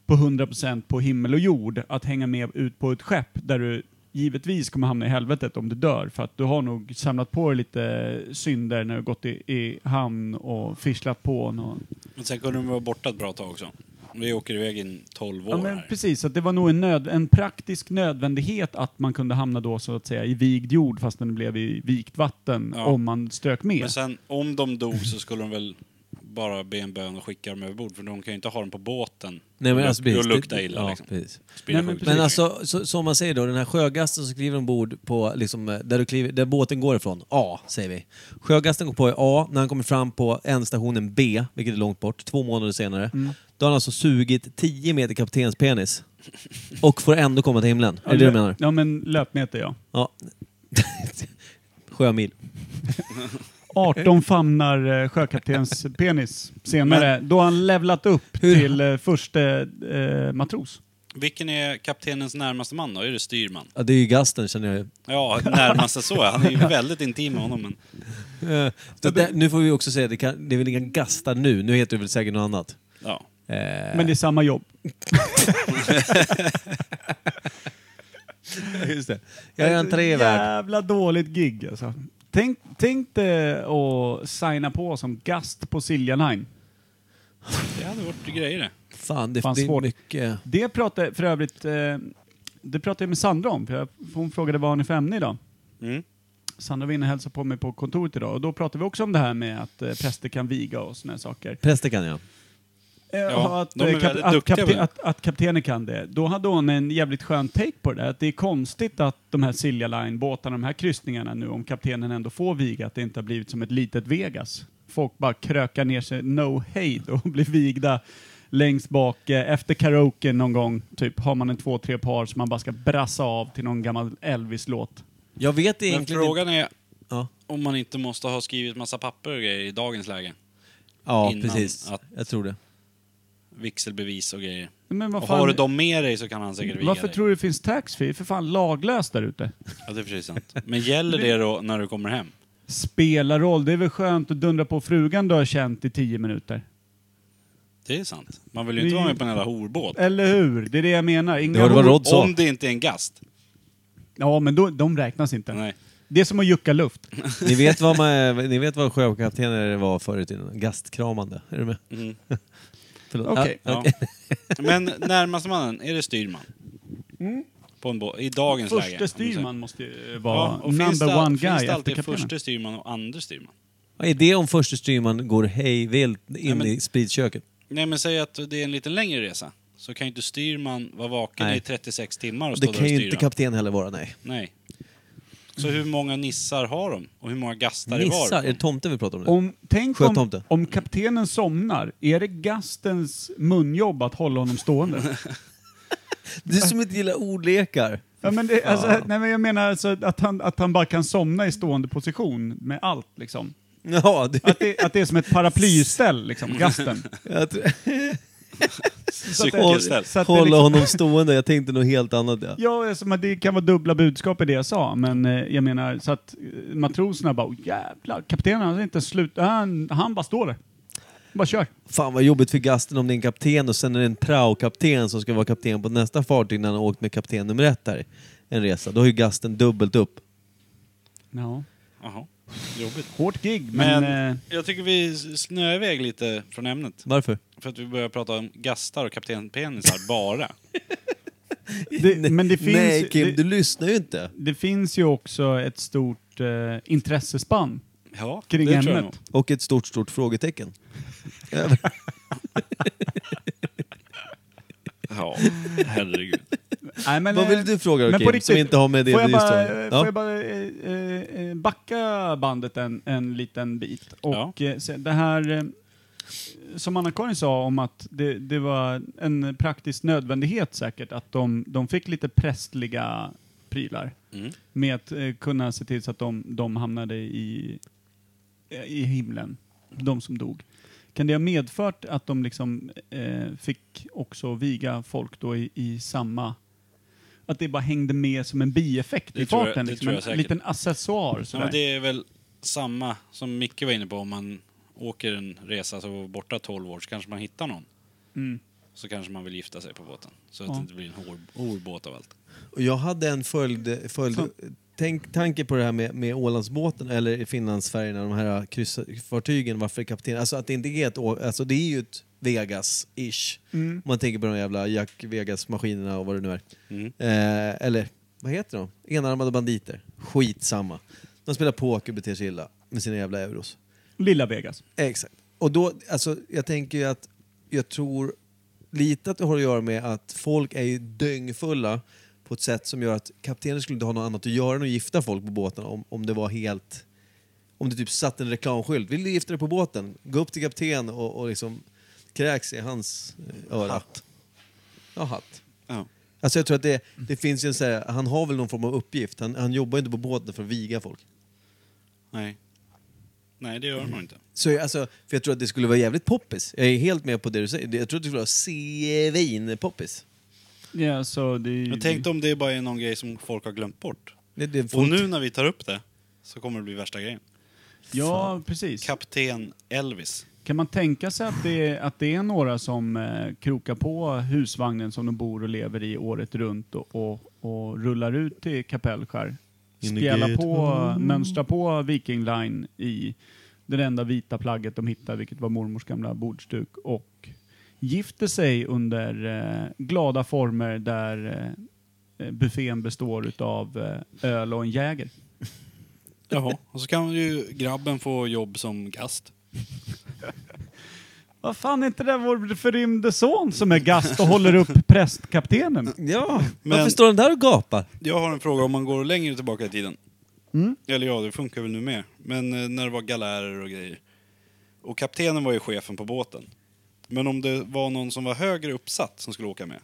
[SPEAKER 3] på 100% på himmel och jord att hänga med ut på ett skepp där du givetvis kommer hamna i helvetet om du dör för att du har nog samlat på dig lite synder när du gått i, i hamn och fischlat på någon.
[SPEAKER 2] Men sen kunde de vara borta ett bra tag också. Vi åker iväg in 12 år
[SPEAKER 3] Ja, men
[SPEAKER 2] här.
[SPEAKER 3] precis, så att det var nog en, nöd, en praktisk nödvändighet att man kunde hamna då så att säga i vigd jord fast den blev i vikt vatten
[SPEAKER 2] Ja.
[SPEAKER 3] om man strök med.
[SPEAKER 2] Men sen om de dog så skulle de väl bara be en bön och skicka dem över bord för de kan ju inte ha dem på båten.
[SPEAKER 1] Nej, men
[SPEAKER 2] och,
[SPEAKER 1] alltså,
[SPEAKER 2] luk- och
[SPEAKER 1] precis.
[SPEAKER 2] lukta
[SPEAKER 1] Det-
[SPEAKER 2] illa
[SPEAKER 1] ja,
[SPEAKER 2] liksom.
[SPEAKER 1] precis.
[SPEAKER 2] Spela
[SPEAKER 3] Nej, men
[SPEAKER 2] sjukt.
[SPEAKER 1] Men alltså, så, som man säger då, den här sjögasten som kliver ombord på, liksom, eh, där, du kliver, där båten går ifrån, A säger vi. Sjögasten går på i A, när han kommer fram på ändstationen B, vilket är långt bort, två månader senare. Då har han alltså sugit 10 meter kaptenspenis och får ändå komma till himlen. Är det det du menar?
[SPEAKER 3] Ja, men löpmeter ja.
[SPEAKER 1] Ja. Sjömil.
[SPEAKER 3] 18 famnar eh, sjökaptens penis senare, då har han levlat upp till eh, första eh, matros.
[SPEAKER 2] Vilken är kaptenens närmaste man då? Är det styrman?
[SPEAKER 1] Ja, det är ju gasten känner jag ju.
[SPEAKER 2] Ja, närmaste så. Han är ju väldigt intim med honom. Men...
[SPEAKER 1] Eh, det där, nu får vi också säga, det, kan, det är väl inga gastar nu, nu heter det väl säkert något annat.
[SPEAKER 2] Ja.
[SPEAKER 1] Eh,
[SPEAKER 3] Men det är samma jobb.
[SPEAKER 1] just det. Jag är entré värd.
[SPEAKER 3] Jävla dåligt gig alltså. Tänk, tänk dig att signa på som gast på Silja Line.
[SPEAKER 2] Det hade varit grejer det.
[SPEAKER 1] Fan, det,
[SPEAKER 3] Fan,
[SPEAKER 1] det är
[SPEAKER 3] svårt.
[SPEAKER 1] mycket...
[SPEAKER 3] Det pratade för övrigt, eh, det pratade jag med Sandra om, för jag, hon frågade vad har ni för ämne idag?
[SPEAKER 2] Mm.
[SPEAKER 3] Sandra var inne och hälsade på mig på kontoret idag och då pratade vi också om det här med att eh, präster kan viga och såna här saker.
[SPEAKER 1] Präster kan jag.
[SPEAKER 3] Eh,
[SPEAKER 2] Ja,
[SPEAKER 3] och att,
[SPEAKER 2] de är
[SPEAKER 3] eh, kap-
[SPEAKER 2] väldigt
[SPEAKER 3] att,
[SPEAKER 2] duktiga på
[SPEAKER 3] kapte-
[SPEAKER 2] det.
[SPEAKER 3] att, att kaptenen kan det. Då hade hon en jävligt skön take på det där, att det är konstigt att de här Silja Line-båtarna, de här kryssningarna nu, om kaptenen ändå får viga, att det inte har blivit som ett litet Vegas. Folk bara krökar ner sig, no hejd, och blir vigda längst bak eh, efter karaoke någon gång, typ har man en två, tre par som man bara ska brassa av till någon gammal Elvis-låt.
[SPEAKER 1] Jag vet
[SPEAKER 2] Men
[SPEAKER 1] egentligen
[SPEAKER 2] frågan är
[SPEAKER 1] inte... Ja,
[SPEAKER 2] om man inte måste ha skrivit massa papper och grejer i dagens läge.
[SPEAKER 1] ja
[SPEAKER 2] Innan
[SPEAKER 1] precis.
[SPEAKER 2] att-
[SPEAKER 1] Jag tror det.
[SPEAKER 2] Vigselbevis och grejer.
[SPEAKER 3] Men vad
[SPEAKER 2] Och
[SPEAKER 3] fan,
[SPEAKER 2] har du dem med dig så kan han säkert viga
[SPEAKER 3] varför
[SPEAKER 2] dig.
[SPEAKER 3] tror du det finns taxfree? För fan laglöst där ute.
[SPEAKER 2] Ja, det är precis sant. Men gäller det då när du kommer hem?
[SPEAKER 3] Spelar roll, det är väl skönt att dundra på frugan du har känt i tio minuter.
[SPEAKER 2] Det är sant. Man vill ju inte vara med på en jävla horbåt.
[SPEAKER 3] Eller hur? Det är det jag menar. Inga
[SPEAKER 1] Det var det vad
[SPEAKER 3] hor-
[SPEAKER 1] Rod sa.
[SPEAKER 2] Om det inte är en gast.
[SPEAKER 3] Ja, men då, de räknas inte.
[SPEAKER 2] Nej.
[SPEAKER 3] Det är som att jucka luft.
[SPEAKER 1] Ni vet vad, man, ni vet vad sjökaptener var förut innan? Gastkramande. Är du med?
[SPEAKER 2] Mm.
[SPEAKER 1] Förlåt.
[SPEAKER 3] Okej.
[SPEAKER 1] Ja,
[SPEAKER 2] Ja. Men närmaste mannen, är det styrman? På en båt, i dagens läge. om
[SPEAKER 3] Mm. Första
[SPEAKER 2] du säger.
[SPEAKER 3] styrman måste ju
[SPEAKER 2] Ja,
[SPEAKER 3] vara
[SPEAKER 2] och finns
[SPEAKER 3] number
[SPEAKER 2] det,
[SPEAKER 3] one
[SPEAKER 2] Finns
[SPEAKER 3] guy
[SPEAKER 2] det
[SPEAKER 3] efter
[SPEAKER 2] alltid
[SPEAKER 3] kaptenen.
[SPEAKER 2] första styrman och andra styrman?
[SPEAKER 1] Vad är det om första styrman går hej vilt in
[SPEAKER 2] men-
[SPEAKER 1] i spritköket?
[SPEAKER 2] Nej men säg att det är en lite längre resa. Så kan ju inte styrman vara vaken
[SPEAKER 1] Nej.
[SPEAKER 2] i 36 timmar och stå
[SPEAKER 1] Det
[SPEAKER 2] där
[SPEAKER 1] kan
[SPEAKER 2] och
[SPEAKER 1] ju
[SPEAKER 2] styra.
[SPEAKER 1] inte kapten heller vara, nej.
[SPEAKER 2] Nej. Så hur många nissar har de? Och hur många gastar
[SPEAKER 1] Nissar?
[SPEAKER 2] är
[SPEAKER 1] Är det
[SPEAKER 2] var?
[SPEAKER 1] tomten vi pratar om nu?
[SPEAKER 3] Om, tänk om,
[SPEAKER 1] Sjötomte.
[SPEAKER 3] om kaptenen somnar, är det gastens munjobb att hålla honom stående?
[SPEAKER 1] Du som inte gillar ordlekar.
[SPEAKER 3] ja, men det, alltså, nej, men jag menar alltså att, han, att han bara kan somna i stående position med allt. Liksom.
[SPEAKER 1] Ja, du,
[SPEAKER 3] Att, det, att det är som ett paraplyställ, liksom, gasten.
[SPEAKER 1] jag tror,
[SPEAKER 2] Cykelställ.
[SPEAKER 3] Så att det
[SPEAKER 1] hålla
[SPEAKER 3] liksom-
[SPEAKER 1] honom stående. Jag tänkte något helt annat. Ja.
[SPEAKER 3] Ja, alltså, men det kan vara dubbla budskap i det jag sa, men eh, jag menar så att eh, matroserna bara, "Åh, jävlar, kaptenen han är inte slut, han, han bara står där. Bara kör.
[SPEAKER 1] Fan vad jobbigt för gasten om det är en kapten och sen är det en praokapten som ska vara kapten på nästa fartyg när han har åkt med kapten nummer ett här en resa. Då har ju gasten dubbelt upp.
[SPEAKER 3] Ja.
[SPEAKER 2] Jaha. Jobbigt.
[SPEAKER 3] Hårt gig, men...
[SPEAKER 2] Men,
[SPEAKER 3] eh,
[SPEAKER 2] jag tycker vi snöar iväg lite från ämnet.
[SPEAKER 1] Varför?
[SPEAKER 2] För att vi börjar prata om gastar och kaptenpenisar bara.
[SPEAKER 3] det, men det finns,
[SPEAKER 1] Nej Kim,
[SPEAKER 3] det,
[SPEAKER 1] du lyssnar ju inte.
[SPEAKER 3] det finns ju också ett stort eh, intressespann
[SPEAKER 2] Ja,
[SPEAKER 3] kring
[SPEAKER 2] det tror jag nog.
[SPEAKER 3] ämnet.
[SPEAKER 1] Och ett stort, stort frågetecken.
[SPEAKER 2] Ja, herregud.
[SPEAKER 3] Nej, men,
[SPEAKER 1] Vad
[SPEAKER 3] eh,
[SPEAKER 1] vill du fråga då
[SPEAKER 3] men på
[SPEAKER 1] Kim, som
[SPEAKER 3] riktigt,
[SPEAKER 1] inte har med det
[SPEAKER 3] Får jag
[SPEAKER 1] just
[SPEAKER 3] bara,
[SPEAKER 1] har?
[SPEAKER 3] får jag bara eh, eh, backa bandet en, en liten bit? Och eh, se- det här eh, som Anna-Karin sa om att det, det var en praktisk nödvändighet säkert att de, de fick lite prästliga prylar
[SPEAKER 2] Mm.
[SPEAKER 3] med att eh, kunna se till så att de, de hamnade i, eh, i himlen, de som dog. Kan det ha medfört att de liksom eh, fick också viga folk då i, i samma... Att det bara hängde med som en bieffekt
[SPEAKER 2] Det
[SPEAKER 3] i
[SPEAKER 2] tror jag-
[SPEAKER 3] farten?
[SPEAKER 2] det
[SPEAKER 3] liksom,
[SPEAKER 2] tror jag
[SPEAKER 3] en
[SPEAKER 2] säkert.
[SPEAKER 3] liten accessoar
[SPEAKER 2] Ja,
[SPEAKER 3] sådär.
[SPEAKER 2] men det är väl samma som Micke var inne på. Om man åker en resa så var borta 12 år så kanske man hittar någon.
[SPEAKER 3] Mm.
[SPEAKER 2] Så kanske man vill gifta sig på båten. Så att
[SPEAKER 3] Ja.
[SPEAKER 2] det inte blir en hor- horbåt av allt.
[SPEAKER 1] Och Jag hade en följd, följd tänk, tanke på det här med, med Ålandsbåten eller i Finlandsfärjorna, de här kryssarfartygen, varför kapten... Alltså att det inte är ett... å- Alltså det är ju ett Vegas-ish. Om man tänker på de jävla Jack Vegas-maskinerna och vad det nu är.
[SPEAKER 2] Mm.
[SPEAKER 1] Eh, eller vad heter de? Enarmade banditer. Skitsamma. De spelar poker och beter sig illa med sina jävla euros.
[SPEAKER 3] Lilla Vegas.
[SPEAKER 1] Exakt. Och då, alltså, jag tänker ju att jag tror lite att det har att göra med att folk är ju dyngfulla på ett sätt som gör att kaptenen skulle inte ha något annat att göra än att gifta folk på båten om, om det var helt... Om det typ satt en reklamskylt. Vill du gifta dig på båten? Gå upp till kapten och, och liksom kräks i hans eh, öra. Hatt. Ja, hatt.
[SPEAKER 2] Ja.
[SPEAKER 1] Alltså jag tror att det, det finns ju en så här, han har väl någon form av uppgift. Han, han jobbar ju inte på båten för att viga folk.
[SPEAKER 2] Nej. Nej, det gör
[SPEAKER 3] Mm.
[SPEAKER 2] de nog inte.
[SPEAKER 1] Så jag, alltså, för jag tror att det skulle vara jävligt poppis. Jag är helt med på det du säger. Jag tror att det skulle vara svinpoppis.
[SPEAKER 3] Ja, så det,
[SPEAKER 2] Men tänk om det bara är någon grej som folk har glömt bort.
[SPEAKER 1] Det, det,
[SPEAKER 2] Och
[SPEAKER 1] folk-
[SPEAKER 2] nu när vi tar upp det så kommer det bli värsta grejen.
[SPEAKER 3] Ja, precis.
[SPEAKER 2] Kapten Elvis.
[SPEAKER 3] Kan man tänka sig att det, är- att det är några som eh, krokar på husvagnen som de bor och lever i året runt och, och, och rullar ut till Kapellskär?
[SPEAKER 1] In the
[SPEAKER 3] Spela
[SPEAKER 1] gate. Mm.
[SPEAKER 3] på, mönstra på Viking Line i det enda vita plagget de hittade, vilket var mormors gamla bordsduk, och gifter sig under eh, glada former där eh, buffén består utav eh, öl och en Jäger.
[SPEAKER 2] Jaha. Och så kan ju grabben få jobb som gast.
[SPEAKER 3] Vad fan är inte det där vår förrymde son som är gast och håller upp prästkaptenen?
[SPEAKER 1] Ja,
[SPEAKER 2] Men-
[SPEAKER 1] varför står den där och gapar?
[SPEAKER 2] Jag har en fråga om man går längre tillbaka i tiden. Eller ja, det funkar väl nu mer. Men eh, när det var galärer och grejer. Och kaptenen var ju chefen på båten. Men om det var någon som var högre uppsatt som skulle åka med.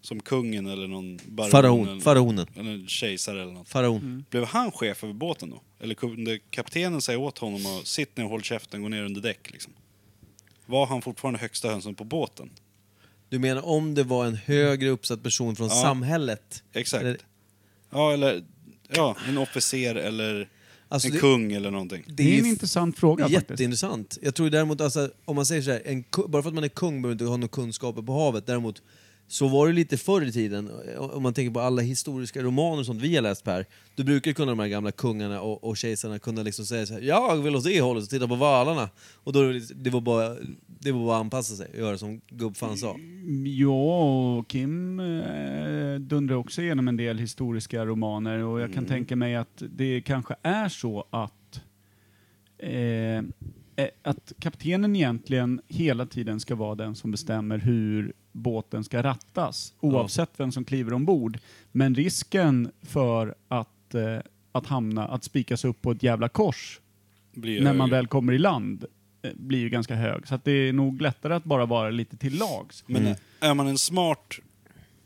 [SPEAKER 2] Som kungen eller någon baron.
[SPEAKER 1] Faraon,
[SPEAKER 2] eller,
[SPEAKER 1] faraonen.
[SPEAKER 2] eller en kejsare eller något.
[SPEAKER 1] Faraon.
[SPEAKER 2] Blev han chef över båten då? Eller kunde kaptenen säga åt honom att sitt ner och håll käften, gå ner under däck liksom? Var han fortfarande högsta hönsen på båten?
[SPEAKER 1] Du menar om det var en högre uppsatt person från
[SPEAKER 2] Ja.
[SPEAKER 1] samhället?
[SPEAKER 2] Exakt.
[SPEAKER 1] Eller-
[SPEAKER 2] Ja, eller ja, en officer eller
[SPEAKER 1] Alltså,
[SPEAKER 2] en
[SPEAKER 1] det-
[SPEAKER 2] kung eller någonting.
[SPEAKER 3] Det är, en
[SPEAKER 1] ju-
[SPEAKER 3] intressant fråga faktiskt.
[SPEAKER 1] Jätteintressant. Jag tror däremot, alltså, om man säger så här, en, ku- bara för att man är kung behöver man inte ha några kunskaper på havet. Däremot, så var det lite förr i tiden, eh, om man tänker på alla historiska romaner som vi har läst Per, då brukar kunna de här gamla kungarna och, och kejsarna kunna liksom säga så här, jag vill åt det hållet, så titta på valarna. Och då, är det- det var bara, det var bara att anpassa sig och göra som gubbfan sa.
[SPEAKER 3] Ja, och Kim eh, dundrar också igenom en del historiska romaner och jag kan tänka mig att det kanske är så att, eh, eh, att kaptenen egentligen hela tiden ska vara den som bestämmer hur båten ska rattas, oavsett vem som kliver ombord. Men risken för att, eh, att hamna, att spikas upp på ett jävla kors
[SPEAKER 2] Blir ju
[SPEAKER 3] när man
[SPEAKER 2] högre.
[SPEAKER 3] väl kommer i land eh, blir ju ganska hög. Så att det är nog lättare att bara vara lite till lags.
[SPEAKER 2] Men
[SPEAKER 1] Mm.
[SPEAKER 2] är man en smart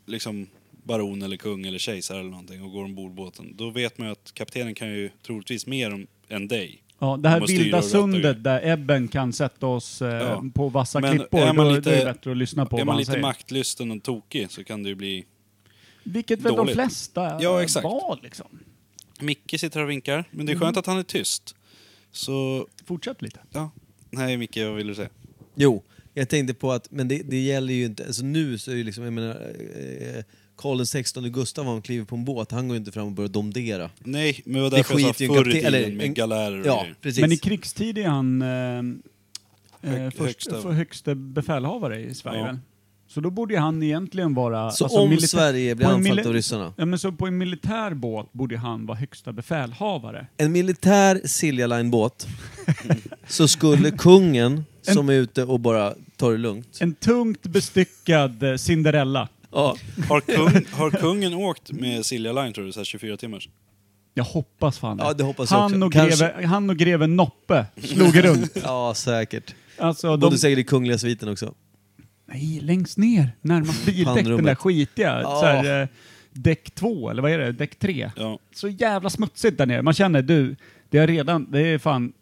[SPEAKER 2] liksom, baron eller kung eller kejsare eller någonting och går ombord båten, då vet man ju att kaptenen kan ju troligtvis mer om, än dig.
[SPEAKER 3] Ja, det här
[SPEAKER 2] Om att styra
[SPEAKER 3] vilda
[SPEAKER 2] och ratta och grejer.
[SPEAKER 3] sundet där ebben kan sätta oss eh,
[SPEAKER 2] Ja.
[SPEAKER 3] på vassa
[SPEAKER 2] Men
[SPEAKER 3] klippor,
[SPEAKER 2] är man
[SPEAKER 3] då,
[SPEAKER 2] lite-
[SPEAKER 3] då är det bättre att lyssna på
[SPEAKER 2] är
[SPEAKER 3] vad
[SPEAKER 2] man
[SPEAKER 3] han
[SPEAKER 2] lite
[SPEAKER 3] säger.
[SPEAKER 2] maktlysten och tokig så kan det ju bli...
[SPEAKER 3] Vilket väl de
[SPEAKER 2] dåligt.
[SPEAKER 3] flesta
[SPEAKER 2] Ja,
[SPEAKER 3] eh,
[SPEAKER 2] exakt.
[SPEAKER 3] var liksom.
[SPEAKER 2] Micke sitter här och vinkar, men det är skönt
[SPEAKER 3] Mm.
[SPEAKER 2] att han är tyst. Så,
[SPEAKER 3] Fortsätt lite.
[SPEAKER 2] ja. Nej Micke, vad vill du säga?
[SPEAKER 1] Jo, jag tänkte på att, men det, det gäller ju inte, alltså nu så är ju liksom, jag menar, eh, Karl XVI Gustav han kliver på en båt, han går ju inte fram och börjar domdera.
[SPEAKER 2] Nej, men det var därför jag sa
[SPEAKER 1] ju en
[SPEAKER 2] förr i
[SPEAKER 1] kapten-
[SPEAKER 2] tiden
[SPEAKER 1] eller en-
[SPEAKER 2] med galärer och
[SPEAKER 1] Ja,
[SPEAKER 2] grejer.
[SPEAKER 1] precis.
[SPEAKER 3] Men i krigstid är han eh, eh,
[SPEAKER 2] Hög-
[SPEAKER 3] först,
[SPEAKER 2] högsta.
[SPEAKER 3] högsta. högste befälhavare i Sverige
[SPEAKER 2] Ja.
[SPEAKER 3] väl? Så då borde ju han egentligen vara...
[SPEAKER 1] Så
[SPEAKER 3] alltså,
[SPEAKER 1] om
[SPEAKER 3] militär-
[SPEAKER 1] Sverige blir
[SPEAKER 3] på en
[SPEAKER 1] anfallet
[SPEAKER 3] mili-
[SPEAKER 1] av ryssarna?
[SPEAKER 3] Ja, men så på en militär båt borde han vara högsta befälhavare.
[SPEAKER 1] En militär Silja Line-båt så skulle kungen som är ute och bara tar det lugnt.
[SPEAKER 3] En tungt bestyckad eh, Cinderella.
[SPEAKER 1] Ja.
[SPEAKER 2] Har, kung, har kungen åkt med Silja Line tror du, så här 24 timmars?
[SPEAKER 3] Jag hoppas fan
[SPEAKER 1] Ja, det hoppas jag
[SPEAKER 3] han,
[SPEAKER 1] också.
[SPEAKER 3] och greve,
[SPEAKER 1] Kanske-
[SPEAKER 3] han och greve Noppe slog runt.
[SPEAKER 1] ja, säkert.
[SPEAKER 3] Alltså,
[SPEAKER 1] Bodde
[SPEAKER 3] de,
[SPEAKER 1] säkert i kungliga sviten också.
[SPEAKER 3] nej, längst ner, närmast bildäck, den där
[SPEAKER 1] Pannrummet.
[SPEAKER 3] skitiga.
[SPEAKER 1] Ja.
[SPEAKER 3] Så här, eh, däck två, eller vad är det? Däck tre.
[SPEAKER 2] Ja.
[SPEAKER 3] Så jävla smutsigt där nere. Man känner, du, det har redan, det är fan,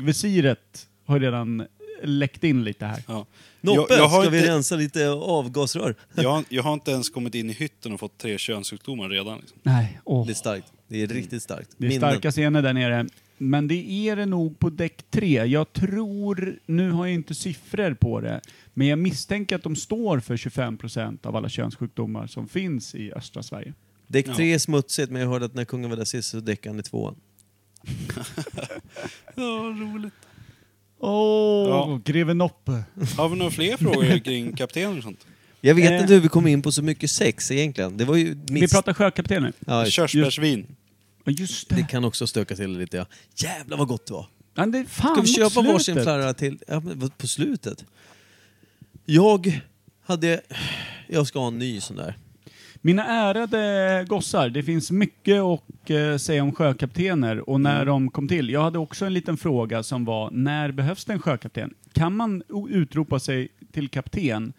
[SPEAKER 3] bogvisiret har redan eh, läckt in lite här.
[SPEAKER 2] Ja.
[SPEAKER 1] Noppe,
[SPEAKER 2] jag, jag, har
[SPEAKER 1] ska vi
[SPEAKER 2] inte,
[SPEAKER 1] rensa lite avgasrör?
[SPEAKER 2] jag, har, jag har inte ens kommit in i hytten och fått tre könssjukdomar redan. Liksom.
[SPEAKER 3] Nej, åh.
[SPEAKER 1] Det är starkt. Det är riktigt starkt.
[SPEAKER 3] Det är starka scener där nere. Men det är det nog på däck 3. Jag tror, nu har jag inte siffror på det, men jag misstänker att de står för 25% av alla könssjukdomar som finns i östra Sverige.
[SPEAKER 1] Däck 3 är smutsigt, men jag hörde att när kungen var där sist så däckade han i tvåan.
[SPEAKER 2] Ja, roligt.
[SPEAKER 3] Åh,
[SPEAKER 2] Ja.
[SPEAKER 3] greve Noppe.
[SPEAKER 2] Har vi några fler frågor kring kaptener och sånt?
[SPEAKER 1] Jag vet
[SPEAKER 3] Eh.
[SPEAKER 1] inte hur vi kom in på så mycket sex egentligen. Det var ju
[SPEAKER 3] Vi
[SPEAKER 1] mitt...
[SPEAKER 3] pratar sjökapten nu.
[SPEAKER 1] Ja, just-
[SPEAKER 2] Körsbärsvin.
[SPEAKER 3] Ja, just
[SPEAKER 1] det
[SPEAKER 3] det.
[SPEAKER 1] kan också stöka till det lite ja. Jävlar vad gott det var.
[SPEAKER 3] Ja, det är fan
[SPEAKER 1] Ska vi
[SPEAKER 3] Ah, mot
[SPEAKER 1] köpa varsin
[SPEAKER 3] slutet.
[SPEAKER 1] flarra till? Ja, men vad- på slutet. Jag hade... Jag ska ha en ny sån där.
[SPEAKER 3] Mina ärade gossar, det finns mycket att eh, säga om sjökaptener och
[SPEAKER 2] Mm.
[SPEAKER 3] när de kom till. Jag hade också en liten fråga som var, när behövs det en sjökapten? Kan man o- utropa sig till kapten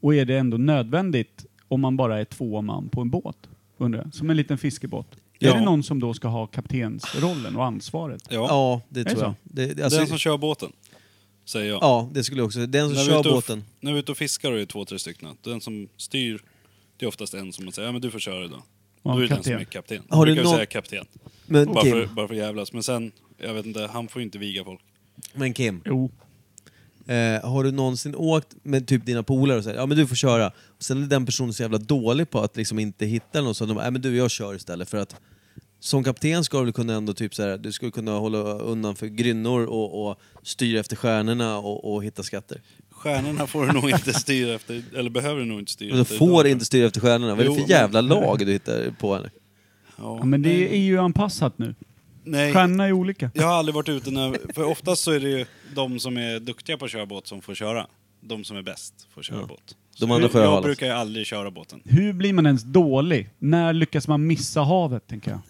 [SPEAKER 3] och är det ändå nödvändigt om man bara är två man på en båt? Undrar jag. Som en liten fiskebåt.
[SPEAKER 2] Ja.
[SPEAKER 3] Är det någon som då ska ha kaptensrollen och ansvaret?
[SPEAKER 2] Ja.
[SPEAKER 1] Ja, det
[SPEAKER 3] det
[SPEAKER 1] tror
[SPEAKER 3] så?
[SPEAKER 1] jag. Det, det- alltså,
[SPEAKER 2] Den som kör båten, säger jag.
[SPEAKER 1] Ja, det skulle jag också Den som
[SPEAKER 2] vi är
[SPEAKER 1] Alltså, kör
[SPEAKER 2] ute och-
[SPEAKER 1] båten.
[SPEAKER 2] När vi är ute och fiskar och det är två, tre stycken. Den som styr, det är oftast en som man säger, ja men du får köra idag.
[SPEAKER 3] Ja,
[SPEAKER 2] Då är det den
[SPEAKER 3] kapten.
[SPEAKER 2] som är kapten.
[SPEAKER 1] Har
[SPEAKER 2] Har
[SPEAKER 1] du
[SPEAKER 2] du brukar vi
[SPEAKER 1] någon-
[SPEAKER 2] säga kapten.
[SPEAKER 1] Men
[SPEAKER 2] Bara för,
[SPEAKER 1] Kim,
[SPEAKER 2] bara för att jävlas. Men sen, jag vet inte, han får ju inte viga folk.
[SPEAKER 1] men Kim
[SPEAKER 3] Jo.
[SPEAKER 1] eh, har du någonsin åkt med typ dina polare och säger ja men du får köra. Och sen är den personen så jävla dålig på att liksom inte hitta någon så de bara, "Nej, men du jag kör istället. För att som kapten ska du väl kunna ändå typ så här, du skulle kunna hålla undan för grynnor och, och styra efter stjärnorna och, och hitta skatter.
[SPEAKER 2] Stjärnorna får du nog inte styra efter, eller behöver du nog inte styra
[SPEAKER 1] Men du
[SPEAKER 2] efter.
[SPEAKER 1] får
[SPEAKER 2] utan-
[SPEAKER 1] inte styra efter stjärnorna. Vad är det
[SPEAKER 2] Jo,
[SPEAKER 1] för
[SPEAKER 2] men-
[SPEAKER 1] jävla lag du hittar på här nu?
[SPEAKER 2] Ja,
[SPEAKER 3] Ja, men det är EU-anpassat nu.
[SPEAKER 2] Nej,
[SPEAKER 3] Stjärnorna är olika.
[SPEAKER 2] jag har aldrig varit ute när... För oftast så är det ju de som är duktiga på att köra båt som får köra. De som är bäst får köra båt. Så
[SPEAKER 1] andra
[SPEAKER 2] jag,
[SPEAKER 1] sjövalar.
[SPEAKER 2] jag brukar ju aldrig köra båten.
[SPEAKER 3] Hur blir man ens dålig? När lyckas man missa havet, tänker jag?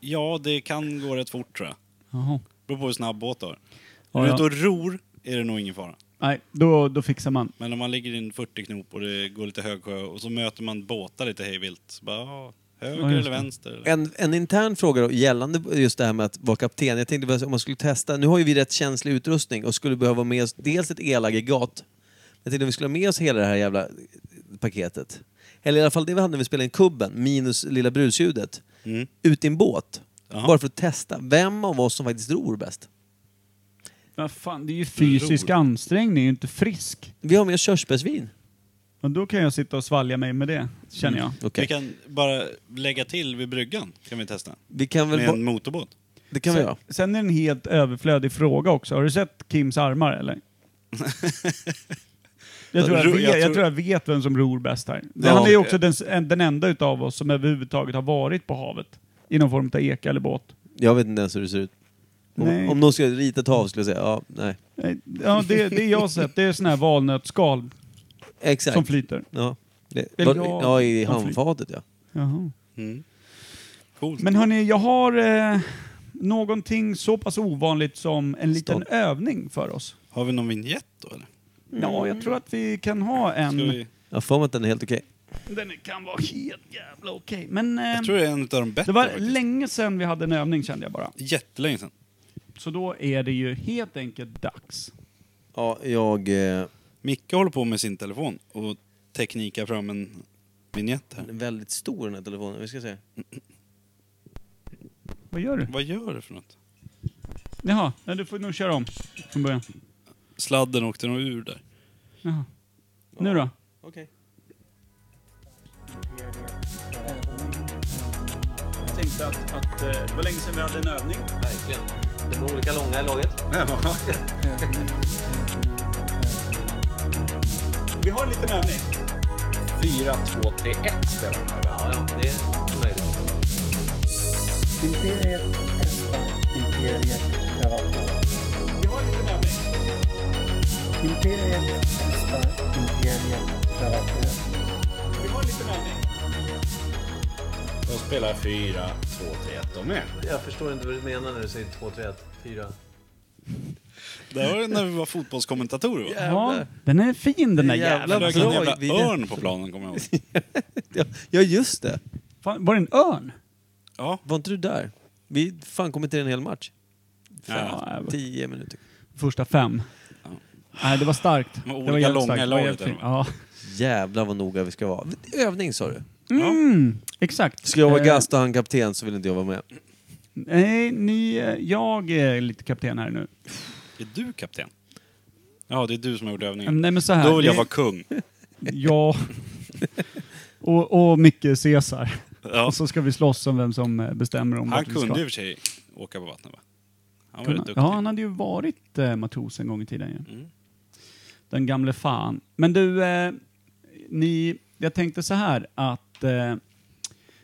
[SPEAKER 2] Ja, det kan gå rätt fort tror jag.
[SPEAKER 3] Jaha.
[SPEAKER 2] Beror på hur snabb båt du har.
[SPEAKER 3] Ja,
[SPEAKER 2] Om du är
[SPEAKER 3] ja.
[SPEAKER 2] ute och ror är det nog ingen fara.
[SPEAKER 3] Nej, då, då fixar man.
[SPEAKER 2] Men om man ligger i en 40 knop och det går lite hög sjö och så möter man båtar lite hejvilt. Så Bara, ah, höger
[SPEAKER 3] Ja, just
[SPEAKER 2] eller
[SPEAKER 3] det.
[SPEAKER 2] vänster? Eller?
[SPEAKER 1] En, en intern fråga då, gällande just det här med att vara kapten. Jag tänkte bara om man skulle testa. Nu har ju vi rätt känslig utrustning och skulle behöva med oss dels ett elaggregat. Jag tänkte om vi skulle ha med oss hela det här jävla paketet. Eller i alla fall det vi hade när vi spelade in Kubben, minus lilla brusljudet. Ut i en båt.
[SPEAKER 2] Jaha.
[SPEAKER 1] Bara för att testa vem av oss som faktiskt ror bäst.
[SPEAKER 3] Ja, fan, det är ju fysisk ansträngning, jag är inte frisk.
[SPEAKER 1] Vi har med oss körsbärsvin.
[SPEAKER 3] Och då kan jag sitta och svalja mig med det, känner jag.
[SPEAKER 1] Okej.
[SPEAKER 2] Vi kan bara lägga till vid bryggan, kan vi testa.
[SPEAKER 1] Vi kan väl...
[SPEAKER 2] Med en
[SPEAKER 1] Ba-
[SPEAKER 2] motorbåt.
[SPEAKER 1] det kan vi göra.
[SPEAKER 3] Sen, sen är det en helt överflödig fråga också. Har du sett Kims armar eller? Jag tror jag,
[SPEAKER 2] Ro-
[SPEAKER 3] vet,
[SPEAKER 2] jag
[SPEAKER 3] jag,
[SPEAKER 2] tror-
[SPEAKER 3] tror jag vet vem som ror bäst här.
[SPEAKER 1] Ja.
[SPEAKER 3] Han är ju också den, s- en- den enda utav oss som överhuvudtaget har varit på havet. I någon form av eka eller båt.
[SPEAKER 1] Jag vet inte ens hur det ser ut. Om,
[SPEAKER 3] Nej.
[SPEAKER 1] om någon skulle rita ett hav skulle jag säga, ja, nej.
[SPEAKER 3] Nej, Eh, Ja, det, det jag har sett, det är sådana här valnötsskal
[SPEAKER 1] Exakt.
[SPEAKER 3] som flyter.
[SPEAKER 1] Ja, det,
[SPEAKER 3] Eller
[SPEAKER 1] var,
[SPEAKER 3] jag-
[SPEAKER 1] ja i
[SPEAKER 3] jag flyg-
[SPEAKER 1] handfatet ja.
[SPEAKER 3] Jaha.
[SPEAKER 2] Mm. Coolt.
[SPEAKER 3] Men hörni, jag har eh, någonting så pass ovanligt som en liten
[SPEAKER 1] Stopp.
[SPEAKER 3] övning för oss.
[SPEAKER 2] Har vi någon vignett då eller?
[SPEAKER 3] Ja, jag tror att vi kan ha en...
[SPEAKER 2] Ska vi...
[SPEAKER 1] Jag har för mig att den är helt okej.
[SPEAKER 3] Den kan vara helt jävla okej. Men eh,
[SPEAKER 2] Jag tror det är en av de bättre
[SPEAKER 3] det var
[SPEAKER 2] faktiskt.
[SPEAKER 3] länge sedan vi hade en övning kände jag bara.
[SPEAKER 2] Jättelänge sedan.
[SPEAKER 3] Så då är det ju helt enkelt dags.
[SPEAKER 1] Ja, jag... Eh,
[SPEAKER 2] Micke håller på med sin telefon och teknikar fram en vignett här.
[SPEAKER 1] den är väldigt stor den här telefonen, vi ska se.
[SPEAKER 3] Vad gör du?
[SPEAKER 2] Vad gör du för något?
[SPEAKER 3] Jaha, nej, du får nog köra om från början.
[SPEAKER 2] Sladden åkte nog ur där.
[SPEAKER 3] Jaha. Nu då?
[SPEAKER 1] Okej.
[SPEAKER 3] Jag tänkte att, att eh, det var länge sedan vi hade en övning.
[SPEAKER 1] Verkligen. Det var olika långa i laget.
[SPEAKER 3] Vi har en liten övning.
[SPEAKER 9] 4, 2, 3, 1 spelar de här.
[SPEAKER 1] Ja, ja, det är möjligt.
[SPEAKER 8] Imperiet hästar, Imperiet pirater.
[SPEAKER 3] Vi har en liten övning.
[SPEAKER 8] Imperiet hästar, Imperiet pirater.
[SPEAKER 3] Vi har en liten övning.
[SPEAKER 10] De spelar 4, 2, 3, 1 de med.
[SPEAKER 1] Jag förstår inte vad du menar när du säger 2, 3, 1, 4.
[SPEAKER 2] Det var det när vi var fotbollskommentatorer va?
[SPEAKER 3] Ja, den är fin den där
[SPEAKER 1] Jävlar.
[SPEAKER 3] jävla.
[SPEAKER 2] Flög en jävla
[SPEAKER 1] vi-
[SPEAKER 2] örn på planen kommer jag ihåg.
[SPEAKER 1] Ja, just det.
[SPEAKER 3] Fan, var det en örn?
[SPEAKER 2] Ja,
[SPEAKER 1] Var inte du där? Vi fan kommenterade en hel match. Fem,
[SPEAKER 3] Ja.
[SPEAKER 1] tio minuter.
[SPEAKER 3] Första fem. Nej, det var starkt.
[SPEAKER 2] Men
[SPEAKER 3] Det var
[SPEAKER 2] olika
[SPEAKER 3] jävligt
[SPEAKER 2] långa
[SPEAKER 3] starkt. Det var
[SPEAKER 2] laget
[SPEAKER 3] jävligt
[SPEAKER 2] där.
[SPEAKER 3] fint. Ja.
[SPEAKER 1] Jävlar vad noga vi ska vara. Övning sa du?
[SPEAKER 3] Mm, exakt.
[SPEAKER 1] Skulle jag vara
[SPEAKER 3] Eh,
[SPEAKER 1] gast och han kapten så vill inte jag vara med.
[SPEAKER 3] Nej, ni, eh, jag är lite kapten här nu.
[SPEAKER 2] är du kapten? Ja, det är du som har gjort övningen.
[SPEAKER 3] Mm, Nej men så här.
[SPEAKER 2] Då vill jag
[SPEAKER 3] det-
[SPEAKER 2] vara kung.
[SPEAKER 3] Ja. Och, och mycket Caesar.
[SPEAKER 2] Ja.
[SPEAKER 3] Och så ska vi slåss om vem som eh, bestämmer om
[SPEAKER 2] Han
[SPEAKER 3] vart vi ska.
[SPEAKER 2] kunde i och för sig åka på vattnet va? Han var
[SPEAKER 3] Kunna-
[SPEAKER 2] rätt duktig. Mm.
[SPEAKER 3] Ja, han hade ju varit eh, matros en gång i tiden ju. Den gamle fan. Men du, eh, ni, jag tänkte så här att eh,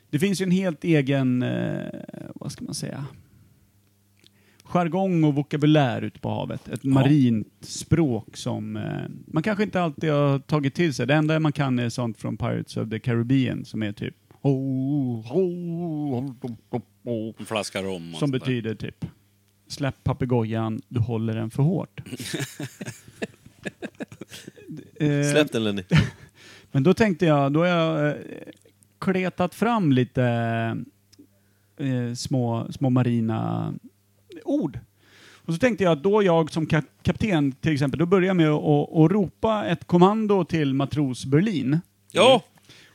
[SPEAKER 3] det finns ju en helt egen, eh, vad ska man säga, jargong och vokabulär ute på havet. Ett marint språk som eh, man kanske inte alltid har tagit till sig. Det enda man kan är sånt från Pirates of the Caribbean som är typ oh, oh, oh, oh,
[SPEAKER 2] En flaska rom och
[SPEAKER 3] som
[SPEAKER 2] sånt där.
[SPEAKER 3] betyder typ släpp papegojan, du håller den för hårt. Eh,
[SPEAKER 1] Släpp den Lenny.
[SPEAKER 3] Men då tänkte jag, då har jag eh, kletat fram lite eh, små, små marina ord. Och så tänkte jag att då jag som kap kapten till exempel, då börjar jag med att- att att ropa ett kommando till matros Berlin.
[SPEAKER 2] Ja!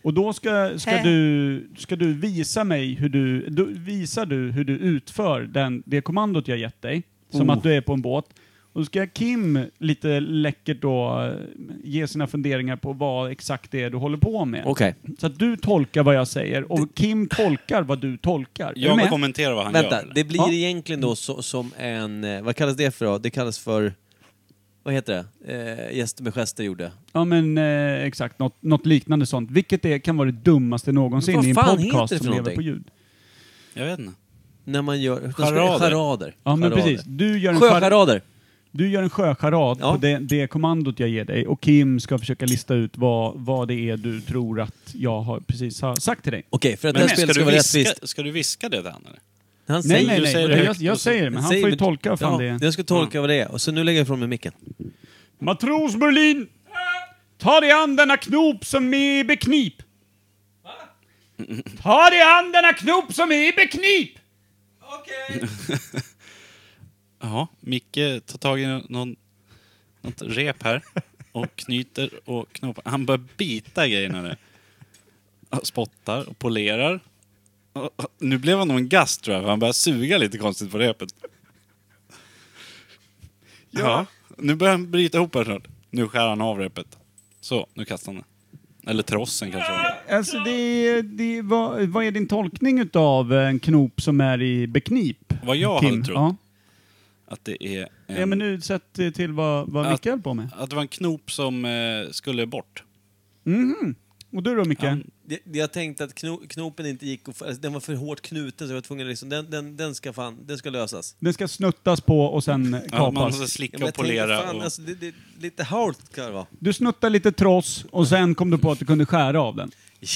[SPEAKER 3] Och då ska, ska, du, ska du visa mig hur du, du, visar du hur du utför den, det kommandot jag gett dig.
[SPEAKER 1] Oh.
[SPEAKER 3] Som att du är på en båt. Och då ska Kim lite läckert då eh, ge sina funderingar på vad exakt det är du håller på med.
[SPEAKER 1] Okej.
[SPEAKER 3] Så att du tolkar vad jag säger och Kim tolkar vad du tolkar. är du
[SPEAKER 2] Jag
[SPEAKER 3] med?
[SPEAKER 2] kommenterar vad han
[SPEAKER 1] Vänta,
[SPEAKER 2] gör. eller?
[SPEAKER 1] det blir
[SPEAKER 3] Ja.
[SPEAKER 1] egentligen då så, som en... eh, Vad kallas det för då? Det kallas för... Vad heter det? Eh, gäster med gester gjorde.
[SPEAKER 3] Ja men eh, exakt, något, något liknande sånt. Vilket det kan vara det dummaste någonsin
[SPEAKER 1] Men vad
[SPEAKER 3] i en
[SPEAKER 1] fan heter
[SPEAKER 3] podcast
[SPEAKER 1] det för
[SPEAKER 3] som lever
[SPEAKER 1] någonting?
[SPEAKER 3] på ljud.
[SPEAKER 2] Jag vet inte.
[SPEAKER 1] När man gör...
[SPEAKER 2] Charader.
[SPEAKER 1] Charader.
[SPEAKER 3] Ja men
[SPEAKER 1] Charader.
[SPEAKER 3] precis. Du gör en char-
[SPEAKER 1] Sjöcharader.
[SPEAKER 3] Du gör en sjöcharad
[SPEAKER 1] Ja.
[SPEAKER 3] på det, det kommandot jag ger dig och Kim ska försöka lista ut vad, vad det är du tror att jag har precis har sagt till dig.
[SPEAKER 1] Okej, för att det
[SPEAKER 2] Men
[SPEAKER 1] här
[SPEAKER 2] ska,
[SPEAKER 1] spelet ska
[SPEAKER 2] du
[SPEAKER 1] vara
[SPEAKER 2] viska,
[SPEAKER 1] rättvist.
[SPEAKER 2] ska du viska det till han eller?
[SPEAKER 1] Han
[SPEAKER 3] Nej,
[SPEAKER 1] säger
[SPEAKER 3] nej,
[SPEAKER 2] du
[SPEAKER 3] nej.
[SPEAKER 2] säger det
[SPEAKER 3] jag,
[SPEAKER 2] högt
[SPEAKER 3] jag
[SPEAKER 2] och så-
[SPEAKER 3] säger det, men han
[SPEAKER 1] Säg-
[SPEAKER 3] får ju tolka vad fan
[SPEAKER 1] ja,
[SPEAKER 3] det är.
[SPEAKER 1] Jag ska tolka vad det är. Och så nu lägger jag ifrån mig micken.
[SPEAKER 3] Matros Berlin! Ta dig an denna knop som är i beknip! Ta dig an denna knop som är i beknip!
[SPEAKER 2] Ja, Micke tar tag i någon, något rep här och knyter och knåpar. Han börjar bita i grejerna nu. Han Spottar och polerar. Och- och- Nu blev han nog en gast tror jag, för han börjar suga lite konstigt på repet. Ja. Nu börjar han bryta ihop här snart. Nu skär han av repet. Så, nu kastar han det. Eller trossen kanske. var det.
[SPEAKER 3] Alltså det, det vad, vad är din tolkning utav en knop som är i beknip?
[SPEAKER 2] Vad jag
[SPEAKER 3] Kim?
[SPEAKER 2] hade trott
[SPEAKER 3] Ja.
[SPEAKER 2] att det är en,
[SPEAKER 3] ja men nu sett till vad, vad
[SPEAKER 2] Att-
[SPEAKER 3] Micke höll på med.
[SPEAKER 2] att det var en knop som eh, skulle bort.
[SPEAKER 3] Och du då Micke?
[SPEAKER 1] Det- det- Jag tänkte att kno, knopen inte gick... Och, f- alltså, den var för hårt knuten så jag var tvungen att liksom... Den, den, den ska fan... Den ska lösas.
[SPEAKER 3] Den ska snuttas på och sen
[SPEAKER 2] Ja, man måste
[SPEAKER 3] kapas.
[SPEAKER 1] Ja,
[SPEAKER 2] slicka
[SPEAKER 1] men
[SPEAKER 2] och
[SPEAKER 1] jag tänkte,
[SPEAKER 2] polera.
[SPEAKER 1] fan,
[SPEAKER 2] och...
[SPEAKER 1] alltså, det, det, lite hårt ska det vara.
[SPEAKER 3] Du snuttar lite tross och sen kom du på att du kunde skära av den.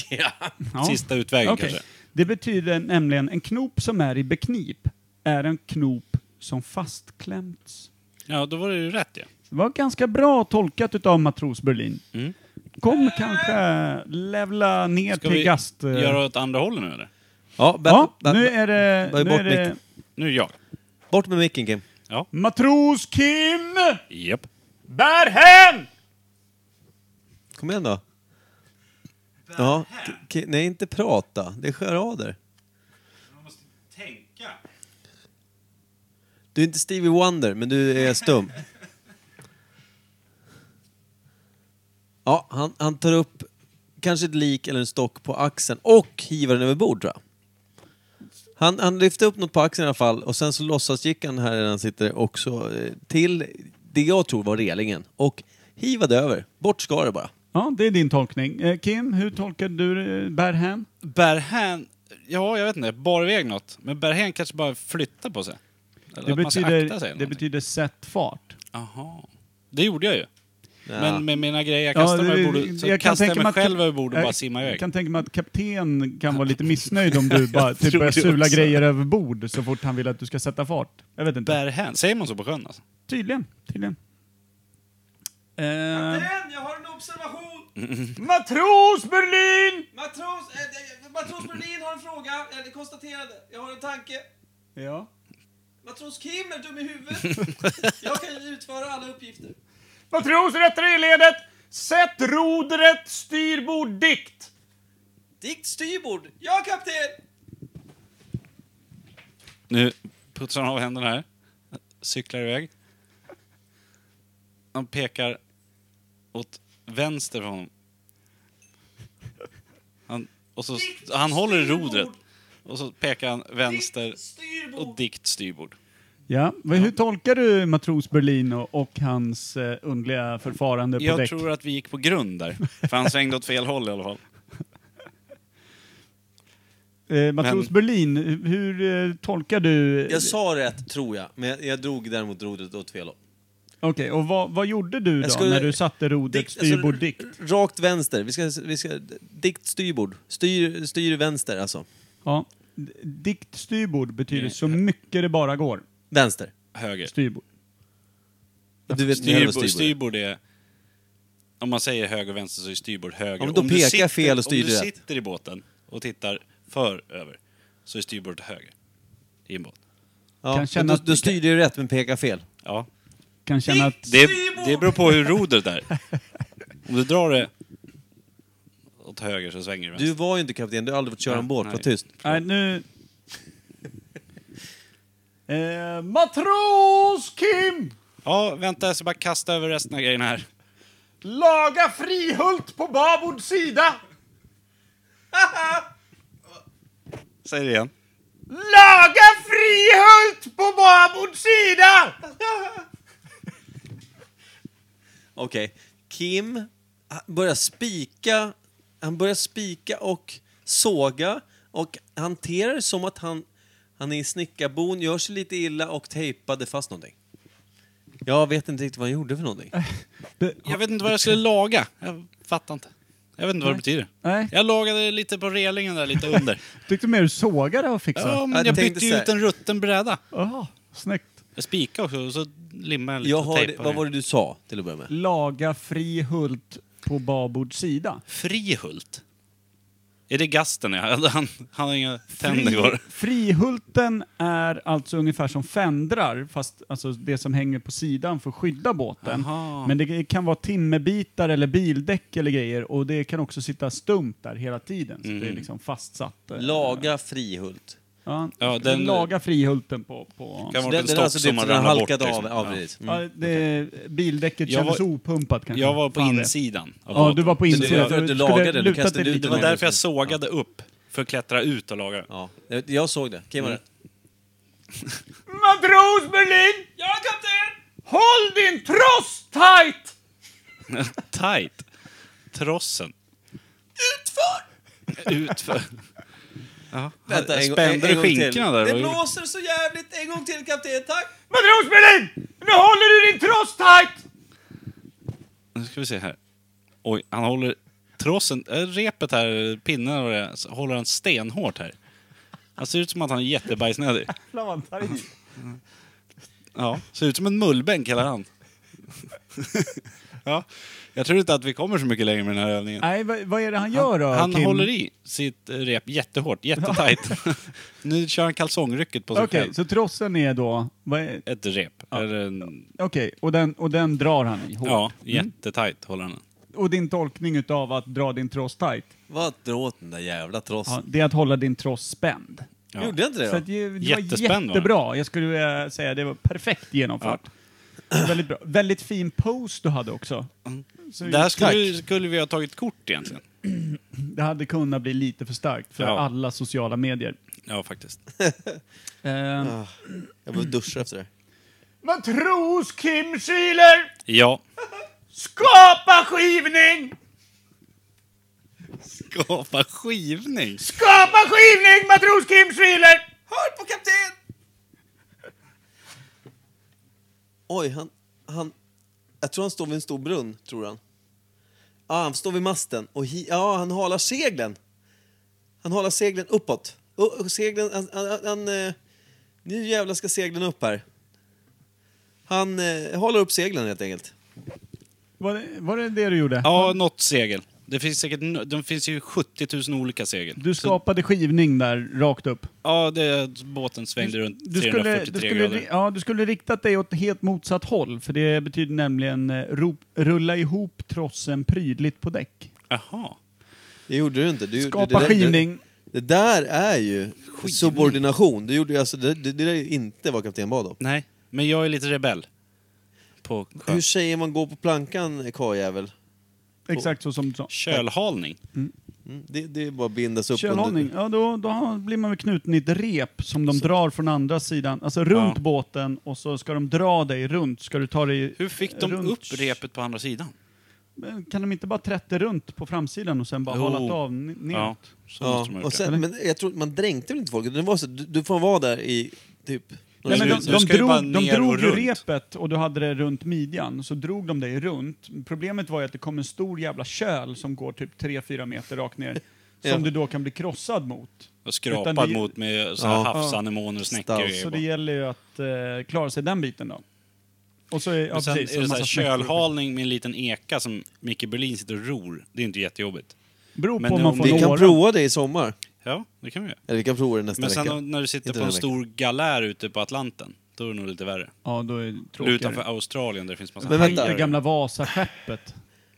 [SPEAKER 1] Ja.
[SPEAKER 3] Ja.
[SPEAKER 2] Sista utvägen
[SPEAKER 3] Okej.
[SPEAKER 2] kanske.
[SPEAKER 3] Det betyder nämligen en knop som är i beknip är en knop som fastklämts.
[SPEAKER 2] Ja, då var det ju rätt ja.
[SPEAKER 3] Det var ganska bra tolkat utav Matros Berlin. Kom kanske levla ner
[SPEAKER 2] Mm. Ska
[SPEAKER 3] till
[SPEAKER 2] vi
[SPEAKER 3] gast... eh,
[SPEAKER 2] göra åt andra hållet nu eller?
[SPEAKER 1] Ja, bär,
[SPEAKER 3] Ja,
[SPEAKER 1] bär,
[SPEAKER 3] nu är det,
[SPEAKER 1] bär
[SPEAKER 3] nu
[SPEAKER 1] bort
[SPEAKER 3] är det
[SPEAKER 1] mitt.
[SPEAKER 2] Nu är jag.
[SPEAKER 1] Bort med micken, Kim.
[SPEAKER 3] Matros Kim
[SPEAKER 2] Japp.
[SPEAKER 3] Bärhem!
[SPEAKER 1] Kom igen då. Ja, k- k- nej, inte prata. Det är charader.
[SPEAKER 2] Man måste tänka.
[SPEAKER 1] Du är inte Stevie Wonder, men du är stum. Ja, han, han tar upp kanske ett lik eller en stock på axeln och hivar den över bord tror jag. Han, han lyfte upp något på axeln i alla fall och sen så låtsasgick han här där han sitter också eh, till det jag tror var relingen och hivade över. Bort ska det bara.
[SPEAKER 3] Ja, det är din tolkning. Eh, Kim, hur tolkar du eh, Berhem?
[SPEAKER 2] Berhän, ja jag vet inte, bar iväg något. Men Berhän kanske bara flyttar på sig. Eller
[SPEAKER 3] Det
[SPEAKER 2] att man ska akta sig.
[SPEAKER 3] betyder,
[SPEAKER 2] eller
[SPEAKER 3] det
[SPEAKER 2] någonting.
[SPEAKER 3] betyder sätt fart.
[SPEAKER 2] Jaha. Det gjorde jag ju.
[SPEAKER 1] Ja.
[SPEAKER 2] Men med mina grejer, jag kastade mig över bordet. Så jag kastade jag mig själv över bordet och bara simmade
[SPEAKER 3] Jag
[SPEAKER 2] iväg.
[SPEAKER 3] kan tänka mig att kapten kan vara lite missnöjd om du bara typ
[SPEAKER 2] tror
[SPEAKER 3] börjar
[SPEAKER 2] det
[SPEAKER 3] sula
[SPEAKER 2] också.
[SPEAKER 3] grejer över bord så fort han vill att du ska sätta fart. Jag vet inte.
[SPEAKER 2] Berhän, säger man så på sjön alltså?
[SPEAKER 3] Tydligen. Tydligen. Eh,
[SPEAKER 1] jag har en observation!
[SPEAKER 3] Matros Berlin!
[SPEAKER 1] Matros, eh, Matros Berlin har en fråga, eller konstaterande. Jag har en tanke.
[SPEAKER 3] Eh, Ja.
[SPEAKER 1] Matros Kim är dum i huvudet. jag kan ju utföra alla uppgifter.
[SPEAKER 3] Matros rättar i ledet! Sätt rodret, styrbord, dikt!
[SPEAKER 1] Dikt styrbord. Ja, kapten!
[SPEAKER 2] Nu putsar han av händerna här. Cyklar iväg. Han pekar åt vänster för honom. Han, och så, han håller i rodret. Och så pekar han vänster och dikt styrbord.
[SPEAKER 3] Ja, men hur tolkar du Matros Berlin och, och hans eh, underliga förfarande på
[SPEAKER 2] Jag
[SPEAKER 3] däck?
[SPEAKER 2] tror att vi gick på grund där. För han svängde åt fel håll i alla fall.
[SPEAKER 3] Eh, Matros
[SPEAKER 2] Men-
[SPEAKER 3] Berlin, hur eh, tolkar du?
[SPEAKER 1] Jag sa rätt, tror jag, men jag, jag drog däremot rodret åt fel håll.
[SPEAKER 3] Okej, och vad, vad gjorde du då
[SPEAKER 1] Jag skulle-
[SPEAKER 3] när du satte rodret
[SPEAKER 1] Dikt-
[SPEAKER 3] styrbord
[SPEAKER 1] alltså,
[SPEAKER 3] dikt?
[SPEAKER 1] r- Rakt vänster. Vi ska, vi ska, dikt styrbord. Styr, styr vänster, alltså.
[SPEAKER 3] Ja. D- Dikt styrbord
[SPEAKER 2] Eh,
[SPEAKER 3] betyder så mycket det bara går.
[SPEAKER 1] Vänster.
[SPEAKER 2] Höger.
[SPEAKER 3] Styrbord.
[SPEAKER 1] Du vet ni hörde vad
[SPEAKER 2] Styrbord, styrbord är... Om man säger höger och vänster så är styrbord höger.
[SPEAKER 1] Ja, men då
[SPEAKER 2] om
[SPEAKER 1] pekar
[SPEAKER 2] du sitter,
[SPEAKER 1] fel och styr
[SPEAKER 2] Om du
[SPEAKER 1] rätt.
[SPEAKER 2] sitter i båten och tittar för över så är styrbord höger. I en båt.
[SPEAKER 1] Ja,
[SPEAKER 3] Kan
[SPEAKER 1] men
[SPEAKER 3] känna
[SPEAKER 1] då,
[SPEAKER 3] att-
[SPEAKER 1] då styrde ju rätt, men pekar fel.
[SPEAKER 2] Ja.
[SPEAKER 3] Kan känna att...
[SPEAKER 2] Det, det beror på hur rodret är. Om du drar det åt höger så svänger det
[SPEAKER 1] Du
[SPEAKER 2] vänster.
[SPEAKER 1] var ju inte kapten, du har aldrig fått köra
[SPEAKER 2] Nej,
[SPEAKER 1] en båt. Var
[SPEAKER 2] nej.
[SPEAKER 1] tyst.
[SPEAKER 3] Nej, nu... Eh, matros Kim!
[SPEAKER 2] Ja, vänta jag ska bara kasta över resten av grejerna här.
[SPEAKER 3] Laga Frihult på babord sida!
[SPEAKER 2] Säg det igen.
[SPEAKER 3] Laga Frihult på babord sida!
[SPEAKER 1] Okej. Kim han börjar spika, han börjar spika och såga och hanterar det som att han, han är i snickarbon, gör sig lite illa och tejpade fast någonting. Jag vet inte riktigt vad han gjorde för någonting.
[SPEAKER 2] Jag vet inte vad jag skulle laga. Jag fattar inte. Jag vet inte vad det betyder.
[SPEAKER 3] Nej.
[SPEAKER 2] Jag lagade lite på relingen där, lite under.
[SPEAKER 3] Tyckte mer du sågade och fixade?
[SPEAKER 2] Ja, men
[SPEAKER 1] Jag
[SPEAKER 2] jag,
[SPEAKER 1] tänkte
[SPEAKER 2] bytte
[SPEAKER 1] så
[SPEAKER 2] ju
[SPEAKER 1] här-
[SPEAKER 2] ut en rutten bräda.
[SPEAKER 3] Jaha, snyggt.
[SPEAKER 2] Jag spikade också och så limmade jag lite
[SPEAKER 1] Jag
[SPEAKER 2] och
[SPEAKER 1] hörde,
[SPEAKER 2] tejpade.
[SPEAKER 1] vad var det du sa till att börja med?
[SPEAKER 3] Laga Frihult på babord sida.
[SPEAKER 2] Frihult? Är det gasten? Ja? Han, han har inga tänder kvar.
[SPEAKER 3] Frihulten är alltså ungefär som fändrar, fast alltså det som hänger på sidan för att skydda båten.
[SPEAKER 2] Aha.
[SPEAKER 3] Men det kan vara timmerbitar eller bildäck eller grejer och det kan också sitta stumt där hela tiden.
[SPEAKER 2] Mm.
[SPEAKER 3] Så det är liksom fastsatt. eh,
[SPEAKER 1] Laga Frihult.
[SPEAKER 3] Ja,
[SPEAKER 2] Ja, den-
[SPEAKER 3] Laga frihulten på... på
[SPEAKER 2] Kan
[SPEAKER 1] Så
[SPEAKER 2] vara
[SPEAKER 1] Den,
[SPEAKER 2] en
[SPEAKER 1] den
[SPEAKER 2] stock
[SPEAKER 1] är alltså
[SPEAKER 2] som
[SPEAKER 1] typ
[SPEAKER 2] man
[SPEAKER 1] som den
[SPEAKER 2] ramlar bort.
[SPEAKER 1] halkade
[SPEAKER 2] liksom.
[SPEAKER 1] av. av
[SPEAKER 2] Ja.
[SPEAKER 1] precis. Mm.
[SPEAKER 3] ja, det, bildäcket
[SPEAKER 2] Jag
[SPEAKER 3] kändes
[SPEAKER 2] var-
[SPEAKER 3] opumpat kanske.
[SPEAKER 2] Jag var på
[SPEAKER 3] Fan, det-
[SPEAKER 2] insidan av
[SPEAKER 3] Ja,
[SPEAKER 2] båten.
[SPEAKER 3] du var på
[SPEAKER 1] du-
[SPEAKER 3] insidan.
[SPEAKER 1] för att du
[SPEAKER 3] skulle
[SPEAKER 1] lagade den, du
[SPEAKER 3] lutat
[SPEAKER 1] kastade
[SPEAKER 3] dig
[SPEAKER 1] ut
[SPEAKER 3] lite
[SPEAKER 2] Det var
[SPEAKER 1] den.
[SPEAKER 3] mer.
[SPEAKER 2] därför jag sågade upp. För att klättra ut och laga.
[SPEAKER 1] Ja. Jag, jag såg det. Kim har
[SPEAKER 2] Mm.
[SPEAKER 1] rätt.
[SPEAKER 3] Matros Berlin! Ja, kapten! Håll din tross tight!
[SPEAKER 2] Tight. Trossen. Utför! Utför. Ja.
[SPEAKER 1] Vänta, en gång-
[SPEAKER 2] spände
[SPEAKER 1] en gång till.
[SPEAKER 2] skinkorna där. Det var ju-
[SPEAKER 1] blåser så jävligt. En gång till kapten, tack!
[SPEAKER 3] Matros Berlin! Nu håller du din tross tight!
[SPEAKER 2] Nu ska vi se här. Oj, han håller trossen, äh, repet här, pinnen och det, så håller han stenhårt här. Han ser ut som att han är jättebajsnödig.
[SPEAKER 3] Jävlar vad han tar i.
[SPEAKER 2] Ja, ser ut som en mullbänk hela han. ja, jag tror inte att vi kommer så mycket längre med den här övningen.
[SPEAKER 3] Nej, vad, vad är det han gör då?
[SPEAKER 2] han
[SPEAKER 3] Kim?
[SPEAKER 2] håller i sitt eh, rep jättehårt, jättetajt. nu kör han kalsongrycket på sig
[SPEAKER 3] Okej,
[SPEAKER 2] själv.
[SPEAKER 3] så trossen är då... vad är-
[SPEAKER 2] Ett rep. Eller en,
[SPEAKER 3] Okej, och, den, och den drar han i hårt.
[SPEAKER 2] ja,
[SPEAKER 3] Mm.
[SPEAKER 2] jättetajt håller han den.
[SPEAKER 3] Och din tolkning utav att dra din tross tight,
[SPEAKER 1] Vad dra åt den där jävla trossen.
[SPEAKER 3] ja, det är att hålla din tross spänd.
[SPEAKER 2] Ja.
[SPEAKER 1] Gjorde jag inte det
[SPEAKER 3] Så
[SPEAKER 1] då?
[SPEAKER 3] att ju- det var
[SPEAKER 2] Jättespänd, va?
[SPEAKER 3] jättebra. Jag skulle vilja säga det var perfekt genomfört. Väldigt bra. Väldigt fin pose du hade också. Så,
[SPEAKER 2] Det här
[SPEAKER 3] tack.
[SPEAKER 2] skulle, skulle vi ha tagit kort egentligen.
[SPEAKER 3] Det hade kunnat bli lite för starkt för
[SPEAKER 2] Ja.
[SPEAKER 3] alla sociala medier.
[SPEAKER 2] Ja, faktiskt.
[SPEAKER 3] Ehm,
[SPEAKER 1] Jag behöver duscha efter det.
[SPEAKER 3] Matros Kim Schuyler,
[SPEAKER 2] Ja.
[SPEAKER 3] skapa skivning!
[SPEAKER 2] Skapa skivning!
[SPEAKER 3] Skapa skivning, matros Kim Schuyler!
[SPEAKER 1] Hör på kapten! Oj, han, han... Jag tror han står vid en stor brunn, tror han. Ja, han står vid masten och hi, ja, han halar seglen. Han halar seglen uppåt. Och- och Seglen, han, han, han, eh, nu jävlar ska seglen upp här. Han eh, halar upp seglen helt enkelt.
[SPEAKER 3] Var det, var det det du gjorde?
[SPEAKER 2] Ja, något segel. Det finns säkert, n- det finns ju 70 000 olika segel.
[SPEAKER 3] Du skapade skivning där, rakt upp.
[SPEAKER 2] Ja, det, båten svängde runt
[SPEAKER 3] Du skulle,
[SPEAKER 2] 343
[SPEAKER 3] du, skulle,
[SPEAKER 2] grader.
[SPEAKER 3] ja, du skulle riktat dig åt helt motsatt håll, för det betyder nämligen eh, rop, rulla ihop trossen prydligt på däck.
[SPEAKER 2] Jaha.
[SPEAKER 1] Det gjorde du inte. Du, gjorde-
[SPEAKER 3] Skapa
[SPEAKER 1] det, där-
[SPEAKER 3] skivning.
[SPEAKER 1] Det, det där är ju subordination. Du gjorde, ju alltså, det, det, det där är ju inte vad kapten bad om.
[SPEAKER 2] Nej, men jag är lite rebell. På sjön.
[SPEAKER 1] Hur säger man gå på plankan, karljävel?
[SPEAKER 3] Exakt så som du sa.
[SPEAKER 2] Kölhalning.
[SPEAKER 1] Mm, Det, det är bara att bindas upp.
[SPEAKER 3] Kölhållning,
[SPEAKER 1] under-
[SPEAKER 3] ja då, då har- blir man väl knuten i ett rep som de drar från andra sidan, alltså runt
[SPEAKER 2] Ja.
[SPEAKER 3] båten och så ska de dra dig runt. Ska du ta dig
[SPEAKER 2] Hur fick de
[SPEAKER 3] runt-
[SPEAKER 2] upp repet på andra sidan?
[SPEAKER 3] Men Kan de inte bara trätta runt på framsidan och sen bara
[SPEAKER 2] Jo.
[SPEAKER 3] halat av n- neråt?
[SPEAKER 2] Ja, så måste de ha
[SPEAKER 1] Ja,
[SPEAKER 2] gjort
[SPEAKER 1] och
[SPEAKER 2] det.
[SPEAKER 1] sen, men jag tror man dränkte väl inte folk? Det var så, du, du får vara där i typ...
[SPEAKER 3] Nej, men de,
[SPEAKER 2] Du
[SPEAKER 3] de
[SPEAKER 2] ska ju bara
[SPEAKER 3] drog, de
[SPEAKER 2] ner
[SPEAKER 3] drog
[SPEAKER 2] och
[SPEAKER 3] ju
[SPEAKER 2] runt.
[SPEAKER 3] repet och du hade det runt midjan, så drog de dig runt. Problemet var ju att det kom en stor jävla köl som går typ 3-4 meter rakt ner, som
[SPEAKER 1] Ja.
[SPEAKER 3] du då kan bli krossad mot.
[SPEAKER 2] Och
[SPEAKER 3] Utan
[SPEAKER 2] skrapad
[SPEAKER 3] det-
[SPEAKER 2] mot med så här
[SPEAKER 1] Ja.
[SPEAKER 2] havsanemoner och snäckor. och
[SPEAKER 1] Staus.
[SPEAKER 2] grejer
[SPEAKER 3] Så det
[SPEAKER 2] bara.
[SPEAKER 3] gäller ju att eh, klara sig den biten då. Och så är, ja,
[SPEAKER 2] Men sen
[SPEAKER 3] precis,
[SPEAKER 2] är det
[SPEAKER 3] en
[SPEAKER 2] så här
[SPEAKER 3] massa snäckor.
[SPEAKER 2] kölhalning med en liten eka som Micke Berlin sitter och ror. Det är inte jättejobbigt.
[SPEAKER 3] Beror
[SPEAKER 2] Men
[SPEAKER 3] på om
[SPEAKER 2] om
[SPEAKER 3] man får
[SPEAKER 1] Vi kan
[SPEAKER 3] några.
[SPEAKER 1] prova det i sommar.
[SPEAKER 2] Ja, det kan vi göra.
[SPEAKER 1] Eller vi kan prova det nästa
[SPEAKER 2] Men sen
[SPEAKER 1] vecka.
[SPEAKER 2] om- när du sitter
[SPEAKER 1] Inte
[SPEAKER 2] på en
[SPEAKER 1] den här
[SPEAKER 2] stor galär ute på Atlanten, då är det nog lite värre.
[SPEAKER 3] Ja, då är det
[SPEAKER 2] Eller
[SPEAKER 3] tråkigare.
[SPEAKER 2] utanför Australien där det finns massa
[SPEAKER 1] Men vänta.
[SPEAKER 3] Det gamla Vasaskeppet.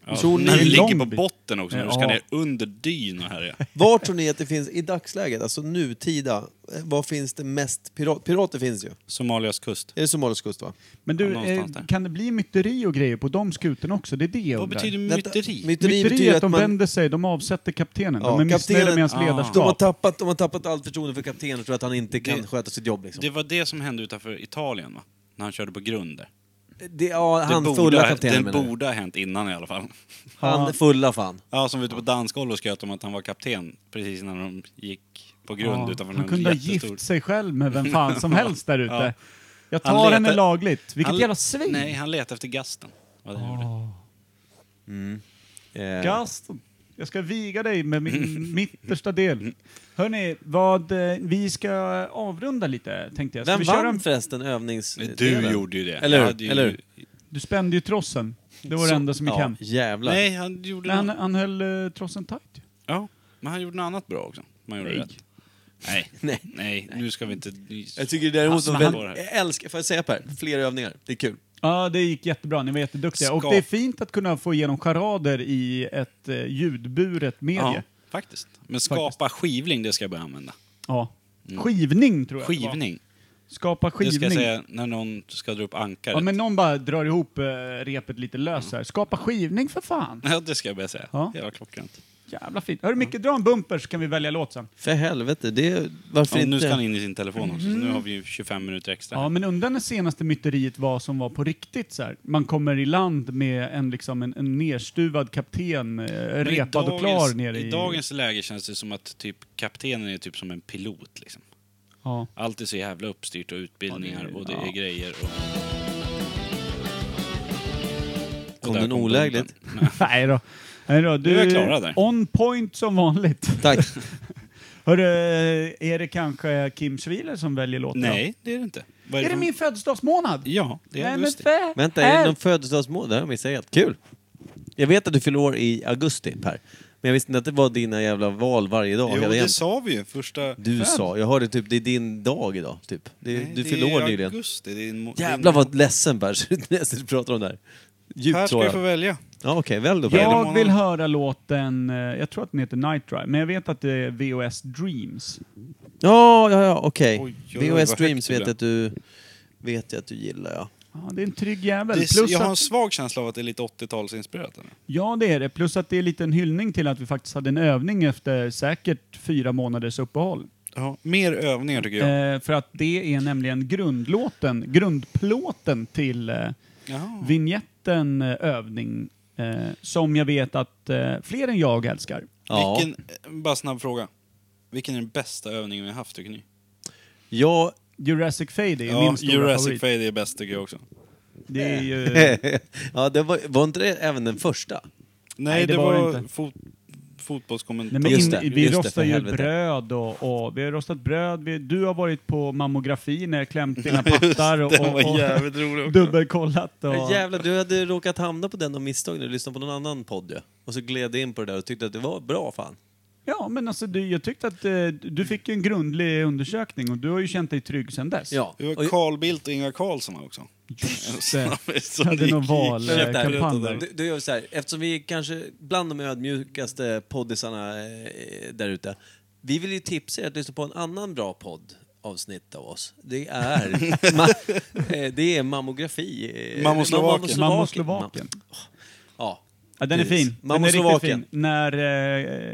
[SPEAKER 2] Ja,
[SPEAKER 1] Tror ni-
[SPEAKER 2] när
[SPEAKER 1] det
[SPEAKER 2] du
[SPEAKER 1] är en
[SPEAKER 2] ligger
[SPEAKER 3] lång
[SPEAKER 2] på
[SPEAKER 3] bit.
[SPEAKER 2] botten också, när du ska
[SPEAKER 3] Ja.
[SPEAKER 2] ner under dyn och härja.
[SPEAKER 1] Var tror ni att det finns i dagsläget, alltså nutida, eh, var finns det mest pirat? Pirater finns ju.
[SPEAKER 2] Somalias kust.
[SPEAKER 1] Är det Somalias kust va?
[SPEAKER 3] Men du,
[SPEAKER 2] Ja, någonstans
[SPEAKER 3] eh,
[SPEAKER 2] där.
[SPEAKER 3] kan det bli myteri och grejer på de skutorna också? Det är det jag
[SPEAKER 2] Vad
[SPEAKER 3] undrar.
[SPEAKER 2] betyder
[SPEAKER 1] Vänta,
[SPEAKER 2] myteri?
[SPEAKER 1] Myteri betyder
[SPEAKER 3] är
[SPEAKER 1] att
[SPEAKER 3] att de
[SPEAKER 1] man...
[SPEAKER 3] vänder sig, de avsätter kaptenen.
[SPEAKER 1] Ja,
[SPEAKER 3] de är missnöjda
[SPEAKER 1] kaptenen-
[SPEAKER 3] med hans
[SPEAKER 1] Ah.
[SPEAKER 3] ledarskap.
[SPEAKER 1] De har, tappat, de har tappat allt förtroende för kaptenen och tror att han inte kan
[SPEAKER 2] Det-
[SPEAKER 1] sköta sitt jobb. Liksom.
[SPEAKER 2] Det var det som hände utanför Italien, va? När han körde på grund där.
[SPEAKER 1] Det, ja,
[SPEAKER 2] Det
[SPEAKER 1] han
[SPEAKER 2] borde,
[SPEAKER 1] fulla
[SPEAKER 2] ha-
[SPEAKER 1] kaptenen
[SPEAKER 2] det
[SPEAKER 1] menar du?
[SPEAKER 2] borde ha hänt innan i alla fall.
[SPEAKER 1] Han fulla fan.
[SPEAKER 2] Ja, som var ute på dansgolv och skröt om att han var kapten precis när de gick på grund
[SPEAKER 3] Ja,
[SPEAKER 2] utanför
[SPEAKER 3] han
[SPEAKER 2] en
[SPEAKER 3] kunde ha
[SPEAKER 2] jättestor-
[SPEAKER 3] gift sig själv med vem fan som helst där ute.
[SPEAKER 2] Ja.
[SPEAKER 3] Jag
[SPEAKER 2] Han
[SPEAKER 3] tar
[SPEAKER 2] letar-
[SPEAKER 3] henne lagligt. Vilket
[SPEAKER 2] Han-
[SPEAKER 3] jävla svin!
[SPEAKER 2] Nej, han letade efter gasten. Vad det gjorde.
[SPEAKER 1] Eh,
[SPEAKER 3] Gaston, jag ska viga dig med min mittersta del. Hörni, vad eh, vi ska avrunda lite tänkte jag. Ska
[SPEAKER 1] Vem
[SPEAKER 3] vi
[SPEAKER 1] vann
[SPEAKER 3] köra en...
[SPEAKER 1] förresten övnings...
[SPEAKER 2] Men Du
[SPEAKER 1] delen?
[SPEAKER 2] gjorde ju det.
[SPEAKER 1] Eller
[SPEAKER 2] Jag
[SPEAKER 1] hur?
[SPEAKER 2] hade ju-
[SPEAKER 1] Eller hur?
[SPEAKER 3] Du spände ju trossen. Det var det enda som gick
[SPEAKER 1] Ja,
[SPEAKER 3] hem.
[SPEAKER 1] jävlar.
[SPEAKER 2] Nej, han gjorde
[SPEAKER 3] Men han,
[SPEAKER 2] något-
[SPEAKER 3] han höll eh, trossen tajt.
[SPEAKER 2] Ja, men han gjorde något annat bra också. Man gjorde
[SPEAKER 3] Nej.
[SPEAKER 2] rätt. Nej.
[SPEAKER 1] Nej.
[SPEAKER 2] Nej, nu ska vi inte...
[SPEAKER 1] Jag tycker däremot
[SPEAKER 2] Alltså,
[SPEAKER 1] att
[SPEAKER 2] han-
[SPEAKER 1] jag älskar, får jag säga Per, fler övningar. Det är kul.
[SPEAKER 3] Ja, det gick jättebra. Ni var jätteduktiga.
[SPEAKER 2] Ska-
[SPEAKER 3] Och det är fint att kunna få igenom charader i ett eh, ljudburet medie.
[SPEAKER 2] Ja, faktiskt. Men skapa skivling, det ska jag börja använda.
[SPEAKER 3] Ja. Mm. Skivning tror jag det var.
[SPEAKER 2] Skivning.
[SPEAKER 3] Skapa skivning.
[SPEAKER 2] Det ska jag säga när någon ska dra upp ankaret.
[SPEAKER 3] Ja, men någon bara drar ihop eh, repet lite löst här. Skapa skivning för fan!
[SPEAKER 2] Ja, det ska jag börja säga.
[SPEAKER 3] Ja.
[SPEAKER 2] Det var klockrent.
[SPEAKER 3] Jävla fint. Hörru Micke, dra en bumper så kan vi välja låt sen.
[SPEAKER 1] För helvete, det... Varför
[SPEAKER 2] Ja,
[SPEAKER 1] inte?
[SPEAKER 2] nu ska han in i sin telefon också, så nu har vi ju 25 minuter extra.
[SPEAKER 3] Ja, men undrar när senaste myteriet var som var på riktigt så här. Man kommer i land med en, liksom, en, en nerstuvad kapten, eh,
[SPEAKER 2] Men i
[SPEAKER 3] repad och
[SPEAKER 2] dagens-
[SPEAKER 3] klar nere i...
[SPEAKER 2] I dagens läge känns det som att typ, kaptenen är typ som en pilot. Liksom.
[SPEAKER 3] Ja.
[SPEAKER 2] Allt är så jävla uppstyrt och utbildningar
[SPEAKER 3] Ja, det är-
[SPEAKER 2] och det
[SPEAKER 3] ja.
[SPEAKER 2] är grejer. Och... Och
[SPEAKER 1] Kom
[SPEAKER 2] där
[SPEAKER 1] den
[SPEAKER 2] kom
[SPEAKER 1] olägligt?
[SPEAKER 2] bomben.
[SPEAKER 3] Nej då. Nej då. Du
[SPEAKER 2] Nu är jag klara där.
[SPEAKER 3] on point som vanligt.
[SPEAKER 1] Tack.
[SPEAKER 3] Hörru, är det kanske Kim Schwiler som väljer låten?
[SPEAKER 2] Nej, det är det inte. Vad
[SPEAKER 3] Är det
[SPEAKER 2] för-
[SPEAKER 3] min födelsedagsmånad?
[SPEAKER 2] Ja, det är
[SPEAKER 3] Nej, men
[SPEAKER 2] augusti.
[SPEAKER 3] för
[SPEAKER 1] Vänta, är det
[SPEAKER 3] här-
[SPEAKER 1] någon födelsedagsmål? Det har jag missat helt. Kul! Jag vet att du fyller år i augusti, Per. Men jag visste inte att det var dina jävla val varje dag. hela jämt.
[SPEAKER 2] sa vi ju första...
[SPEAKER 1] Du sa, jag hörde typ, det är din dag idag, typ. Det, du fyller år nyligen.
[SPEAKER 2] augusti. Det är en mo-
[SPEAKER 1] Jävlar vad ledsen Per, så du nästan inte pratar om det här. Djupt
[SPEAKER 2] ska vi få
[SPEAKER 1] sårad.
[SPEAKER 2] välja.
[SPEAKER 1] Ja, okej, väl då Per.
[SPEAKER 3] Jag
[SPEAKER 2] Gällivare.
[SPEAKER 3] vill höra låten, eh, jag tror att den heter Night Drive, men jag vet att det är VOS Dreams.
[SPEAKER 1] Ja, ja, ja, okej.
[SPEAKER 2] Oj, oj, oj,
[SPEAKER 1] VHS
[SPEAKER 2] vad
[SPEAKER 1] Dreams vet
[SPEAKER 2] högt det
[SPEAKER 1] jag att du vet jag att du gillar, ja.
[SPEAKER 3] Ja, det är en trygg jävel.
[SPEAKER 2] Det är,
[SPEAKER 3] Plus
[SPEAKER 2] jag har en
[SPEAKER 3] att,
[SPEAKER 2] svag känsla av att det är lite 80-talsinspirerat. eller?
[SPEAKER 3] ja, det är det. Plus att det är lite en hyllning till att vi faktiskt hade en övning efter säkert fyra månaders uppehåll.
[SPEAKER 2] Ja, mer övningar tycker jag.
[SPEAKER 3] Eh, för att det är nämligen grundlåten, grundplåten till eh,
[SPEAKER 2] Jaha.
[SPEAKER 3] vignetten eh, övning eh, som jag vet att eh, fler än jag älskar.
[SPEAKER 1] Ja.
[SPEAKER 2] Vilken, eh, bara snabb fråga. Vilken är den bästa övningen vi har haft tycker ni?
[SPEAKER 1] Jag,
[SPEAKER 3] Jurassic Fade är
[SPEAKER 2] Ja,
[SPEAKER 3] min stora
[SPEAKER 2] Jurassic
[SPEAKER 3] favorit.
[SPEAKER 2] Fade är bäst tycker jag också.
[SPEAKER 3] Det är ju...
[SPEAKER 1] ja, det var, var inte det även den första?
[SPEAKER 2] Nej,
[SPEAKER 3] Nej,
[SPEAKER 2] det,
[SPEAKER 3] det var det
[SPEAKER 2] var
[SPEAKER 3] inte.
[SPEAKER 2] fot, fotbollskommentar.
[SPEAKER 3] Nej, men
[SPEAKER 1] Just
[SPEAKER 3] in,
[SPEAKER 1] det,
[SPEAKER 3] vi
[SPEAKER 1] just det,
[SPEAKER 3] rostar
[SPEAKER 1] för
[SPEAKER 3] ju
[SPEAKER 1] helvete.
[SPEAKER 3] bröd och, och vi har rostat bröd. Vi, du har varit på mammografi när jag klämt dina pattar och,
[SPEAKER 2] Den
[SPEAKER 3] och,
[SPEAKER 2] var
[SPEAKER 3] och
[SPEAKER 2] jävligt rolig också.
[SPEAKER 3] dubbelkollat. Och,
[SPEAKER 1] Jävlar, du hade råkat hamna på den av misstag när du lyssnade på någon annan podd ju. Och så gled du in på det där och tyckte att det var bra fan.
[SPEAKER 3] ja, men alltså du, jag tyckte att eh, du fick ju en grundlig undersökning och du har ju känt dig trygg sedan dess.
[SPEAKER 1] Ja.
[SPEAKER 2] Det var
[SPEAKER 1] Och-
[SPEAKER 2] Carl Bildt och Ingvar Carlsson här också.
[SPEAKER 3] Just det.
[SPEAKER 2] Som
[SPEAKER 3] hade
[SPEAKER 2] gick
[SPEAKER 3] någon
[SPEAKER 2] i-
[SPEAKER 3] val-
[SPEAKER 2] Ursäkta,
[SPEAKER 3] eh,
[SPEAKER 2] berätta
[SPEAKER 3] kampanj
[SPEAKER 2] där.
[SPEAKER 1] Du, du gör vi så här, eftersom vi är kanske bland de ödmjukaste poddisarna eh, där ute. Vi vill ju tipsa er att lyssna på en annan bra podd avsnitt av oss. Det är, ma, eh, det är mammografi. eh,
[SPEAKER 2] Mammoslovakien.
[SPEAKER 3] Mammoslovakien.
[SPEAKER 1] Ja.
[SPEAKER 3] Ja, den är
[SPEAKER 1] Precis.
[SPEAKER 3] fin. Den är riktigt
[SPEAKER 1] Mammoslovakien.
[SPEAKER 3] fin. När eh,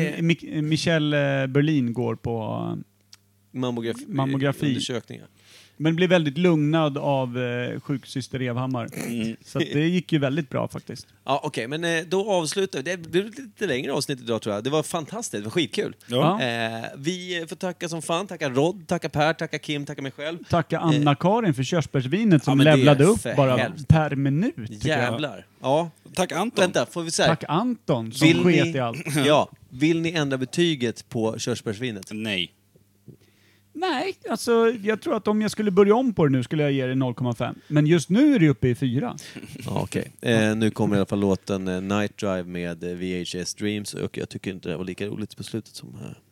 [SPEAKER 3] eh, Mik- Michel eh, Berlin går på...
[SPEAKER 1] Mammografi.
[SPEAKER 3] Mammografi.
[SPEAKER 1] Undersökningar.
[SPEAKER 3] Men blir väldigt lugnad av eh, sjuksyster Evhammar.
[SPEAKER 1] Mm.
[SPEAKER 3] Så att det gick ju väldigt bra faktiskt.
[SPEAKER 1] Ja, Okej, men eh, då avslutar vi. Det blev ett lite längre avsnitt idag tror jag. Det var fantastiskt, det var skitkul.
[SPEAKER 3] Ja.
[SPEAKER 1] Eh, vi eh, får tacka som fan. Tacka Rod, tacka Per, tacka Kim, tacka mig själv.
[SPEAKER 3] Tacka Anna-Karin för körsbärsvinet som
[SPEAKER 1] Eh. men det är
[SPEAKER 3] levlade upp
[SPEAKER 1] för
[SPEAKER 3] bara
[SPEAKER 1] helvete.
[SPEAKER 3] per minut. tycker jag.
[SPEAKER 1] Jävlar. Ja.
[SPEAKER 2] Tack Anton.
[SPEAKER 1] Vänta, får vi säga?
[SPEAKER 3] Tack Anton som sket i allt. Mm.
[SPEAKER 1] Ja, vill ni ändra betyget på körsbärsvinet?
[SPEAKER 2] Nej.
[SPEAKER 3] Nej, alltså jag tror att om jag skulle börja om på det nu skulle jag ge det 0,5. Men just nu är det uppe i 4.
[SPEAKER 1] Ja, okej. Eh, nu kommer i alla fall låten eh, Night Drive med eh, VHS Dreams och jag tycker inte det var lika roligt på slutet som här.